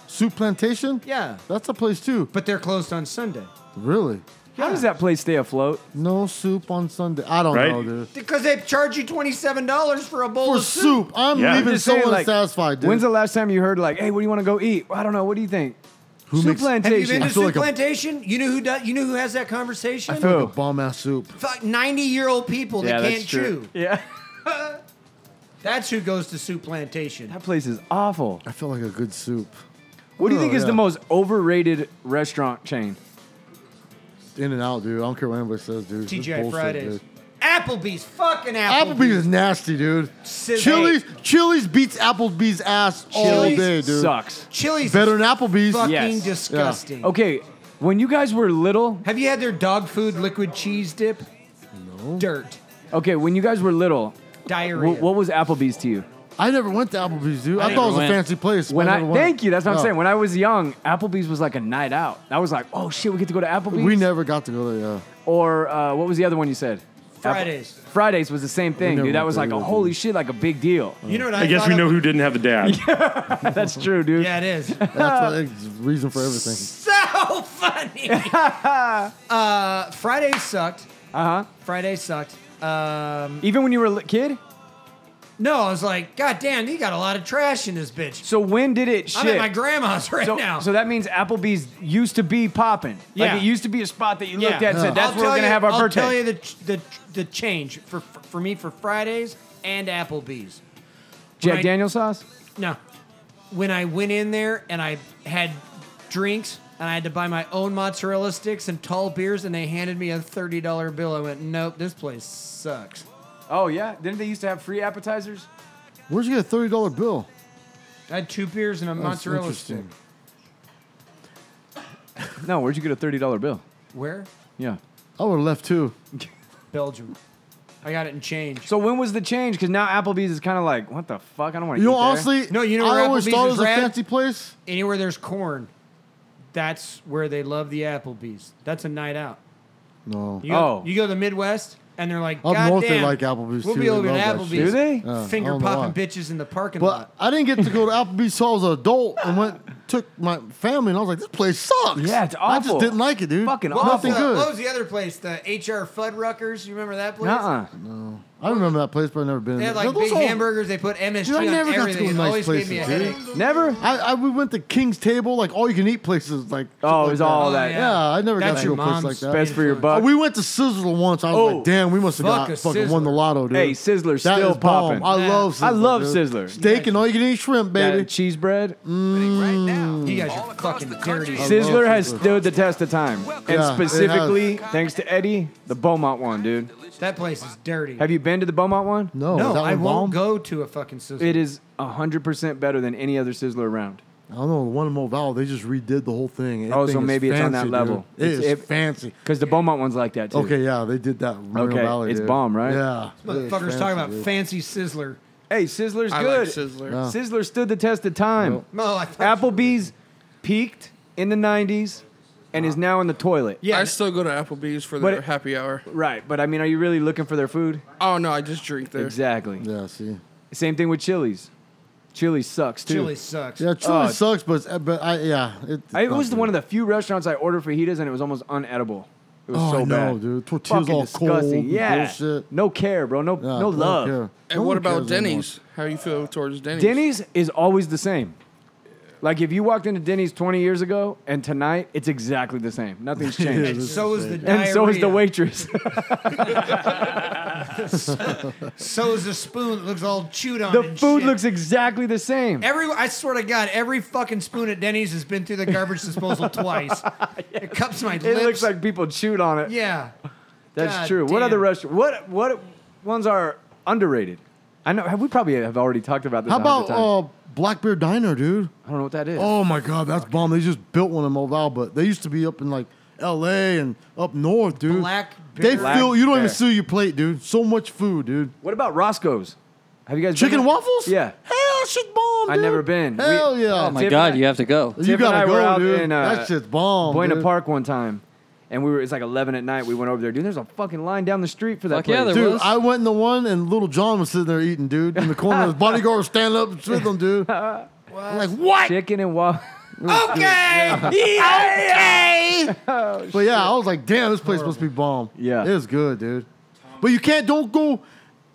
Speaker 2: Soup plantation?
Speaker 3: Yeah.
Speaker 2: That's a place too.
Speaker 3: But they're closed on Sunday.
Speaker 2: Really?
Speaker 4: How does that place stay afloat?
Speaker 2: No soup on Sunday. I don't
Speaker 10: Right?
Speaker 2: know, dude.
Speaker 3: Because they charge you $27 for a bowl
Speaker 2: For
Speaker 3: of soup.
Speaker 2: soup, I'm
Speaker 10: Yeah.
Speaker 2: leaving
Speaker 10: I'm
Speaker 4: Just
Speaker 2: so
Speaker 4: saying, like,
Speaker 2: unsatisfied, dude.
Speaker 4: When's the last time you heard like, hey, what do you want to go eat? Well, I don't know. What do you think? Who soup
Speaker 2: makes- Have
Speaker 3: Have you
Speaker 4: plantation.
Speaker 3: been
Speaker 2: feel
Speaker 3: to Soup
Speaker 2: like a-
Speaker 3: Plantation? You know who does, you know who has that conversation?
Speaker 4: feel-
Speaker 2: Like a bomb ass soup.
Speaker 3: Fuck 90 year old people
Speaker 4: yeah,
Speaker 3: that
Speaker 4: that's
Speaker 3: can't
Speaker 4: true.
Speaker 3: chew.
Speaker 4: Yeah,
Speaker 3: <laughs> That's who goes to Soup Plantation.
Speaker 4: that place is awful.
Speaker 2: I feel like a good soup.
Speaker 4: What do you
Speaker 2: Oh,
Speaker 4: think is
Speaker 2: yeah.
Speaker 4: the most overrated restaurant chain?
Speaker 2: In and out, dude. I don't care what anybody says, dude. It's
Speaker 3: TGI
Speaker 2: bullshit,
Speaker 3: Fridays.
Speaker 2: dude.
Speaker 3: Applebee's. Fucking Applebee's.
Speaker 2: Applebee's is nasty, dude.
Speaker 3: Sizzle.
Speaker 2: Chili's, Chili's beats Applebee's ass all
Speaker 3: Chili's
Speaker 2: day, dude.
Speaker 4: Sucks.
Speaker 3: Chili's.
Speaker 2: Better
Speaker 3: is
Speaker 2: than Applebee's.
Speaker 3: Fucking
Speaker 4: Yes.
Speaker 3: disgusting.
Speaker 4: Okay, when you guys were little,
Speaker 3: Have you had their dog food liquid cheese dip? No. Dirt.
Speaker 4: okay, when you guys were little,
Speaker 3: Diarrhea.
Speaker 4: wh- what was Applebee's to you?
Speaker 2: I never went to Applebee's, dude. I,
Speaker 6: never
Speaker 2: thought it was
Speaker 6: went.
Speaker 2: a fancy place. but
Speaker 4: When I
Speaker 2: never went.
Speaker 4: thank you, that's what I'm
Speaker 2: No.
Speaker 4: saying. When I was young, Applebee's was like a night out. I was like, oh shit, we get to go to Applebee's.
Speaker 2: we never got to go there. Yeah.
Speaker 4: or uh, what was the other one you said?
Speaker 3: Fridays.
Speaker 4: Apple- Fridays was the same thing,
Speaker 2: never
Speaker 4: dude. That
Speaker 2: went
Speaker 4: was
Speaker 2: there
Speaker 4: like a
Speaker 2: either,
Speaker 4: holy shit, like a big deal.
Speaker 3: You know what I,
Speaker 10: I guess
Speaker 3: thought
Speaker 10: we
Speaker 3: of?
Speaker 10: know who
Speaker 3: <laughs>
Speaker 10: didn't have a dad.
Speaker 2: Uh-huh.
Speaker 4: That's true, dude.
Speaker 2: <laughs>
Speaker 3: Yeah, it is.
Speaker 4: <laughs>
Speaker 2: That's the reason for everything.
Speaker 3: So so <laughs> funny. uh, Friday sucked.
Speaker 4: Uh huh.
Speaker 3: Friday sucked. Um,
Speaker 4: Even when you were a li- kid.
Speaker 3: no, I was like, God damn, you got a lot of trash in this bitch.
Speaker 4: So when did it shift?
Speaker 3: I'm at my grandma's right
Speaker 4: so,
Speaker 3: now.
Speaker 4: so that means Applebee's used to be popping.
Speaker 3: Yeah.
Speaker 4: Like it used to be a spot that you
Speaker 3: Yeah.
Speaker 4: looked at and said, "That's
Speaker 3: I'll
Speaker 4: where
Speaker 3: tell
Speaker 4: we're gonna
Speaker 3: you-
Speaker 4: have our
Speaker 3: I'll
Speaker 4: birthday."
Speaker 3: tell you the, ch- the ch- the change for for me for Fridays and Applebee's.
Speaker 4: Jack
Speaker 3: Right.
Speaker 4: Daniel sauce.
Speaker 3: No. When I went in there and I had drinks and I had to buy my own mozzarella sticks and tall beers and they handed me a $30 bill, I went, nope, this place sucks.
Speaker 4: Oh yeah. Didn't they used to have free appetizers?
Speaker 2: Where'd you get a thirty dollar bill?
Speaker 3: I had two beers and a
Speaker 2: That's
Speaker 3: mozzarella stick.
Speaker 2: interesting.
Speaker 4: No. Where'd you get a thirty dollar bill?
Speaker 3: Where?
Speaker 4: Yeah.
Speaker 2: I would have left too.
Speaker 3: Belgium. I got it in change.
Speaker 4: So when was the change? Because now Applebee's is kind of like, what the fuck? I don't want to.
Speaker 2: You know, honestly,
Speaker 3: No, you know
Speaker 2: I
Speaker 3: where
Speaker 2: always
Speaker 3: Applebee's
Speaker 2: thought it
Speaker 3: is
Speaker 2: was a
Speaker 3: rad?
Speaker 2: fancy place.
Speaker 3: Anywhere there's corn, that's where they love the Applebee's. That's a night out.
Speaker 2: No,
Speaker 3: You go,
Speaker 4: Oh.
Speaker 3: you go to the Midwest and they're like,
Speaker 2: Up
Speaker 3: God
Speaker 2: north they
Speaker 3: damn,
Speaker 2: like Applebee's,
Speaker 3: We'll
Speaker 2: too.
Speaker 3: be
Speaker 2: They
Speaker 3: over at
Speaker 2: love
Speaker 3: Applebee's.
Speaker 2: that
Speaker 4: Do they?
Speaker 2: Yeah, I
Speaker 3: Finger
Speaker 2: don't know
Speaker 3: popping
Speaker 2: why.
Speaker 3: bitches in the parking lot.
Speaker 2: But I didn't get to go to Applebee's till I was an adult and went took my family and I was like, this place sucks.
Speaker 4: Yeah, it's
Speaker 2: I
Speaker 4: awful.
Speaker 2: just didn't like it, dude.
Speaker 4: Fucking
Speaker 2: Nothing
Speaker 4: awful.
Speaker 2: good.
Speaker 3: What was the other place? The HR Fuddruckers. You remember that place?
Speaker 4: Uh
Speaker 2: I remember that place, but I've never been.
Speaker 3: They
Speaker 2: there.
Speaker 3: had like
Speaker 2: Those
Speaker 3: big
Speaker 2: are-
Speaker 3: hamburgers. They put MSG
Speaker 2: Dude, I
Speaker 3: on
Speaker 2: never got to
Speaker 3: everything.
Speaker 2: go to
Speaker 3: it
Speaker 2: nice
Speaker 3: always gave me a
Speaker 2: places, dude.
Speaker 3: headache.
Speaker 4: Never.
Speaker 2: I, I we went to King's Table, like all you can eat places, like
Speaker 4: Oh, it
Speaker 2: like
Speaker 4: was all
Speaker 3: Oh,
Speaker 4: that.
Speaker 3: yeah.
Speaker 2: Yeah, I never
Speaker 3: That's
Speaker 2: got to
Speaker 3: your
Speaker 2: go to a place like
Speaker 3: mom's
Speaker 2: that.
Speaker 4: Best for your
Speaker 2: Oh,
Speaker 4: buck.
Speaker 2: we went to Sizzler once. I was
Speaker 4: Oh,
Speaker 2: like, damn, we must have
Speaker 3: fuck
Speaker 2: got
Speaker 3: a
Speaker 2: fucking won the
Speaker 3: Sizzler.
Speaker 2: lotto, dude.
Speaker 4: Hey, Sizzler's
Speaker 2: That
Speaker 4: still
Speaker 2: is bomb.
Speaker 4: popping.
Speaker 2: I
Speaker 3: Yeah.
Speaker 2: love Sizzler.
Speaker 4: I love
Speaker 2: dude.
Speaker 4: Sizzler.
Speaker 2: Steak and all you can eat shrimp,
Speaker 4: That
Speaker 2: baby.
Speaker 4: cheese bread.
Speaker 3: You guys are fucking dirty.
Speaker 4: Sizzler
Speaker 2: love
Speaker 4: has
Speaker 2: Sizzler.
Speaker 4: stood the test of time, and
Speaker 2: Yeah, it has.
Speaker 4: specifically thanks to Eddie, the Beaumont one, dude.
Speaker 3: That place is dirty.
Speaker 4: Have you oh, been to the Beaumont one?
Speaker 2: No,
Speaker 3: no,
Speaker 2: that
Speaker 3: I
Speaker 2: one
Speaker 3: won't
Speaker 2: bomb?
Speaker 3: go to a fucking sizzler.
Speaker 4: It is hundred percent better than any other Sizzler around.
Speaker 2: I don't know. The one in Moval, they just redid the whole thing. That
Speaker 4: Oh,
Speaker 2: thing
Speaker 4: so
Speaker 2: is
Speaker 4: maybe it's on that
Speaker 2: fancy,
Speaker 4: level.
Speaker 2: dude. It
Speaker 4: It's-
Speaker 2: is
Speaker 4: it-
Speaker 2: fancy.
Speaker 4: Because the Beaumont one's like that too.
Speaker 2: Okay, yeah, they did that. in Moreno
Speaker 4: Okay,
Speaker 2: Valley,
Speaker 4: it's
Speaker 2: dude.
Speaker 4: bomb, right?
Speaker 2: Yeah.
Speaker 3: Motherfuckers
Speaker 2: It's
Speaker 3: talking about
Speaker 2: fancy, dude.
Speaker 3: fancy sizzler.
Speaker 4: Hey, Sizzler's
Speaker 10: I like
Speaker 4: good.
Speaker 10: Sizzler.
Speaker 2: Yeah.
Speaker 4: Sizzler stood the test of time.
Speaker 3: No, I thought
Speaker 4: Applebee's peaked in the '90s and is now in the toilet.
Speaker 3: Yeah,
Speaker 10: I still go to Applebee's for
Speaker 4: But
Speaker 10: their
Speaker 4: it-
Speaker 10: happy hour.
Speaker 4: Right, but I mean, are you really looking for their food?
Speaker 10: Oh no, I just drink there.
Speaker 4: Exactly.
Speaker 2: Yeah, see.
Speaker 4: Same thing with Chili's. Chili's sucks too.
Speaker 3: chili sucks.
Speaker 2: Yeah, truly
Speaker 4: Oh.
Speaker 2: sucks, but it's- but I yeah, it, it's
Speaker 4: I, it
Speaker 2: not
Speaker 4: was
Speaker 2: good.
Speaker 4: one of the few restaurants I ordered fajitas and it was almost unedible. It was
Speaker 2: Oh,
Speaker 4: so
Speaker 2: I know,
Speaker 4: bad,
Speaker 2: dude. Tortillas
Speaker 4: Fucking
Speaker 2: all cold.
Speaker 4: disgusting.
Speaker 2: and
Speaker 4: Yeah,
Speaker 2: bullshit.
Speaker 4: no care, bro. No,
Speaker 2: Yeah,
Speaker 4: no
Speaker 2: I don't
Speaker 4: love.
Speaker 2: care.
Speaker 10: And
Speaker 2: No
Speaker 10: what
Speaker 2: one
Speaker 10: about
Speaker 2: cares anymore.
Speaker 10: Denny's? How you feel towards Denny's?
Speaker 4: Denny's is always the same. Like if you walked into Denny's 20 years ago and tonight, it's exactly the same. Nothing's changed.
Speaker 3: And so is the
Speaker 4: and so is the
Speaker 3: diarrhea.
Speaker 4: waitress.
Speaker 3: So is the spoon that looks all chewed on.
Speaker 4: the
Speaker 3: and
Speaker 4: food
Speaker 3: shit.
Speaker 4: looks exactly the same.
Speaker 3: Every I swear to God, every fucking spoon at Denny's has been through the
Speaker 4: <laughs>
Speaker 3: garbage disposal twice. It cups my
Speaker 4: It
Speaker 3: lips.
Speaker 4: looks like people chewed on it.
Speaker 3: yeah.
Speaker 4: That's
Speaker 3: God
Speaker 4: true. What
Speaker 3: damn.
Speaker 4: other restaurant? What what ones are underrated? I know. Have we probably have already talked about this?
Speaker 2: How
Speaker 4: a hundred
Speaker 2: about
Speaker 4: times.
Speaker 2: uh, Black Bear Diner, dude?
Speaker 4: I don't know what that is.
Speaker 2: Oh my God, that's bomb. They just built one in Moval, but they used to be up in like L.A. and up north, dude.
Speaker 3: Black
Speaker 2: They
Speaker 3: Bear.
Speaker 2: feel you don't
Speaker 4: Bear.
Speaker 2: even see your plate, dude. So much food, dude.
Speaker 4: What about Roscoe's? Have you guys been
Speaker 2: Chicken
Speaker 4: there?
Speaker 2: waffles?
Speaker 4: Yeah.
Speaker 2: Hell, shit bomb.
Speaker 4: I've
Speaker 2: dude.
Speaker 4: never been. We-
Speaker 2: Hell yeah.
Speaker 4: Oh,
Speaker 6: my
Speaker 4: Tiff and
Speaker 6: God,
Speaker 4: I-
Speaker 6: you have to go.
Speaker 2: you
Speaker 4: Tiff and I
Speaker 2: gotta
Speaker 4: were out
Speaker 2: go, dude.
Speaker 4: in, uh,
Speaker 2: that shit's bomb.
Speaker 4: Buena
Speaker 2: dude.
Speaker 4: Park one time, and we were. It's like eleven at night. We went over there, dude. There's a fucking line down the street for that
Speaker 6: Fuck
Speaker 4: place.
Speaker 6: yeah, there
Speaker 2: Dude,
Speaker 6: was.
Speaker 2: I went in the one and little John was sitting there eating, dude, in the corner. His bodyguard was standing up with him, dude. I'm like, what? <laughs>
Speaker 4: Chicken and wa-
Speaker 2: But yeah, I was like, damn, this place must be bomb.
Speaker 4: Yeah.
Speaker 2: it is good, dude. But you can't. Don't go.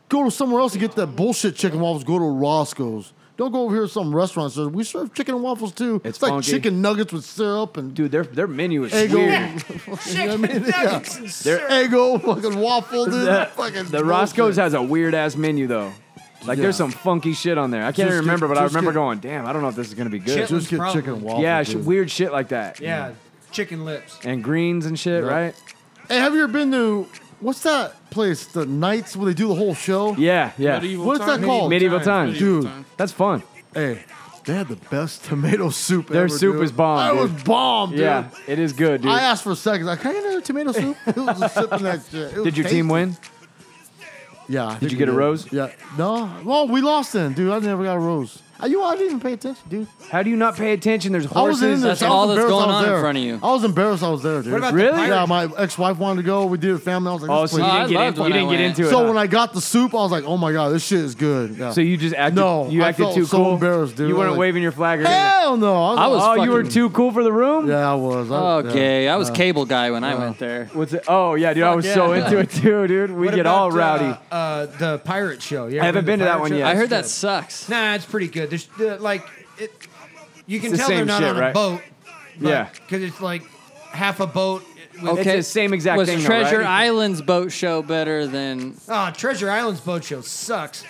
Speaker 2: Go to somewhere else to get that bullshit chicken waffles. Go to Roscoe's. Don't go over here to some restaurant. Says we serve chicken and waffles too.
Speaker 4: It's
Speaker 2: like
Speaker 4: funky.
Speaker 2: chicken nuggets with syrup
Speaker 4: <laughs>
Speaker 2: and
Speaker 4: dude. Their their menu is
Speaker 2: Eggo.
Speaker 4: weird.
Speaker 2: <laughs> chicken nuggets and
Speaker 4: syrup.
Speaker 2: Eggo fucking waffle, dude.
Speaker 4: The,
Speaker 2: fucking
Speaker 4: the Roscoe's
Speaker 2: bullshit.
Speaker 4: has a weird ass menu though. Like there's
Speaker 2: Yeah.
Speaker 4: some funky shit on there. I can't
Speaker 2: Just
Speaker 4: even remember,
Speaker 2: get-
Speaker 4: but I
Speaker 2: just
Speaker 4: remember
Speaker 2: get-
Speaker 4: going, damn, I don't know if this is gonna be good.
Speaker 3: Chitlins
Speaker 2: just get
Speaker 3: problem.
Speaker 2: chicken and waffles.
Speaker 4: yeah, sh-
Speaker 2: dude.
Speaker 4: weird shit like that.
Speaker 3: Yeah. Chicken lips.
Speaker 4: And greens and shit,
Speaker 2: Yeah.
Speaker 4: right?
Speaker 2: Hey, have you ever been to what's that place? The nights where they do the whole show.
Speaker 4: Yeah, yeah.
Speaker 10: Medieval
Speaker 2: What's that
Speaker 10: time.
Speaker 2: called?
Speaker 4: Medieval times.
Speaker 10: Medieval
Speaker 2: Dude.
Speaker 10: time.
Speaker 4: That's fun.
Speaker 2: Hey, they had the best tomato soup.
Speaker 4: Their
Speaker 2: ever,
Speaker 4: soup
Speaker 2: dude.
Speaker 4: is bomb,
Speaker 2: That
Speaker 4: dude.
Speaker 2: was bomb, dude.
Speaker 4: Yeah, it is good, dude.
Speaker 2: I asked for seconds. Like, can I get another tomato soup? It was just sipping that shit. It was
Speaker 4: Did your
Speaker 2: tasty.
Speaker 4: team win?
Speaker 2: Yeah. I think
Speaker 4: you
Speaker 2: we
Speaker 4: get a rose?
Speaker 2: Yeah. No. Well, we lost then, dude. I never got a rose. Uh, You, I didn't even pay attention, dude.
Speaker 4: How do you not pay attention? There's
Speaker 2: I was
Speaker 4: horses.
Speaker 2: in there.
Speaker 6: That's
Speaker 2: I was
Speaker 6: all that's
Speaker 2: embarrassed
Speaker 6: going
Speaker 2: I was
Speaker 6: on in
Speaker 2: there.
Speaker 6: front of you.
Speaker 2: I was embarrassed. I was there, dude.
Speaker 3: What about
Speaker 4: Really?
Speaker 3: the
Speaker 2: Yeah,
Speaker 3: pirates?
Speaker 2: my ex-wife wanted to go. We did a family. I was like,
Speaker 4: oh,
Speaker 2: this
Speaker 4: so you
Speaker 2: place-
Speaker 6: I
Speaker 4: didn't get,
Speaker 6: loved
Speaker 4: into,
Speaker 6: when
Speaker 4: you
Speaker 6: I
Speaker 4: didn't get
Speaker 6: went.
Speaker 4: into it.
Speaker 2: so
Speaker 4: huh?
Speaker 2: when I got the soup, I was like, oh my god, this shit is good. Yeah.
Speaker 4: So you just acted.
Speaker 2: No,
Speaker 4: you
Speaker 2: I
Speaker 4: acted
Speaker 2: felt
Speaker 4: too
Speaker 2: so
Speaker 4: cool.
Speaker 2: embarrassed, dude.
Speaker 4: You
Speaker 2: I
Speaker 4: weren't
Speaker 2: was like,
Speaker 4: waving your flag. Or anything.
Speaker 2: hell no. I was,
Speaker 6: I
Speaker 2: like,
Speaker 6: was
Speaker 4: oh, you were
Speaker 6: fucking-
Speaker 4: too cool for the room.
Speaker 2: Yeah, I was. I,
Speaker 6: Oh, uh,
Speaker 2: yeah.
Speaker 6: gay. I was cable guy when I went there.
Speaker 4: What's it? Oh yeah, dude, I was so
Speaker 6: yeah.
Speaker 4: into it too, dude. We
Speaker 3: What
Speaker 4: get
Speaker 3: about,
Speaker 4: all rowdy.
Speaker 3: Uh, uh, the pirate show. You ever
Speaker 4: I haven't been
Speaker 3: been to
Speaker 4: to that
Speaker 3: Pirate
Speaker 4: one
Speaker 3: Show?
Speaker 4: yet.
Speaker 6: I
Speaker 4: That's
Speaker 6: heard that sucks.
Speaker 3: Nah, it's pretty good. There's uh, like, it, you can
Speaker 4: the
Speaker 3: tell they're
Speaker 4: same
Speaker 3: not
Speaker 4: shit,
Speaker 3: on a
Speaker 4: right?
Speaker 3: boat.
Speaker 4: Yeah.
Speaker 3: because it's like half a boat. With,
Speaker 4: It's the same exact
Speaker 6: was
Speaker 4: thing, though,
Speaker 6: Treasure
Speaker 4: right?
Speaker 6: Island's boat show better than
Speaker 3: Ah, Treasure Island's boat show sucks.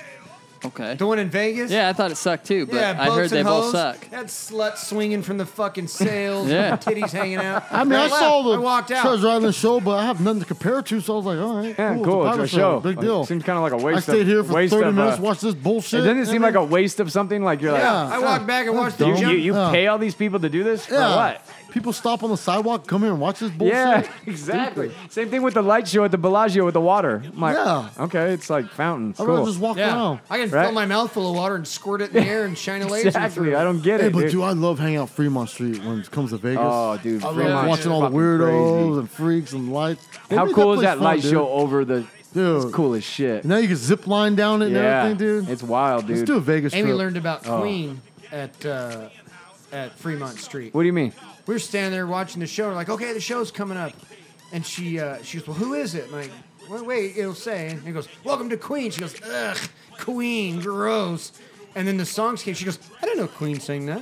Speaker 6: okay?
Speaker 3: The one in Vegas.
Speaker 6: Yeah, I thought it sucked too, but
Speaker 3: yeah.
Speaker 6: I
Speaker 3: boats
Speaker 6: heard they
Speaker 3: and
Speaker 6: both
Speaker 3: hoes.
Speaker 6: suck.
Speaker 3: That slut swinging from the
Speaker 4: <laughs>
Speaker 3: fucking sails.
Speaker 6: Yeah.
Speaker 3: and titties hanging out.
Speaker 2: I mean, I
Speaker 3: left.
Speaker 2: saw the
Speaker 3: I walked out.
Speaker 2: Treasure Island show, but I have nothing to compare it to, so I was like, all right,
Speaker 4: Yeah,
Speaker 2: cool,
Speaker 4: cool.
Speaker 2: It's a
Speaker 4: It's a
Speaker 2: pirate
Speaker 4: show.
Speaker 2: big
Speaker 4: Like,
Speaker 2: deal.
Speaker 4: seemed kind of like a waste.
Speaker 2: I stayed
Speaker 4: of,
Speaker 2: here for
Speaker 4: waste
Speaker 2: 30
Speaker 4: of,
Speaker 2: minutes,
Speaker 4: uh,
Speaker 2: watched this bullshit.
Speaker 4: It doesn't seem like
Speaker 2: a.
Speaker 4: a waste of something. Like you're
Speaker 3: Yeah,
Speaker 4: like,
Speaker 3: I walked back and watched the
Speaker 2: You-
Speaker 4: you,
Speaker 3: jump.
Speaker 4: you, you
Speaker 2: Yeah.
Speaker 4: pay all these people to do this for
Speaker 2: Yeah.
Speaker 4: what?
Speaker 2: People stop on the sidewalk, come here and watch this bullshit.
Speaker 4: Yeah, <laughs> exactly. Same thing with the light show at the Bellagio with the water. I'm like,
Speaker 2: Yeah.
Speaker 4: okay, it's like fountain.
Speaker 2: I'd
Speaker 4: cool.
Speaker 2: rather just walk
Speaker 3: yeah,
Speaker 2: around.
Speaker 3: I can
Speaker 4: Right?
Speaker 3: fill my mouth full of water and squirt it in the air and shine a
Speaker 4: <laughs>
Speaker 3: laser
Speaker 4: exactly.
Speaker 3: through.
Speaker 4: I don't get
Speaker 2: Hey,
Speaker 4: it.
Speaker 2: but
Speaker 4: dude.
Speaker 2: dude, I love hanging out Fremont Street when it comes to Vegas.
Speaker 4: Oh, dude,
Speaker 2: I love
Speaker 4: Fremont's
Speaker 2: watching all the
Speaker 4: fucking
Speaker 2: weirdos
Speaker 4: crazy.
Speaker 2: and freaks and lights. They
Speaker 4: How
Speaker 2: made
Speaker 4: cool is
Speaker 2: place
Speaker 4: that
Speaker 2: fun,
Speaker 4: light
Speaker 2: dude.
Speaker 4: show over the?
Speaker 2: Dude.
Speaker 4: It's cool as shit.
Speaker 2: And now you can zip line down it
Speaker 4: yeah,
Speaker 2: and everything, dude.
Speaker 4: It's wild, dude.
Speaker 2: Let's do a Vegas
Speaker 3: Amy
Speaker 2: trip.
Speaker 3: learned about
Speaker 4: Oh.
Speaker 3: Queen at uh, at Fremont Street.
Speaker 4: What do you mean?
Speaker 3: we were standing there watching the show. We're like, okay, the show's coming up, and she uh, she goes, well, who is it? And like, wait, wait, it'll say. And it goes, welcome to Queen. She goes, ugh, Queen, gross. And then the songs came. She goes, I didn't know Queen sang that.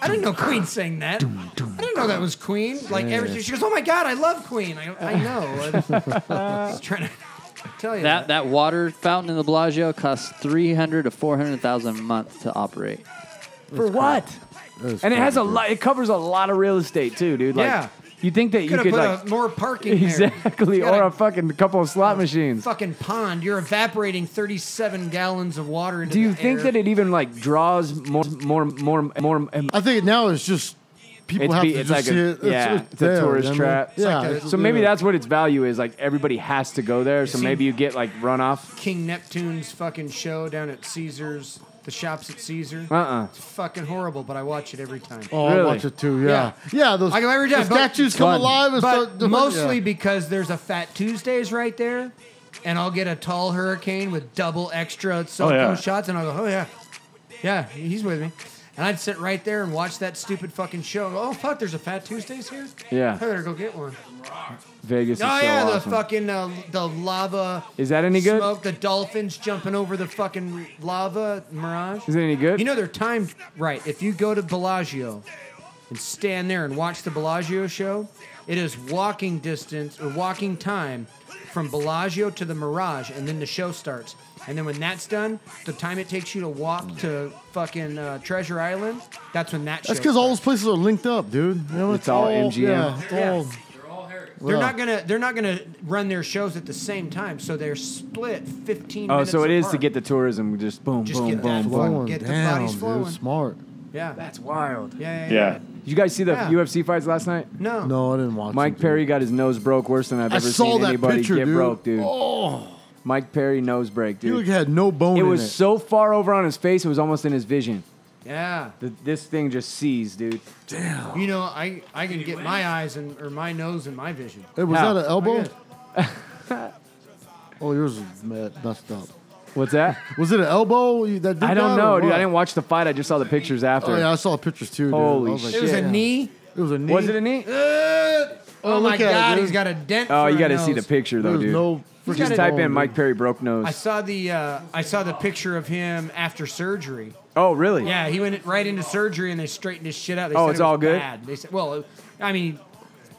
Speaker 3: I didn't know Queen sang that. I didn't know that was Queen. Like everything. She goes, oh my god, I love Queen. I, I know. <laughs> I was trying to tell you
Speaker 6: That that water fountain in the Bellagio costs three hundred to four hundred thousand a month to operate.
Speaker 4: For what? And it has a lot. It covers a lot of real estate too, dude. Like,
Speaker 3: Yeah.
Speaker 4: You think that
Speaker 3: You
Speaker 4: you
Speaker 3: could have
Speaker 4: could
Speaker 3: put
Speaker 4: like <laughs>
Speaker 3: a, more parking there.
Speaker 4: exactly,
Speaker 3: You gotta-
Speaker 4: or a fucking couple of slot machines.
Speaker 3: fucking pond. You're evaporating 37 gallons of water into
Speaker 4: Do you
Speaker 3: the
Speaker 4: think
Speaker 3: air.
Speaker 4: that it even like draws more, more, more, more?
Speaker 2: I think now it's just people
Speaker 4: It's,
Speaker 2: have
Speaker 4: be-
Speaker 2: to
Speaker 4: it's
Speaker 2: just
Speaker 4: like
Speaker 2: see
Speaker 4: a,
Speaker 2: it.
Speaker 4: yeah, it's, a
Speaker 2: there,
Speaker 4: tourist
Speaker 2: you know what I mean?
Speaker 4: trap.
Speaker 2: Yeah.
Speaker 3: like a-
Speaker 2: it's-
Speaker 4: so maybe
Speaker 2: yeah.
Speaker 4: that's what its value is. Like everybody has to go there, so
Speaker 3: See-
Speaker 4: maybe you get like runoff.
Speaker 3: King Neptune's fucking show down at Caesar's, the shops at Caesar?
Speaker 4: Uh uh
Speaker 3: It's fucking horrible, but I watch it every time.
Speaker 2: Oh, I
Speaker 4: Really?
Speaker 2: watch it too. Yeah, yeah. those
Speaker 3: I go every time,
Speaker 2: the
Speaker 3: but-
Speaker 2: statues come
Speaker 4: Fun.
Speaker 2: alive and
Speaker 3: But
Speaker 2: start. doing-
Speaker 3: mostly
Speaker 2: yeah.
Speaker 3: because there's a Fat Tuesdays right there, and I'll get a tall hurricane with double extra so
Speaker 5: Oh, yeah.
Speaker 3: shots, and I'll go, oh yeah, yeah, he's with me. And I'd sit right there and watch that stupid fucking show. and go, Oh fuck, there's a Fat Tuesdays here.
Speaker 4: Yeah.
Speaker 3: I better go get one.
Speaker 4: Vegas is
Speaker 3: Oh
Speaker 4: so
Speaker 3: yeah,
Speaker 4: awesome.
Speaker 3: the fucking uh, the lava.
Speaker 4: Is that any good?
Speaker 3: Smoke the dolphins jumping over the fucking lava mirage.
Speaker 4: Is it any good?
Speaker 3: You know they're timed right. If you go to Bellagio and stand there and watch the Bellagio show, it is walking distance or walking time from Bellagio to the Mirage, and then the show starts. And then when that's done, the time it takes you to walk to fucking uh, Treasure Island, that's when that.
Speaker 2: that's
Speaker 3: show
Speaker 2: because all those
Speaker 3: starts.
Speaker 2: places are linked up, dude. You know,
Speaker 4: It's all MGM.
Speaker 2: Yeah, it's
Speaker 3: Yeah.
Speaker 2: all-
Speaker 3: they're
Speaker 2: yeah.
Speaker 3: not gonna they're not gonna run their shows at the same time, so they're split fifteen.
Speaker 4: oh,
Speaker 3: minutes
Speaker 4: so it is to
Speaker 3: apart.
Speaker 4: get the tourism. Just boom,
Speaker 3: Just
Speaker 4: boom,
Speaker 3: get
Speaker 4: boom,
Speaker 3: that
Speaker 4: boom.
Speaker 3: fucking- get the
Speaker 2: Damn,
Speaker 3: bodies
Speaker 2: dude,
Speaker 3: flowing.
Speaker 2: Smart.
Speaker 3: yeah.
Speaker 4: That's wild.
Speaker 3: Yeah, yeah, yeah.
Speaker 5: Yeah.
Speaker 4: Did you guys see the
Speaker 3: Yeah.
Speaker 4: UFC fights last night?
Speaker 3: No.
Speaker 2: No, I didn't watch.
Speaker 4: Mike
Speaker 2: it, dude.
Speaker 4: Perry got his nose broke worse than I've
Speaker 2: I
Speaker 4: ever
Speaker 2: saw
Speaker 4: seen
Speaker 2: that
Speaker 4: anybody
Speaker 2: picture,
Speaker 4: get
Speaker 2: dude.
Speaker 4: broke, dude.
Speaker 2: Oh,
Speaker 4: Mike Perry nose break,
Speaker 2: you
Speaker 4: dude.
Speaker 2: had no bone.
Speaker 4: It
Speaker 2: in
Speaker 4: was
Speaker 2: it.
Speaker 4: so far over on his face, it was almost in his vision.
Speaker 3: Yeah.
Speaker 4: Th- This thing just seized, dude.
Speaker 3: You know, I I can get my eyes and or my nose and my vision.
Speaker 2: Hey, was
Speaker 4: How?
Speaker 2: that an elbow?
Speaker 3: Like
Speaker 2: oh, yours is mad, messed up.
Speaker 4: What's
Speaker 2: <laughs>
Speaker 4: that?
Speaker 2: Was it an elbow you- that did
Speaker 4: I don't
Speaker 2: that, or
Speaker 4: know, dude.
Speaker 2: what?
Speaker 4: I didn't watch the fight. I just saw the pictures after.
Speaker 2: Oh yeah, I saw pictures too. Dude.
Speaker 4: Holy
Speaker 2: I was like,
Speaker 4: shit.
Speaker 3: It was a
Speaker 2: damn.
Speaker 3: knee.
Speaker 2: It was a knee.
Speaker 4: Was it a knee?
Speaker 3: Uh, oh my
Speaker 2: look at it,
Speaker 3: God,
Speaker 2: dude.
Speaker 3: he's got a dent.
Speaker 4: Oh,
Speaker 3: for
Speaker 4: you
Speaker 3: a
Speaker 4: got to see the
Speaker 3: nose.
Speaker 4: picture
Speaker 2: There
Speaker 4: though,
Speaker 2: was
Speaker 4: dude.
Speaker 2: no. freaking
Speaker 4: just type
Speaker 2: bone,
Speaker 4: in
Speaker 2: dude.
Speaker 4: Mike Perry broke nose.
Speaker 3: I saw the uh, I saw the picture of him after surgery.
Speaker 4: oh, really?
Speaker 3: Yeah, he went right into surgery and they straightened his shit out. They
Speaker 4: Oh,
Speaker 3: said
Speaker 4: it's
Speaker 3: it was
Speaker 4: all good?
Speaker 3: Bad. They said, well, I mean,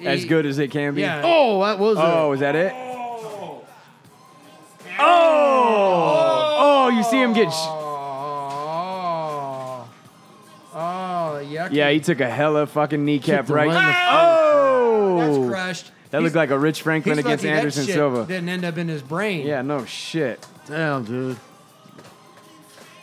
Speaker 4: As
Speaker 3: he-
Speaker 4: good as it can be.
Speaker 3: Yeah.
Speaker 2: Oh, that was
Speaker 4: Oh, is that it? Oh! Oh, you see him get. Sh-
Speaker 3: Oh. Oh, yucky.
Speaker 4: yeah, he took a hella fucking kneecap
Speaker 2: Kicked him
Speaker 4: right.
Speaker 2: right in the-
Speaker 3: That's
Speaker 4: oh!
Speaker 3: crushed.
Speaker 4: that looked
Speaker 3: He's-
Speaker 4: like a Rich Franklin
Speaker 3: he's
Speaker 4: against
Speaker 3: lucky that
Speaker 4: Anderson
Speaker 3: shit
Speaker 4: Silva.
Speaker 3: Didn't end up in his brain.
Speaker 4: Yeah, no shit.
Speaker 2: it. Damn, dude.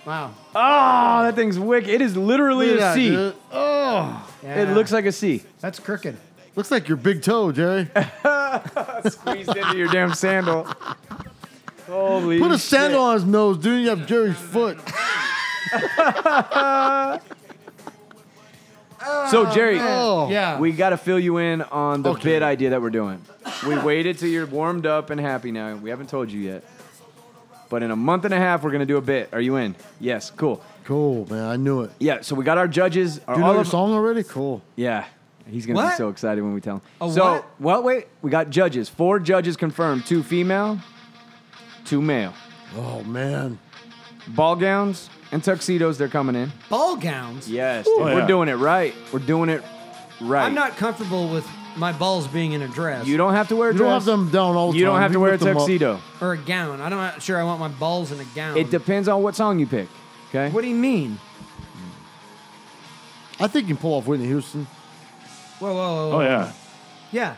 Speaker 3: Wow.
Speaker 4: Oh, that thing's wicked. It is literally a
Speaker 2: Look at that,
Speaker 4: C.
Speaker 2: dude. Oh,
Speaker 4: It looks like a C.
Speaker 3: that's crooked.
Speaker 2: looks like your big toe, Jerry.
Speaker 4: <laughs> Squeezed into <laughs> your damn sandal. Holy
Speaker 2: Put a
Speaker 4: shit.
Speaker 2: sandal on his nose, dude. You have Jerry's foot.
Speaker 4: so Jerry,
Speaker 2: Oh.
Speaker 3: Yeah.
Speaker 4: we got to fill you in on the bid idea that we're doing. We waited till you're warmed up and happy now. We haven't told you yet. But in a month and a half, we're gonna do a bit. Are you in? Yes. Cool.
Speaker 2: Cool, man. I knew it.
Speaker 4: Yeah. So we got our judges. Are
Speaker 2: Do you know
Speaker 4: all
Speaker 2: your
Speaker 4: of,
Speaker 2: song already? Cool.
Speaker 4: Yeah. He's gonna
Speaker 3: What?
Speaker 4: be so excited when we tell him.
Speaker 3: A
Speaker 4: so
Speaker 3: what?
Speaker 4: well, wait. We got judges. Four judges confirmed. Two female, two male.
Speaker 2: Oh man.
Speaker 4: Ball gowns and tuxedos. They're coming in.
Speaker 3: Ball gowns.
Speaker 4: Yes.
Speaker 5: Oh,
Speaker 4: We're
Speaker 5: yeah.
Speaker 4: doing it right. We're doing it right.
Speaker 3: I'm not comfortable with my balls being in a dress
Speaker 4: You don't have to wear a
Speaker 2: You don't
Speaker 4: dress.
Speaker 2: have them down all the
Speaker 4: You
Speaker 2: time.
Speaker 4: don't have
Speaker 2: You
Speaker 4: to wear a
Speaker 2: lift them up.
Speaker 4: tuxedo.
Speaker 3: or a gown. I'm not sure I want my balls in a gown.
Speaker 4: It depends on what song you pick. Okay.
Speaker 3: What do you mean?
Speaker 2: I think you can pull off Whitney Houston.
Speaker 3: Whoa, whoa, whoa.
Speaker 5: Oh
Speaker 3: whoa.
Speaker 5: yeah.
Speaker 3: yeah.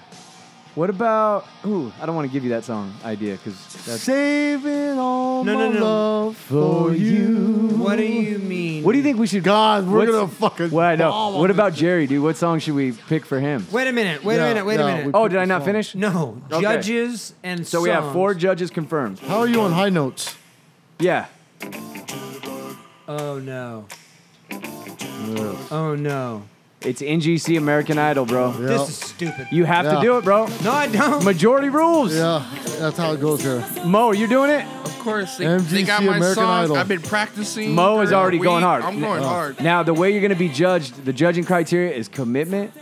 Speaker 4: What about? Ooh, I don't want to give you that song idea because that's.
Speaker 2: Saving all
Speaker 3: No, no,
Speaker 2: my
Speaker 3: no.
Speaker 2: love for you.
Speaker 3: What do you mean?
Speaker 4: What do you think we should?
Speaker 2: God, we're
Speaker 4: What's-
Speaker 2: gonna fucking.
Speaker 4: Well, I know.
Speaker 2: bomb
Speaker 4: What
Speaker 2: on
Speaker 4: about
Speaker 2: this.
Speaker 4: Jerry, dude? What song should we pick for him?
Speaker 3: Wait a minute. Wait
Speaker 2: No,
Speaker 3: a minute. Wait
Speaker 2: no,
Speaker 3: a minute.
Speaker 2: we-
Speaker 4: Oh, did I not finish?
Speaker 3: No.
Speaker 4: Okay.
Speaker 3: Judges and
Speaker 4: So we have four
Speaker 3: songs.
Speaker 4: judges confirmed.
Speaker 2: How are you on high notes?
Speaker 4: Yeah.
Speaker 3: Oh no. Oh no.
Speaker 4: It's NGC American Idol, bro.
Speaker 3: This is stupid.
Speaker 4: You have
Speaker 2: Yeah.
Speaker 4: to do it, bro.
Speaker 3: no, I <laughs> don't.
Speaker 4: Majority rules.
Speaker 2: Yeah, that's how it goes here.
Speaker 4: Mo, are you doing it?
Speaker 10: Of course, they,
Speaker 2: MGC
Speaker 10: they got my
Speaker 2: American
Speaker 10: song.
Speaker 2: Idol.
Speaker 10: I've been practicing.
Speaker 4: Mo is
Speaker 10: for a
Speaker 4: already
Speaker 10: week.
Speaker 4: going hard.
Speaker 10: I'm going hard.
Speaker 4: Now, the way you're going to be judged, the judging criteria is commitment,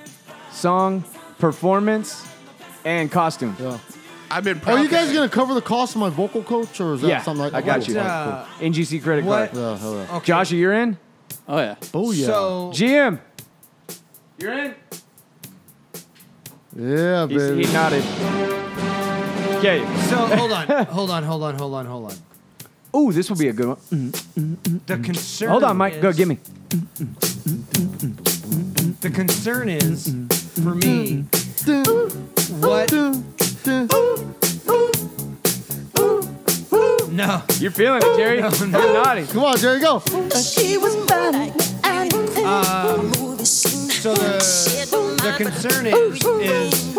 Speaker 4: song, performance, and costume.
Speaker 10: I've been.
Speaker 2: Are you guys
Speaker 10: practicing.
Speaker 2: gonna cover the cost of my vocal coach, or is that
Speaker 4: yeah,
Speaker 2: something like
Speaker 4: I got
Speaker 2: What?
Speaker 4: you.
Speaker 3: uh,
Speaker 4: Cool. NGC credit
Speaker 3: what-
Speaker 4: card.
Speaker 2: Yeah, hello.
Speaker 3: Okay.
Speaker 4: Josh, you're in?
Speaker 6: Oh yeah.
Speaker 2: Oh yeah.
Speaker 3: So
Speaker 4: GM.
Speaker 2: yeah,
Speaker 4: He's,
Speaker 2: baby.
Speaker 4: he nodded. Okay.
Speaker 3: so hold on, hold on, hold on, hold on, hold on.
Speaker 4: Ooh, this will be a good one.
Speaker 3: The concern.
Speaker 4: Hold on, Mike. Go
Speaker 3: is-
Speaker 4: give me.
Speaker 3: The concern is for me. What? No.
Speaker 4: You're feeling it,
Speaker 2: <laughs>
Speaker 4: Jerry.
Speaker 3: No, no.
Speaker 4: You're nodding.
Speaker 2: Come on, Jerry, go.
Speaker 11: She was burning and
Speaker 3: So the the concern is is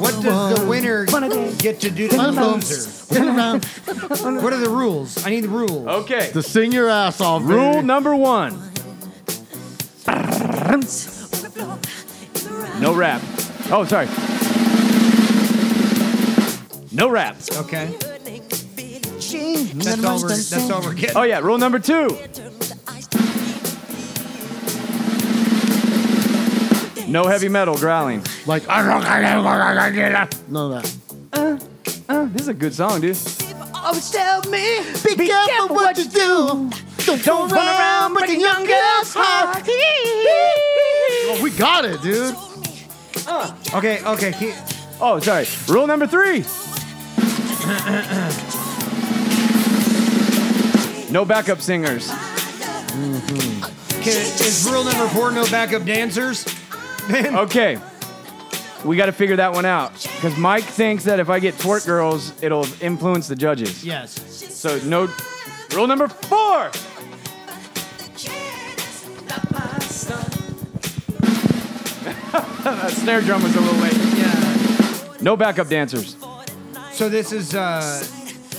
Speaker 3: what does the winner get to do to the loser?
Speaker 2: Turn around.
Speaker 3: What are the rules? I need the rules.
Speaker 4: Okay.
Speaker 2: to sing your ass off. baby.
Speaker 4: Rule number one no rap. Oh, sorry. No rap.
Speaker 3: Okay. That's all we're. That's all we're getting.
Speaker 4: Oh, yeah. Rule number two no heavy metal growling.
Speaker 2: Like none of that.
Speaker 4: Uh, this is a good song, dude.
Speaker 11: Oh, tell me.
Speaker 2: Be, careful, what you do. Don't,
Speaker 4: Don't run around breaking young girls' hearts.
Speaker 2: Oh, we got it, dude.
Speaker 3: Okay. Okay. keep-
Speaker 4: Oh, sorry. Rule number three. no backup singers.
Speaker 3: Can, is rule number four no backup dancers? Man,
Speaker 4: Okay. We got to figure that one out because Mike thinks that if I get twerk girls, it'll influence the judges.
Speaker 3: Yes.
Speaker 4: So no. Rule number four. <laughs> That snare drum was a little late.
Speaker 3: Yeah.
Speaker 4: No backup dancers.
Speaker 3: So this is uh,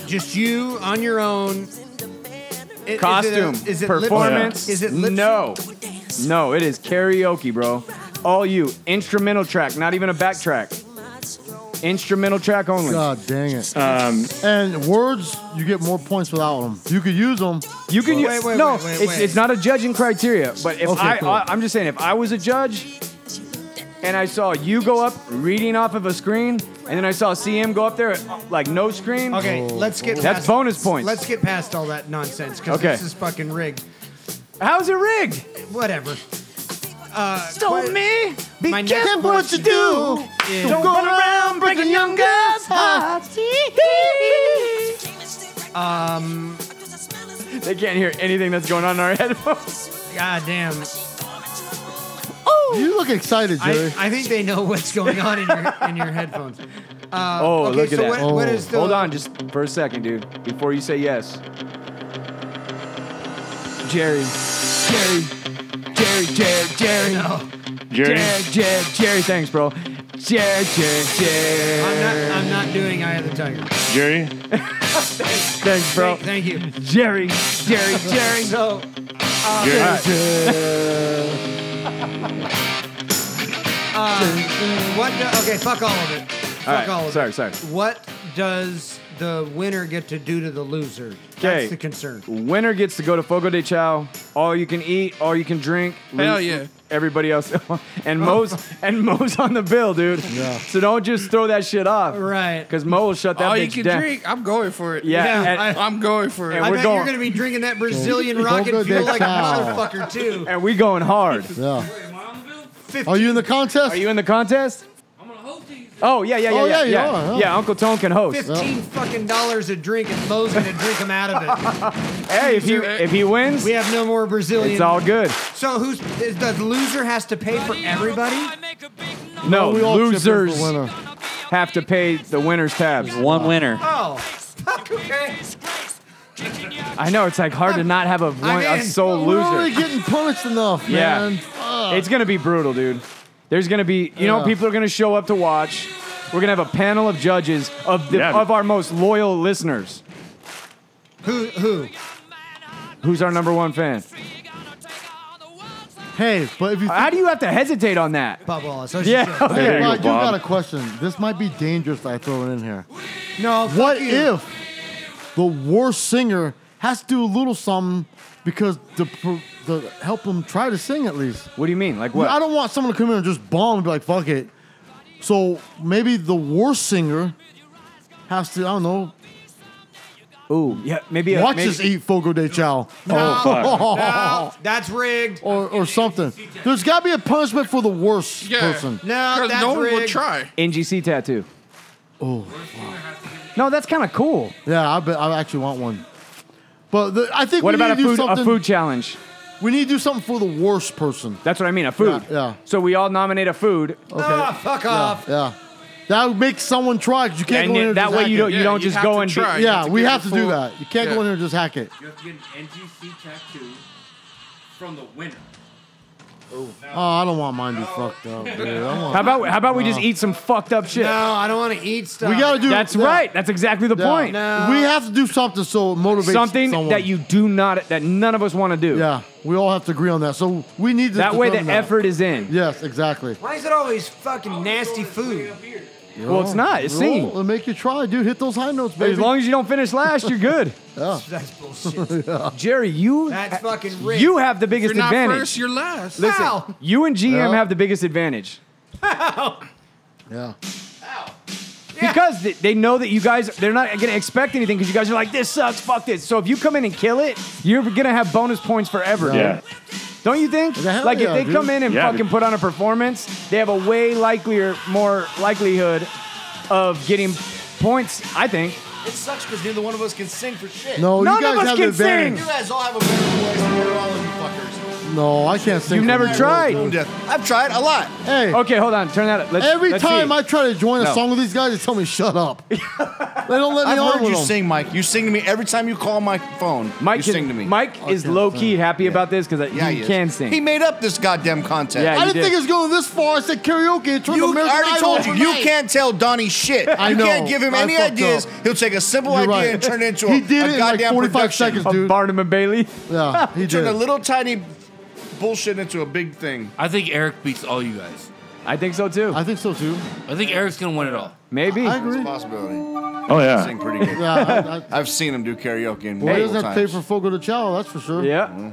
Speaker 3: just you on your own. I-
Speaker 4: Costume.
Speaker 3: Is it, a- is it lip-
Speaker 4: performance.
Speaker 3: is it lip
Speaker 4: no? No, it is karaoke, bro. All you instrumental track, not even a back track. Instrumental track only.
Speaker 2: God dang it.
Speaker 5: Um,
Speaker 2: And words, you get more points without them. You could use them.
Speaker 4: You can
Speaker 3: Wait,
Speaker 4: use,
Speaker 3: wait,
Speaker 4: no.
Speaker 3: wait, wait,
Speaker 4: it's,
Speaker 3: wait.
Speaker 4: it's not a judging criteria, but if
Speaker 2: Okay,
Speaker 4: I,
Speaker 2: cool.
Speaker 4: I, I'm just saying, if I was a judge, and I saw you go up reading off of a screen, and then I saw CM go up there like no screen.
Speaker 3: Okay, let's get
Speaker 4: That's
Speaker 3: past-
Speaker 4: bonus points.
Speaker 3: Let's get past all that nonsense because
Speaker 4: Okay.
Speaker 3: this is fucking rigged.
Speaker 4: How's it rigged?
Speaker 3: Whatever. Uh,
Speaker 4: Don't me.
Speaker 3: Be
Speaker 4: My next what you do.
Speaker 3: is-
Speaker 4: Don't run around breaking young girls' hearts.
Speaker 2: Uh,
Speaker 11: Um.
Speaker 4: They can't hear anything that's going on in our headphones.
Speaker 3: God damn.
Speaker 2: You look excited, Jerry.
Speaker 3: I, I think they know what's going on in your in your headphones.
Speaker 4: oh,
Speaker 3: okay,
Speaker 4: look at
Speaker 3: so
Speaker 4: that. Oh.
Speaker 3: what- what is the
Speaker 4: Hold on, just for a second, dude. Before you say yes, Jerry, Jerry, Jerry, Jerry, Jerry,
Speaker 5: Jerry.
Speaker 4: Jerry, Jerry, Jerry. Thanks, bro. Jerry, Jerry, Jerry.
Speaker 3: I'm not I'm not doing Eye of the Tiger.
Speaker 5: Jerry.
Speaker 4: Thanks, bro.
Speaker 3: Thank, thank you. <laughs>
Speaker 4: Jerry, Jerry, Jerry.
Speaker 3: So Uh, what? Do, okay, fuck all of it. Fuck
Speaker 4: All right,
Speaker 3: all of
Speaker 4: sorry,
Speaker 3: it.
Speaker 4: sorry.
Speaker 3: What does the winner get to do to the loser?
Speaker 4: Okay.
Speaker 3: That's the concern.
Speaker 4: Winner gets to go to Fogo de Chao. All you can eat, all you can drink.
Speaker 3: Hell
Speaker 4: Lose-
Speaker 3: yeah. Oh.
Speaker 4: Everybody else, <laughs> and Mo's and Mo's on the bill, dude. So don't just throw that shit off,
Speaker 3: right?
Speaker 4: Because Mo will shut that
Speaker 10: All
Speaker 4: bitch
Speaker 10: you can
Speaker 4: down.
Speaker 10: drink. I'm going for it.
Speaker 4: Yeah, Yeah, and-
Speaker 10: I, am going for it.
Speaker 4: and
Speaker 3: I
Speaker 4: we're
Speaker 3: bet
Speaker 4: going-
Speaker 3: you're going to be drinking that Brazilian rocket
Speaker 2: Fogo de
Speaker 3: fuel like a
Speaker 2: Chao.
Speaker 3: motherfucker too.
Speaker 4: And we going hard.
Speaker 2: Yeah. Are you in the contest?
Speaker 4: Are you in the contest? Oh yeah, yeah, yeah,
Speaker 3: Oh,
Speaker 4: yeah,
Speaker 3: yeah, you
Speaker 4: yeah.
Speaker 3: are, huh?
Speaker 4: Yeah, Uncle Tone can host.
Speaker 3: Fifteen fucking dollars a drink, and Mo's going to drink them out of it.
Speaker 4: Hey, if you if he wins,
Speaker 3: we have no more Brazilian.
Speaker 4: It's all good.
Speaker 3: So who's the loser has to pay for everybody?
Speaker 4: No,
Speaker 3: we all chip in for
Speaker 4: losers
Speaker 3: winner.
Speaker 4: have to pay the winner's tabs.
Speaker 6: One winner.
Speaker 3: Oh, fuck, okay.
Speaker 4: I know it's like hard to not have a one, a
Speaker 2: in.
Speaker 4: sole
Speaker 2: We're
Speaker 4: loser.
Speaker 2: already getting punished enough,
Speaker 4: yeah,
Speaker 2: man. Fuck.
Speaker 4: it's gonna be brutal, dude. There's gonna be you know
Speaker 2: Yeah.
Speaker 4: people are gonna show up to watch. We're gonna have a panel of judges of the, of our most loyal listeners.
Speaker 3: Who who?
Speaker 4: Who's our number one fan?
Speaker 2: Hey, but if you
Speaker 4: how do you have to hesitate on that?
Speaker 3: Bob Wallace. Oh,
Speaker 4: Yeah,
Speaker 2: Hey,
Speaker 4: okay.
Speaker 2: but I do got a question. This might be dangerous. that I throw it in here.
Speaker 3: No.
Speaker 2: What if the worst singer has to do a little something because to, pro- to help them try to sing at least?
Speaker 4: What do you mean? Like what?
Speaker 2: I don't want someone to come in and just bomb and be like, "Fuck it." So maybe the worst singer has to. I don't know.
Speaker 4: Ooh, yeah, maybe a-
Speaker 2: watch
Speaker 4: maybe- Oh,
Speaker 2: us eat Fogo de Chao.
Speaker 3: No, no, that's rigged.
Speaker 2: <laughs> or, or something. There's got to be a punishment for the worst person.
Speaker 3: No, that's rigged.
Speaker 4: NGC tattoo.
Speaker 2: Oh,
Speaker 4: No, that's kind of cool.
Speaker 2: Yeah, I bet I actually want one. But the, I think
Speaker 4: What
Speaker 2: we
Speaker 4: about
Speaker 2: need
Speaker 4: a
Speaker 2: to do
Speaker 4: food- a
Speaker 2: something-
Speaker 4: food challenge?
Speaker 2: We need to do something for the worst person.
Speaker 4: That's what I mean, a food.
Speaker 2: Yeah, yeah.
Speaker 4: So we all nominate a food.
Speaker 2: Okay.
Speaker 3: Ah, fuck
Speaker 2: Yeah,
Speaker 3: off.
Speaker 2: Yeah. That would make someone try 'cause you can't
Speaker 4: And
Speaker 2: go in
Speaker 4: then
Speaker 2: there and
Speaker 4: that
Speaker 2: just
Speaker 4: way
Speaker 2: hack
Speaker 4: you
Speaker 2: it.
Speaker 4: don't- you Yeah, don't you just have go to and be- try. You
Speaker 2: Yeah,
Speaker 4: have to
Speaker 2: we
Speaker 4: get
Speaker 2: have
Speaker 4: the
Speaker 2: to do
Speaker 4: full-
Speaker 2: that. You can't go
Speaker 4: Yeah.
Speaker 2: in there and just hack it.
Speaker 11: You have to get an NGC tattoo from the winner.
Speaker 2: Oh, I don't want mine to be fucked up, dude. I
Speaker 4: <laughs>
Speaker 2: want-
Speaker 4: How about how about we just
Speaker 2: Oh, No.
Speaker 4: eat some fucked up shit?
Speaker 3: No, I don't want to eat stuff.
Speaker 2: We gotta do.
Speaker 4: That's
Speaker 2: yeah.
Speaker 4: right. That's exactly the
Speaker 2: Yeah.
Speaker 4: point.
Speaker 2: We have to do something so it motivates
Speaker 4: something
Speaker 2: someone.
Speaker 4: that you do not that none of us want to do.
Speaker 2: Yeah, we all have to agree on that. So we need to.
Speaker 4: That way the
Speaker 2: determine
Speaker 4: effort is in.
Speaker 2: Yes, exactly.
Speaker 3: Why is it always fucking nasty food?
Speaker 4: Well, it's not. It's
Speaker 2: Roll.
Speaker 4: singing.
Speaker 2: It'll make you try, dude. Hit those high notes, baby.
Speaker 4: As long as you don't finish last, you're
Speaker 2: <laughs>
Speaker 4: good.
Speaker 2: Yeah.
Speaker 3: That's bullshit.
Speaker 4: Jerry, you
Speaker 3: That's fucking rigged.
Speaker 4: you have the biggest
Speaker 10: If you're not
Speaker 4: advantage.
Speaker 10: first, you're last.
Speaker 4: Listen,
Speaker 3: Ow.
Speaker 4: you and GM
Speaker 2: Yeah.
Speaker 4: have the biggest advantage.
Speaker 2: Yeah.
Speaker 4: Because th- they know that you guys, they're not going to expect anything because you guys are like, this sucks, fuck this. So if you come in and kill it, you're going to have bonus points forever.
Speaker 5: Yeah.
Speaker 4: Don't you think?
Speaker 2: hell
Speaker 4: like
Speaker 2: yeah,
Speaker 4: if they
Speaker 2: dude.
Speaker 4: come in and
Speaker 5: Yeah,
Speaker 4: fucking
Speaker 5: dude.
Speaker 4: put on a performance, they have a way likelier, more likelihood of getting points, I think.
Speaker 12: It sucks because neither one of us can sing for shit.
Speaker 2: No,
Speaker 4: None
Speaker 2: you guys
Speaker 4: of us
Speaker 2: have
Speaker 4: can
Speaker 2: advantage.
Speaker 12: You guys all have a better voice than we're all of you fuckers.
Speaker 2: No, I can't sing.
Speaker 4: You've
Speaker 2: for
Speaker 4: never
Speaker 2: you.
Speaker 4: tried.
Speaker 12: I've tried a lot.
Speaker 2: Hey,
Speaker 4: Okay, hold on. Turn that up. Let's,
Speaker 2: every
Speaker 4: let's
Speaker 2: time
Speaker 4: see.
Speaker 2: I try to join a
Speaker 4: No.
Speaker 2: song with these guys, they tell me
Speaker 4: <laughs>
Speaker 2: shut up. they don't let me
Speaker 12: I've
Speaker 2: on
Speaker 12: heard
Speaker 2: with
Speaker 12: you
Speaker 2: them.
Speaker 12: sing, Mike. You sing to me every time you call my phone.
Speaker 4: Mike
Speaker 12: you
Speaker 4: is,
Speaker 12: sing to me.
Speaker 4: Mike is low key happy about this because
Speaker 12: yeah,
Speaker 4: he,
Speaker 12: is.
Speaker 4: can sing.
Speaker 12: He made up this goddamn contest.
Speaker 4: Yeah,
Speaker 2: I
Speaker 4: you
Speaker 2: didn't
Speaker 4: did.
Speaker 2: think it was going this far. I said karaoke. It turned
Speaker 12: You
Speaker 2: to American
Speaker 12: already
Speaker 2: Idol
Speaker 12: told you. You
Speaker 2: overnight.
Speaker 12: can't tell Donnie shit. <laughs>
Speaker 2: I
Speaker 12: you
Speaker 2: know.
Speaker 12: can't give him
Speaker 2: I
Speaker 12: any
Speaker 2: fucked
Speaker 12: ideas.
Speaker 2: up.
Speaker 12: He'll take a simple
Speaker 2: You're
Speaker 12: idea
Speaker 2: right.
Speaker 12: and turn it into a,
Speaker 2: He
Speaker 12: a
Speaker 2: did it in like
Speaker 12: goddamn
Speaker 2: 45
Speaker 12: production.
Speaker 2: seconds,
Speaker 4: Of
Speaker 2: dude.
Speaker 4: Barnum and Bailey. <laughs>
Speaker 2: Yeah, he
Speaker 12: He
Speaker 2: did.
Speaker 12: turned a little tiny bullshit into a big thing.
Speaker 11: I think Eric beats all you guys.
Speaker 4: I think so too.
Speaker 2: I think so
Speaker 4: <laughs>
Speaker 2: too.
Speaker 11: I think Eric's gonna win it all.
Speaker 4: Maybe.
Speaker 2: I
Speaker 12: It's a
Speaker 2: agree.
Speaker 12: possibility.
Speaker 5: Oh
Speaker 12: He
Speaker 5: yeah.
Speaker 12: Sing pretty good.
Speaker 2: <laughs> Yeah, I,
Speaker 4: <laughs>
Speaker 2: I,
Speaker 12: I've seen him do karaoke in multiple
Speaker 2: boy, he doesn't have to
Speaker 12: times.
Speaker 2: pay for Fogo de Chao, that's for sure.
Speaker 4: yeah.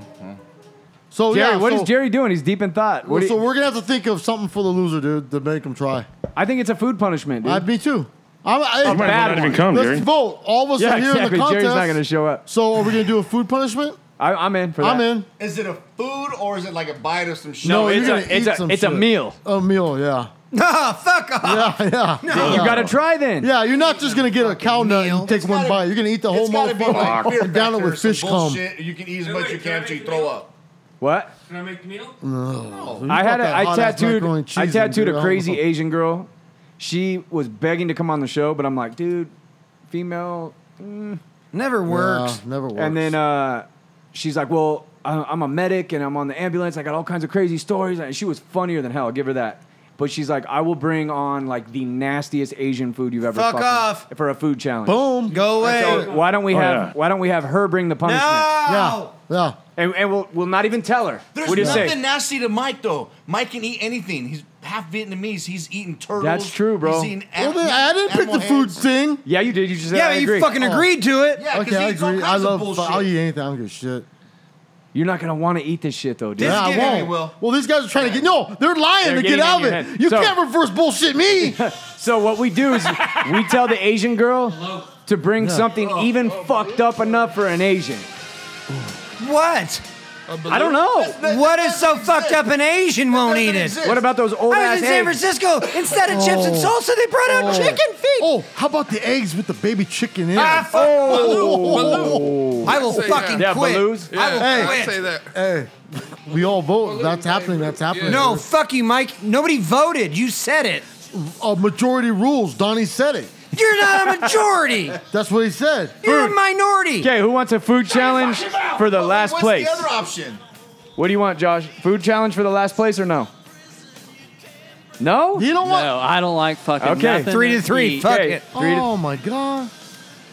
Speaker 2: So
Speaker 4: Jerry,
Speaker 2: Oh, yeah,
Speaker 4: what is
Speaker 2: so,
Speaker 4: Jerry doing? He's deep in thought. What do you-
Speaker 2: so we're gonna have to think of something for the loser, dude, to make him try.
Speaker 4: I think it's a food punishment, dude.
Speaker 2: I, me too. I'm,
Speaker 4: might
Speaker 2: I,
Speaker 4: as well not even
Speaker 5: come,
Speaker 2: Let's
Speaker 5: Jerry.
Speaker 2: vote. All of us
Speaker 4: yeah,
Speaker 2: are here
Speaker 4: exactly.
Speaker 2: in the contest.
Speaker 4: Jerry's not going to show up.
Speaker 2: so are we gonna do a food punishment?
Speaker 4: I, I'm in for that.
Speaker 2: I'm in.
Speaker 12: Is it a food or is it like a bite of some shit?
Speaker 4: No,
Speaker 2: No,
Speaker 4: it's,
Speaker 2: you're
Speaker 4: a,
Speaker 2: gonna
Speaker 4: it's,
Speaker 2: eat
Speaker 4: a,
Speaker 2: some
Speaker 4: it's a
Speaker 2: shit.
Speaker 4: meal.
Speaker 2: A meal, yeah.
Speaker 3: No, <laughs> fuck off.
Speaker 2: Yeah, yeah. yeah.
Speaker 4: You got to try then.
Speaker 2: Yeah, you're not just gonna get a cow nut and take one
Speaker 12: gotta-
Speaker 2: bite. You're gonna eat the whole
Speaker 12: It's gotta be like
Speaker 2: motherfucker
Speaker 12: beer
Speaker 2: and down it
Speaker 12: factor or
Speaker 2: with
Speaker 12: some
Speaker 2: fish cum.
Speaker 12: bullshit. You can eat as much as you can until you throw up.
Speaker 4: What?
Speaker 11: Can I make the meal?
Speaker 4: I had a, I tattooed I tattooed a crazy
Speaker 2: eight.
Speaker 4: Asian girl. She was begging to come on the show, but I'm like, dude, female.
Speaker 3: Never works.
Speaker 2: never works.
Speaker 4: And then uh, she's like, well, I- I'm a medic and I'm on the ambulance. I got all kinds of crazy stories. And she was funnier than hell. I'll give her that. But she's like, I will bring on like the nastiest Asian food you've ever
Speaker 3: Fuck
Speaker 4: fucking-
Speaker 3: off.
Speaker 4: for a food challenge.
Speaker 2: boom.
Speaker 3: Go away.
Speaker 4: So why don't we
Speaker 5: Oh,
Speaker 4: have
Speaker 5: yeah.
Speaker 4: Why don't we have her bring the punishment?
Speaker 3: No.
Speaker 2: Yeah, yeah.
Speaker 4: And, and we'll, we'll not even tell her.
Speaker 3: There's
Speaker 4: we'll just
Speaker 3: nothing
Speaker 4: say,
Speaker 3: nasty to Mike though. Mike can eat anything. He's half Vietnamese. He's eating turtles.
Speaker 4: That's true, bro.
Speaker 3: He's eating
Speaker 4: Well,
Speaker 3: an-
Speaker 4: then I didn't pick
Speaker 3: animal
Speaker 4: the food
Speaker 3: heads.
Speaker 2: thing.
Speaker 4: Yeah, you did. You just said,
Speaker 3: Yeah,
Speaker 4: I
Speaker 3: but you
Speaker 4: agree.
Speaker 3: fucking Oh. agreed to it. Yeah, 'cause
Speaker 2: okay, I
Speaker 3: he eats all
Speaker 2: agree. I
Speaker 3: kinds of
Speaker 2: love.
Speaker 3: bullshit.
Speaker 2: I'll eat anything. I don't give a shit.
Speaker 4: You're not gonna want to eat this shit though, dude.
Speaker 2: yeah, I won't. Well, these guys are trying to get. No, they're lying
Speaker 4: They're
Speaker 2: to get
Speaker 4: getting
Speaker 2: out of
Speaker 4: in your
Speaker 2: it.
Speaker 4: head.
Speaker 2: You
Speaker 4: So-
Speaker 2: can't reverse
Speaker 4: <laughs>
Speaker 2: bullshit me.
Speaker 4: so what we do is we tell the Asian girl to bring
Speaker 2: Yeah.
Speaker 4: something even fucked up enough for an Asian.
Speaker 7: What?
Speaker 4: I don't know. That's- that-
Speaker 7: what is so fucked up an Asian won't eat it?
Speaker 4: What about those old
Speaker 7: I
Speaker 4: ass
Speaker 7: was in San
Speaker 4: eggs?
Speaker 7: Francisco. Instead of chips and
Speaker 2: Oh.
Speaker 7: salsa, they brought out
Speaker 2: Oh.
Speaker 7: chicken feet.
Speaker 2: Oh, how about the eggs with the baby chicken in?
Speaker 7: Ah,
Speaker 2: it? Oh.
Speaker 7: fuck Baloo. Baloo. I will
Speaker 2: Say
Speaker 7: fucking
Speaker 2: that.
Speaker 7: quit. I will
Speaker 2: hey,
Speaker 7: quit.
Speaker 2: Say that. Hey, we all vote. That's happening. That's happening.
Speaker 7: No, fuck you, Mike. Nobody voted. You said it.
Speaker 2: A majority rules. Donnie said it.
Speaker 7: You're not a majority.
Speaker 2: That's what he said.
Speaker 7: You're a minority.
Speaker 4: Okay, who wants a food challenge for the last
Speaker 3: What's
Speaker 4: place?
Speaker 3: the other option?
Speaker 4: What do you want, Josh? Food challenge for the last place or no? No?
Speaker 2: You don't want.
Speaker 6: No, I don't like fucking
Speaker 4: Okay.
Speaker 6: nothing
Speaker 4: Three to
Speaker 6: to
Speaker 4: three,
Speaker 6: eat.
Speaker 4: fuck Okay, it. three to-
Speaker 2: Oh my god.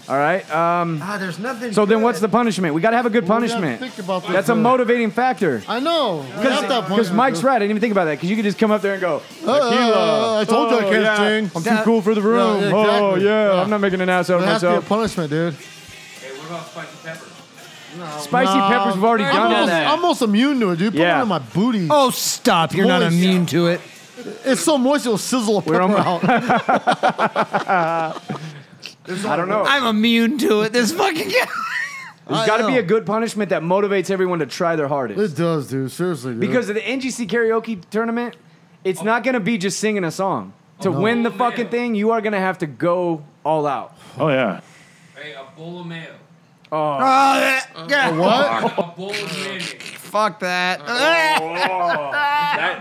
Speaker 4: All right. Um,
Speaker 7: ah, there's nothing.
Speaker 4: So then, what's the punishment? We gotta have a good
Speaker 2: Well, we gotta
Speaker 4: punishment.
Speaker 2: think about this
Speaker 4: That's a
Speaker 2: good.
Speaker 4: motivating factor.
Speaker 2: I know. We got that
Speaker 4: Because
Speaker 2: point.
Speaker 4: Mike's right. I didn't even think about that. Because you could just come up there and go, Tequila.
Speaker 2: Uh, I told you I
Speaker 4: Oh,
Speaker 2: can't
Speaker 4: yeah.
Speaker 2: sing.
Speaker 4: I'm too cool for the room.
Speaker 2: Yeah,
Speaker 4: Oh,
Speaker 2: exactly.
Speaker 4: yeah. I'm not making an ass out
Speaker 2: There
Speaker 4: of
Speaker 2: has to be a
Speaker 4: myself.
Speaker 2: punishment, dude.
Speaker 11: what about spicy peppers?
Speaker 4: Spicy peppers, we've already
Speaker 2: I'm
Speaker 4: done
Speaker 2: almost,
Speaker 4: that.
Speaker 2: I'm almost immune to it, dude. Put
Speaker 4: Yeah.
Speaker 2: one in my booty.
Speaker 7: Oh, stop. You're not
Speaker 2: Moist.
Speaker 7: immune to it.
Speaker 2: It's so moist it'll sizzle a pepper
Speaker 4: almost- <laughs>
Speaker 2: out.
Speaker 4: I don't know.
Speaker 7: I'm immune to it. This fucking <laughs> guy.
Speaker 4: There's
Speaker 2: I
Speaker 4: got to be
Speaker 2: know.
Speaker 4: a good punishment that motivates everyone to try their hardest.
Speaker 2: It does, dude. Seriously, dude.
Speaker 4: Because of the NGC karaoke tournament, it's not going to be just singing a song. To
Speaker 2: no.
Speaker 4: win the fucking thing, you are going to have to go all out.
Speaker 5: Oh yeah.
Speaker 11: Hey, a bowl of mayo.
Speaker 4: Oh.
Speaker 7: yeah.
Speaker 2: what?
Speaker 11: A bowl of mayo.
Speaker 7: Fuck that.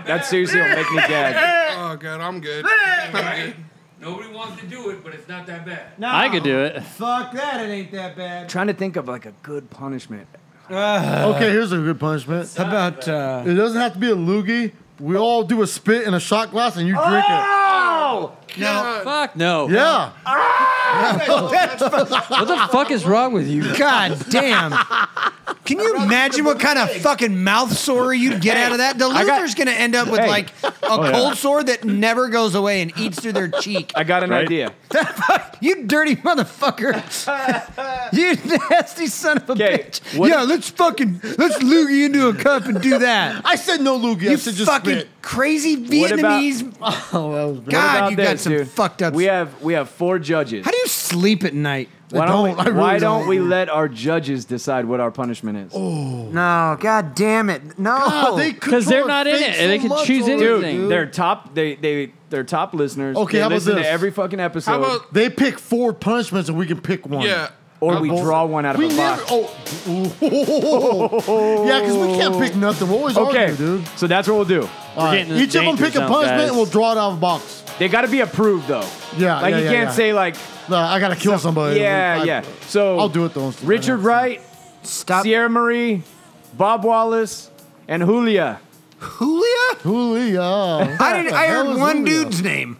Speaker 4: That seriously will make me gag.
Speaker 7: <laughs>
Speaker 13: Oh god, I'm good.
Speaker 11: Nobody wants to do it, but it's not that bad.
Speaker 6: I could do it.
Speaker 7: Fuck that. It ain't that bad.
Speaker 4: Trying to think of like a good punishment.
Speaker 2: okay, here's a good punishment.
Speaker 7: How about uh,
Speaker 2: It doesn't have to be a loogie. We all do a spit in a shot glass and you drink it.
Speaker 4: Oh!
Speaker 7: no?
Speaker 6: Fuck no.
Speaker 2: Yeah.
Speaker 6: What the fuck is wrong with you? <laughs>
Speaker 7: God damn. Can you imagine what kind of fucking mouth sore you'd get out of that? The
Speaker 4: I got-
Speaker 7: loser's gonna end up with
Speaker 4: Hey. Oh,
Speaker 7: like a
Speaker 5: yeah.
Speaker 7: cold sore that never goes away and eats through their cheek.
Speaker 4: I got an
Speaker 5: Right?
Speaker 4: idea.
Speaker 7: you dirty <laughs> motherfucker. you nasty son of a
Speaker 4: Okay,
Speaker 7: bitch.
Speaker 4: what-
Speaker 7: yeah, let's fucking let's loogie into a cup and do <laughs> that.
Speaker 2: I said no loogie. I
Speaker 7: You
Speaker 2: said just
Speaker 7: fucking
Speaker 2: spit.
Speaker 7: crazy
Speaker 4: What about-
Speaker 7: Vietnamese.
Speaker 2: Oh, that was bad.
Speaker 4: What
Speaker 7: God,
Speaker 4: about
Speaker 7: you got
Speaker 4: this,
Speaker 7: some
Speaker 4: dude?
Speaker 7: fucked up.
Speaker 4: We have we have four judges.
Speaker 7: How do you sleep at night?
Speaker 4: why
Speaker 2: I
Speaker 4: don't,
Speaker 2: don't, I
Speaker 4: we,
Speaker 2: really
Speaker 4: why don't,
Speaker 2: don't.
Speaker 4: we let our judges decide what our punishment is?
Speaker 7: No, god damn it. No.
Speaker 2: God, they
Speaker 6: 'Cause they're
Speaker 2: control
Speaker 6: not in
Speaker 2: fate
Speaker 6: it, and they
Speaker 2: so
Speaker 6: can
Speaker 2: much
Speaker 6: choose
Speaker 2: already,
Speaker 4: Dude,
Speaker 6: anything.
Speaker 4: they're top. They they they're top listeners.
Speaker 2: Okay,
Speaker 4: they
Speaker 2: how about
Speaker 4: listen
Speaker 2: this?
Speaker 4: to every fucking episode,
Speaker 13: How about
Speaker 2: They pick four punishments and we can pick one.
Speaker 13: yeah?
Speaker 4: or we draw one out of
Speaker 2: We
Speaker 4: a
Speaker 2: never.
Speaker 4: box.
Speaker 2: Oh. <laughs> yeah, because we can't pick nothing. We'll always
Speaker 4: okay,
Speaker 2: argue, dude.
Speaker 4: so that's what we'll do.
Speaker 2: All right.
Speaker 6: getting in the
Speaker 2: Each of them
Speaker 6: danger
Speaker 2: pick a
Speaker 6: zone,
Speaker 2: punishment
Speaker 6: guys.
Speaker 2: and we'll draw it out of a box.
Speaker 4: They got to be approved though.
Speaker 2: Yeah,
Speaker 4: like
Speaker 2: Ah, yeah,
Speaker 4: you
Speaker 2: yeah,
Speaker 4: can't
Speaker 2: yeah.
Speaker 4: say like
Speaker 2: No, I gotta kill somebody.
Speaker 4: yeah,
Speaker 2: I-
Speaker 4: yeah. So
Speaker 2: I'll do it though.
Speaker 4: Richard Wright,
Speaker 7: Stop.
Speaker 4: Sierra Marie, Bob Wallace, and Julia.
Speaker 7: Julia?
Speaker 2: Julia.
Speaker 7: I didn't I
Speaker 2: Hell
Speaker 7: heard
Speaker 2: is
Speaker 7: one
Speaker 2: Julia?
Speaker 7: dude's name.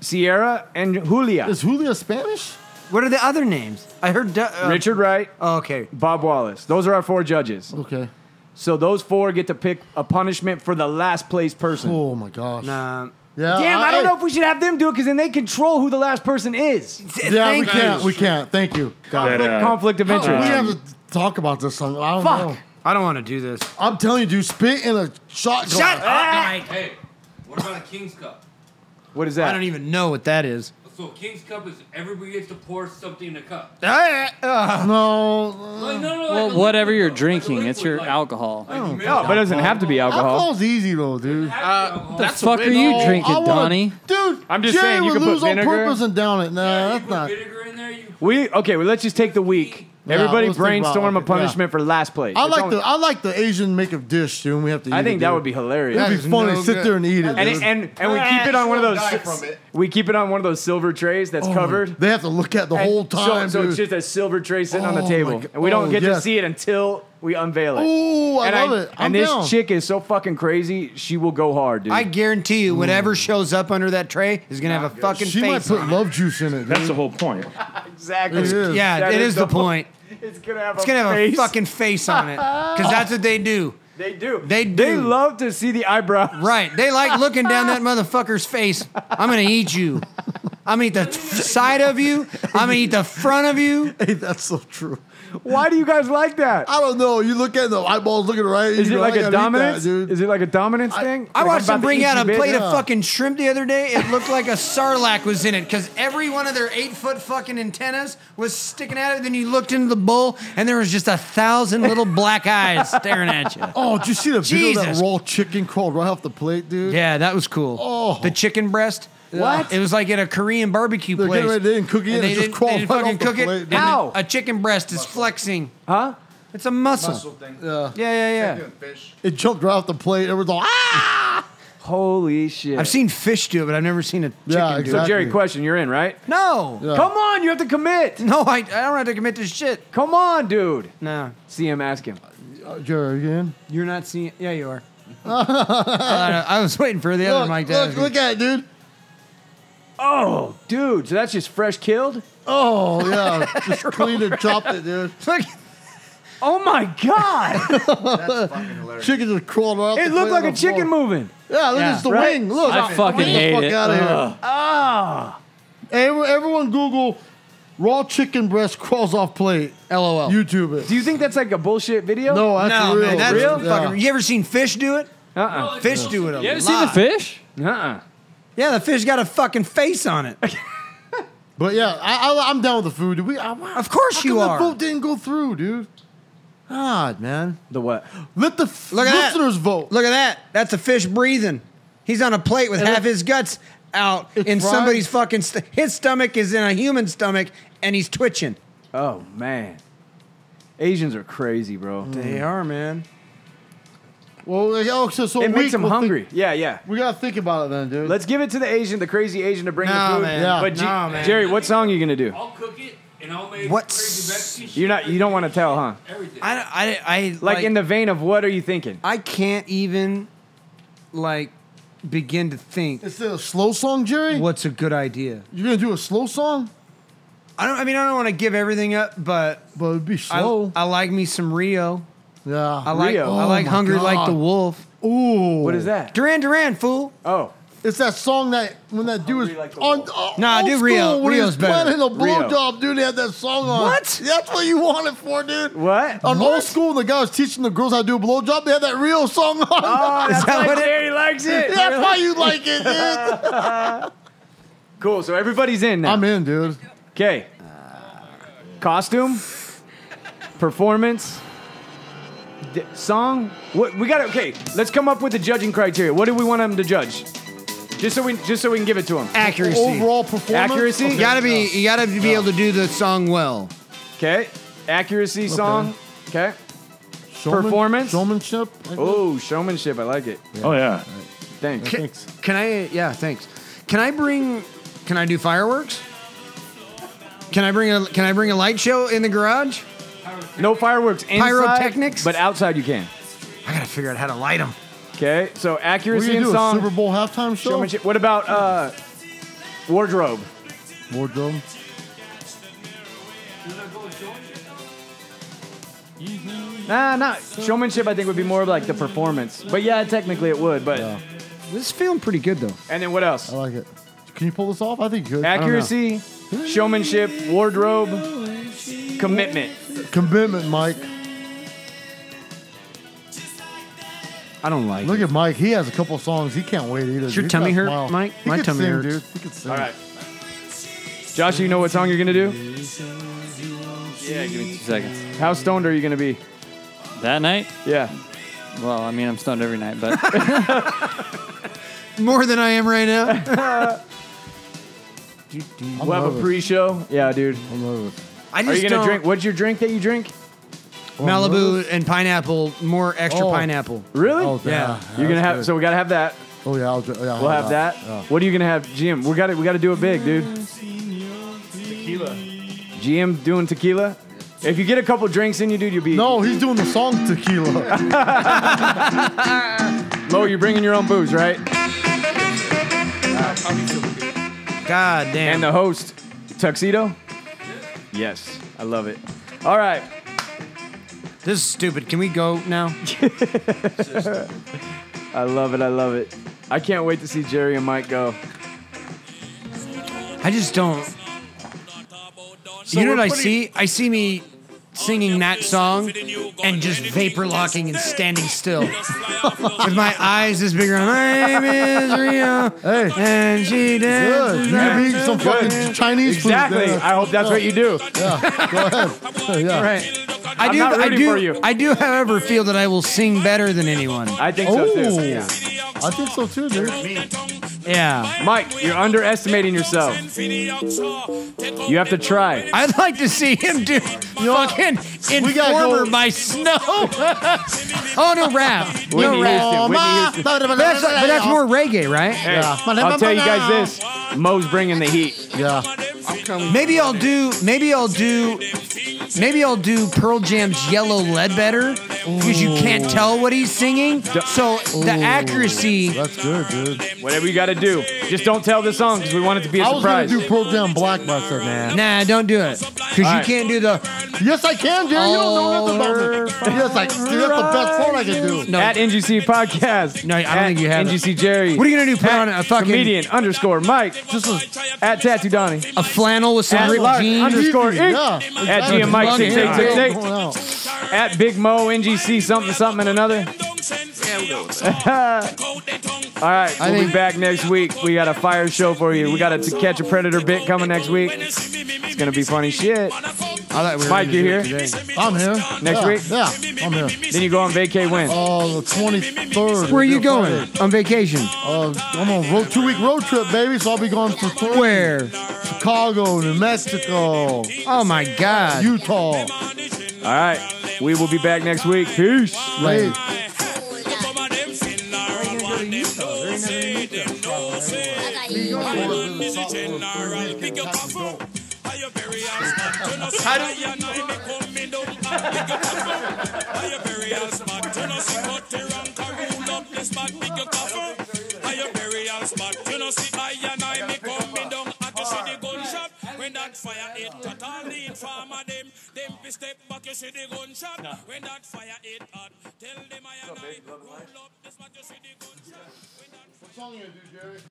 Speaker 4: Sierra and Julia.
Speaker 2: Is Julia Spanish?
Speaker 7: What are the other names? I heard Du- uh,
Speaker 4: Richard Wright,
Speaker 7: Oh, okay.
Speaker 4: Bob Wallace. Those are our four judges.
Speaker 2: Okay.
Speaker 4: So those four get to pick a punishment for the last place person.
Speaker 2: Oh my gosh.
Speaker 7: Um,
Speaker 2: Yeah.
Speaker 4: Damn, I don't know if we should have them do it because then they control who the last person is.
Speaker 7: th-
Speaker 2: Yeah, we
Speaker 7: thank
Speaker 2: can't.
Speaker 7: you.
Speaker 2: We can't. Thank you. God.
Speaker 5: That, uh,
Speaker 4: Conflict of
Speaker 2: we
Speaker 4: interest.
Speaker 2: have to talk about this. Song. I don't
Speaker 4: Fuck.
Speaker 2: know.
Speaker 7: I don't want to do this.
Speaker 2: I'm telling you, dude. Spit in a shot.
Speaker 7: Shut
Speaker 2: glass.
Speaker 7: up!
Speaker 11: Hey, what about a king's cup?
Speaker 4: What is
Speaker 7: I
Speaker 4: that?
Speaker 7: don't even know what that is.
Speaker 11: So king's cup is everybody gets to pour something in a cup.
Speaker 7: Ah,
Speaker 2: No.
Speaker 11: Like, no, no, like a
Speaker 6: Well,
Speaker 11: liquid,
Speaker 6: whatever you're
Speaker 11: though, like a
Speaker 6: drinking, it's
Speaker 11: liquid,
Speaker 6: your
Speaker 11: like-
Speaker 6: alcohol.
Speaker 11: like milk.
Speaker 4: No, Oh, but it doesn't have to be alcohol.
Speaker 2: Alcohol's easy though, dude.
Speaker 11: Alcohol.
Speaker 6: The fuck are
Speaker 13: win-
Speaker 6: you
Speaker 2: Oh, I
Speaker 6: drinking,
Speaker 2: wanna-
Speaker 6: Donnie?
Speaker 2: Dude,
Speaker 4: I'm just
Speaker 2: Jerry
Speaker 4: saying, you
Speaker 2: would
Speaker 4: can put
Speaker 2: lose on
Speaker 4: vinegar.
Speaker 2: purpose and down it.
Speaker 11: Yeah,
Speaker 2: Nah,
Speaker 11: you
Speaker 2: that's
Speaker 11: put
Speaker 2: not.
Speaker 11: vinegar in there. You
Speaker 4: We okay. Well, let's just take the week.
Speaker 2: Yeah,
Speaker 4: Everybody
Speaker 2: let's think about-
Speaker 4: brainstorm
Speaker 2: okay,
Speaker 4: a punishment for last place.
Speaker 2: I
Speaker 4: It's
Speaker 2: like
Speaker 4: only-
Speaker 2: the I like the Asian make of dish, dude. and We have to. Eat
Speaker 4: I
Speaker 2: it,
Speaker 4: think that
Speaker 2: dude.
Speaker 4: would be hilarious.
Speaker 2: It'd be
Speaker 13: That is
Speaker 2: funny.
Speaker 13: no
Speaker 2: Sit
Speaker 13: good.
Speaker 2: there and eat it.
Speaker 4: and
Speaker 2: dude.
Speaker 4: it, and and we keep it on one of
Speaker 13: Someone die from
Speaker 4: those.
Speaker 13: it.
Speaker 4: We keep it on one of those silver trays that's covered.
Speaker 2: they have to look at Oh the
Speaker 4: And
Speaker 2: whole
Speaker 4: so-
Speaker 2: time,
Speaker 4: so,
Speaker 2: dude.
Speaker 4: it's just a silver tray sitting on
Speaker 2: Oh
Speaker 4: the
Speaker 2: my
Speaker 4: table,
Speaker 2: God.
Speaker 4: and we don't
Speaker 2: Oh,
Speaker 4: get to
Speaker 2: yes.
Speaker 4: see it until we unveil it.
Speaker 2: Ooh, I
Speaker 4: and
Speaker 2: love it. I'm
Speaker 4: and this
Speaker 2: down.
Speaker 4: chick is so fucking crazy. She will go hard, dude.
Speaker 7: I guarantee you, whatever shows up under that tray is gonna have a fucking
Speaker 2: she might
Speaker 7: face.
Speaker 2: put
Speaker 7: on it.
Speaker 2: love juice in it. Dude. <laughs>
Speaker 5: That's the whole point.
Speaker 4: exactly.
Speaker 2: It is.
Speaker 4: <laughs>
Speaker 7: Yeah,
Speaker 4: That
Speaker 7: it is, the
Speaker 4: point.
Speaker 7: point.
Speaker 4: <laughs> It's gonna have
Speaker 7: It's
Speaker 4: a
Speaker 7: gonna have
Speaker 4: face.
Speaker 7: a fucking face on it because that's what they do.
Speaker 4: They do.
Speaker 7: They do.
Speaker 4: They love to see the eyebrows.
Speaker 7: Right. They like looking down that motherfucker's face. I'm gonna eat you. I'm gonna eat the side of you. I'm gonna eat the front of you.
Speaker 2: Hey, that's so true.
Speaker 4: <laughs> Why do you guys like that?
Speaker 2: I don't know. You look at the eyeballs looking right.
Speaker 4: Is
Speaker 2: you
Speaker 4: it
Speaker 2: go,
Speaker 4: like
Speaker 2: I
Speaker 4: a
Speaker 2: gotta eat
Speaker 4: dominance?
Speaker 2: that, dude.
Speaker 4: Is it like a dominance thing?
Speaker 7: I
Speaker 4: Like,
Speaker 7: watched
Speaker 4: I'm about to
Speaker 7: them bring
Speaker 4: eat
Speaker 7: out
Speaker 4: you,
Speaker 7: a
Speaker 4: bitch?
Speaker 7: plate
Speaker 4: Yeah.
Speaker 7: of fucking shrimp the other day. It looked like a sarlacc was in it because every one of their eight foot fucking antennas was sticking out of it. Then you looked into the bowl and there was just a thousand little black eyes staring at you.
Speaker 2: Oh, did you see the video of
Speaker 7: Jesus.
Speaker 2: that raw chicken crawled right off the plate, dude?
Speaker 7: Yeah, that was cool.
Speaker 2: Oh.
Speaker 7: The chicken breast.
Speaker 2: What?
Speaker 7: It was like at a Korean barbecue
Speaker 2: They're
Speaker 7: place.
Speaker 2: getting ready to cook it and
Speaker 7: they
Speaker 2: it just
Speaker 7: didn't,
Speaker 2: crawls
Speaker 7: they didn't
Speaker 2: right
Speaker 7: fucking
Speaker 2: off the
Speaker 7: cook
Speaker 2: plate,
Speaker 7: it.
Speaker 2: dude.
Speaker 7: How? A chicken breast is flexing.
Speaker 4: Huh?
Speaker 7: It's a muscle.
Speaker 2: Muscle
Speaker 14: thing.
Speaker 2: Yeah.
Speaker 7: Yeah, yeah, yeah.
Speaker 2: It jumped right off the plate. It was all ah.
Speaker 4: Holy shit.
Speaker 7: I've seen fish do it, but I've never seen a chicken
Speaker 2: Yeah,
Speaker 7: do it.
Speaker 4: So Jerry, question, you're in, right?
Speaker 7: No.
Speaker 4: Come on, you have to commit.
Speaker 7: No, I, I don't have to commit to shit.
Speaker 4: Come on, dude.
Speaker 7: No.
Speaker 4: See him ask him.
Speaker 2: Uh, Jerry again.
Speaker 7: You're not seeing. Yeah,
Speaker 2: <laughs>
Speaker 7: you are. Uh, I, I was waiting for the other
Speaker 2: Look,
Speaker 7: mic. to
Speaker 2: look,
Speaker 7: ask
Speaker 2: look
Speaker 7: me.
Speaker 2: at it, dude.
Speaker 4: Oh, dude. So that's just fresh killed?
Speaker 2: Oh yeah,
Speaker 4: <laughs>
Speaker 2: just cleaned and chopped it, dude.
Speaker 7: Look,
Speaker 4: Oh my
Speaker 7: <laughs>
Speaker 4: god.
Speaker 2: Chicken just crawled right off.
Speaker 4: it
Speaker 2: the
Speaker 4: looked
Speaker 2: plate on
Speaker 4: like a
Speaker 2: the
Speaker 4: chicken
Speaker 2: floor.
Speaker 4: moving.
Speaker 2: Yeah, look
Speaker 7: Yeah.
Speaker 2: at the
Speaker 4: Right?
Speaker 2: wing. Look,
Speaker 6: I fucking
Speaker 2: get the
Speaker 6: hate
Speaker 2: fuck
Speaker 6: it.
Speaker 2: out of here.
Speaker 6: Ugh.
Speaker 4: Ah.
Speaker 2: Everyone, everyone Google raw chicken breast crawls off plate.
Speaker 7: LOL.
Speaker 2: YouTube it.
Speaker 4: Do you think that's like a bullshit video?
Speaker 2: No, that's
Speaker 7: no,
Speaker 2: real.
Speaker 7: man, that's
Speaker 2: real?
Speaker 7: fucking. You ever seen fish do it?
Speaker 4: Uh-uh.
Speaker 7: Fish do it a
Speaker 6: You
Speaker 7: lot.
Speaker 6: ever seen the fish?
Speaker 4: Uh-uh.
Speaker 7: Yeah, the fish got a fucking face
Speaker 6: <laughs>
Speaker 7: on it.
Speaker 2: But yeah, I, I, I'm down with the food. dude. We, I, why-
Speaker 7: Of course
Speaker 2: how
Speaker 7: you
Speaker 2: come
Speaker 7: are.
Speaker 2: The vote didn't go through, dude. God, man.
Speaker 4: The what?
Speaker 2: Let the f-
Speaker 7: Look at that.
Speaker 2: listeners vote.
Speaker 7: Look at that. That's a fish breathing. He's on a plate with half his guts out
Speaker 2: It's
Speaker 7: in
Speaker 2: fried.
Speaker 7: somebody's fucking. St- his stomach is in a human stomach, and he's twitching.
Speaker 4: Oh man. Asians are crazy, bro.
Speaker 2: Mm.
Speaker 7: They are, man.
Speaker 2: Well, like, oh, so, so
Speaker 4: It
Speaker 2: weak,
Speaker 4: makes them
Speaker 2: we'll think-
Speaker 4: hungry. yeah, yeah.
Speaker 2: we gotta think about it then, dude.
Speaker 4: Let's give it to the Asian, the crazy Asian, to bring the
Speaker 7: No,
Speaker 4: food.
Speaker 7: man.
Speaker 2: Yeah.
Speaker 4: But G-
Speaker 7: No, man.
Speaker 4: Jerry, what song are you gonna do?
Speaker 5: I'll cook it and I'll make
Speaker 7: What's-
Speaker 5: crazy Mexican shit.
Speaker 4: You're not. You don't want to tell, huh?
Speaker 5: Everything.
Speaker 7: I, I, I
Speaker 4: Like, in the vein of what are you thinking?
Speaker 7: I can't even, like, begin to think
Speaker 2: It's a slow song, Jerry.
Speaker 7: what's a good idea.
Speaker 2: You're gonna do a slow song,
Speaker 7: I don't. I mean, I don't want to give everything up, but
Speaker 2: but it'd be
Speaker 7: I,
Speaker 2: slow.
Speaker 7: I like me some Rio.
Speaker 2: yeah.
Speaker 7: I like.
Speaker 4: Rio?
Speaker 7: I
Speaker 2: Oh
Speaker 7: like
Speaker 2: my
Speaker 7: Hungry Like
Speaker 2: God.
Speaker 7: the Wolf.
Speaker 2: Ooh.
Speaker 4: What is that?
Speaker 7: Duran Duran, fool.
Speaker 4: Oh,
Speaker 2: It's that song that when that dude was
Speaker 4: Hungry like the
Speaker 2: on.
Speaker 4: wolf.
Speaker 2: Uh,
Speaker 7: Nah,
Speaker 2: old
Speaker 7: do
Speaker 2: school,
Speaker 7: Rio.
Speaker 2: When
Speaker 7: Rio's
Speaker 2: he was planning a
Speaker 4: Rio.
Speaker 2: blowjob, dude, they had that song on.
Speaker 7: What?
Speaker 2: That's what you wanted for, dude.
Speaker 4: what? <laughs>
Speaker 2: On old school, the guy was teaching the girls how to do a blowjob. They had that Rio song on.
Speaker 4: Oh, that's
Speaker 7: that
Speaker 4: why
Speaker 7: what it-
Speaker 4: Jerry likes it.
Speaker 2: <laughs> That's why you like it, dude.
Speaker 4: Cool. So everybody's in now.
Speaker 2: I'm in, dude.
Speaker 4: Okay. Costume, performance, d- song. What we got? to Okay, let's come up with the judging criteria. What do we want them to judge? Just so we, just so we can give it to them.
Speaker 7: Accuracy.
Speaker 2: Overall performance.
Speaker 4: Accuracy?
Speaker 2: Okay.
Speaker 7: You gotta be. You gotta be able to do the song well.
Speaker 4: Okay. Accuracy, song. Okay.
Speaker 2: Showman-
Speaker 4: performance?
Speaker 2: Showmanship.
Speaker 4: Oh, showmanship. I like it.
Speaker 5: oh yeah.
Speaker 4: Thanks.
Speaker 2: Thanks.
Speaker 7: Can I? Yeah, thanks. Can I bring? Can I do fireworks? Can I bring a? Can I bring a light show in the garage?
Speaker 4: No fireworks inside,
Speaker 7: Pyrotechnics?
Speaker 4: but outside you can.
Speaker 7: I gotta figure out how to light them.
Speaker 4: Okay. So
Speaker 2: What are
Speaker 4: accuracy
Speaker 2: you
Speaker 4: and
Speaker 2: doing?
Speaker 4: song.
Speaker 2: Super Bowl halftime show?
Speaker 4: Showmanship. What about uh, wardrobe?
Speaker 2: Wardrobe.
Speaker 4: Nah, not showmanship. I think would be more of like the performance. But yeah, technically it would. But
Speaker 2: Yeah.
Speaker 7: This is feeling pretty good though.
Speaker 4: and then what else?
Speaker 2: I like it. Can you pull this off? I think you could. I don't know.
Speaker 4: Accuracy, showmanship, wardrobe, commitment.
Speaker 2: Commitment, Mike.
Speaker 7: I don't like.
Speaker 2: Look
Speaker 7: it.
Speaker 2: at Mike. He has a couple songs. He can't wait either.
Speaker 7: Does your
Speaker 2: dude. He's got
Speaker 7: tummy
Speaker 2: a
Speaker 7: hurt,
Speaker 2: smile.
Speaker 7: Mike?
Speaker 2: He
Speaker 7: My
Speaker 2: could
Speaker 7: tummy
Speaker 2: sing,
Speaker 7: hurts.
Speaker 2: dude. He could sing.
Speaker 4: All right. Josh, you know what song you're gonna do?
Speaker 6: Yeah, give me two seconds.
Speaker 4: How stoned are you gonna be?
Speaker 6: That night?
Speaker 4: Yeah.
Speaker 6: Well, I mean, I'm stoned every night, but
Speaker 7: more than I am right now.
Speaker 2: I'm
Speaker 4: We'll have
Speaker 2: over
Speaker 4: a
Speaker 2: it.
Speaker 4: pre-show. Yeah, dude.
Speaker 2: I'm over it.
Speaker 7: I
Speaker 4: Are
Speaker 7: just
Speaker 4: you gonna
Speaker 7: don't-
Speaker 4: drink? What's your drink that you drink?
Speaker 7: Malibu and pineapple, more extra
Speaker 2: Oh.
Speaker 7: pineapple.
Speaker 4: Really?
Speaker 2: Oh,
Speaker 7: Yeah.
Speaker 4: You're gonna have. So we gotta have that.
Speaker 2: Oh yeah, I'll, dr- yeah.
Speaker 4: We'll have that.
Speaker 2: Yeah.
Speaker 4: What are you gonna have, GM? We got to We got to do it big, dude. Tequila. GM doing tequila. If you get a couple drinks in you, dude, you'll be.
Speaker 2: No, he's doing the song
Speaker 7: <laughs>
Speaker 2: tequila.
Speaker 4: Mo, you're bringing your own booze, right?
Speaker 7: God damn.
Speaker 4: And the host, tuxedo. Yes, I love it. All right.
Speaker 7: This is stupid. Can we go now?
Speaker 4: I love it. I love it. I can't wait to see Jerry and Mike go.
Speaker 7: I just don't. you know what I see? I see me singing that song and just vapor locking and standing still with my eyes this big around. My name is Rio, and she dances.
Speaker 2: Good. You could be eating some fucking Chinese food.
Speaker 7: Exactly.
Speaker 2: there.
Speaker 7: I hope that's what you do.
Speaker 2: Yeah. Go
Speaker 7: <laughs>
Speaker 2: ahead. Yeah, yeah.
Speaker 7: Right. I
Speaker 2: I'm
Speaker 7: do.
Speaker 2: not
Speaker 7: I
Speaker 2: rooting
Speaker 7: do.
Speaker 2: for you.
Speaker 7: I do, however, feel that I will sing better than anyone. I
Speaker 4: think
Speaker 2: Oh. I think so too, dude.
Speaker 7: Yeah.
Speaker 4: Mike, you're underestimating yourself. You have to try.
Speaker 7: I'd like to see him do fucking informer by Snow <laughs> on a rap.
Speaker 4: Whitney Houston,
Speaker 7: no rap.
Speaker 4: Whitney Houston.
Speaker 7: But that's, but that's more reggae, right?
Speaker 4: Hey, I'll tell you guys this. Moe's bringing the heat.
Speaker 2: Yeah.
Speaker 7: Maybe I'll do. Maybe I'll do. Maybe I'll do Pearl Jam's "Yellow Lead" better because you can't tell what he's singing. So the accuracy.
Speaker 2: That's good, dude.
Speaker 4: Whatever you got to do. Just don't tell the song because we want it to be a
Speaker 2: I was
Speaker 4: surprise.
Speaker 2: gonna do Pearl Jam Black by myself.
Speaker 7: Nah, don't do it because you
Speaker 4: Alright.
Speaker 7: can't do the.
Speaker 2: Yes, I can, Jerry. You don't know nothing about me. Yes, I. Dude, that's the best part I can do.
Speaker 7: No.
Speaker 4: At NGC Podcast.
Speaker 7: No, I don't
Speaker 4: At
Speaker 7: think you have it.
Speaker 4: NGC Jerry.
Speaker 7: What are you gonna do? Put
Speaker 4: At
Speaker 7: on a fucking
Speaker 4: comedian underscore Mike. This is at Tattoo Donnie.
Speaker 7: a flannel with some
Speaker 4: At
Speaker 7: ripped
Speaker 4: Lark
Speaker 7: jeans.
Speaker 4: underscore Inc.
Speaker 2: Yeah.
Speaker 4: At GM Mike
Speaker 7: Plug it.
Speaker 4: six eight six
Speaker 2: Going
Speaker 4: eight.
Speaker 2: out.
Speaker 4: At Big Mo NGC something something and another. <laughs> All right, we'll be
Speaker 7: think-
Speaker 4: back next week. We got a fire show for you. We got a to catch a predator bit coming next week. It's gonna be funny shit.
Speaker 7: I thought we were
Speaker 4: Mike,
Speaker 7: gonna
Speaker 4: you
Speaker 7: do it
Speaker 4: here?
Speaker 7: today.
Speaker 2: I'm here.
Speaker 4: Next
Speaker 2: Yeah,
Speaker 4: week?
Speaker 2: Yeah, I'm here.
Speaker 4: Then you go on vacay when?
Speaker 2: Uh, the 23rd.
Speaker 7: Where are you
Speaker 2: Friday.
Speaker 7: going on vacation?
Speaker 2: Uh, I'm on a road, two-week road trip, baby. So I'll be going for Florida,
Speaker 7: Where?
Speaker 2: Chicago, New Mexico,
Speaker 7: Oh my God.
Speaker 2: Utah.
Speaker 4: All right, we will be back next week. Peace.
Speaker 2: Hey,
Speaker 15: When that fire hit, cut all the informer them. Them fi step back, you see the gunshot. When that fire hit hot, tell them I am not. Roll up, this man, you see the gunshot. When that fire-
Speaker 2: What song you gonna do, Jerry?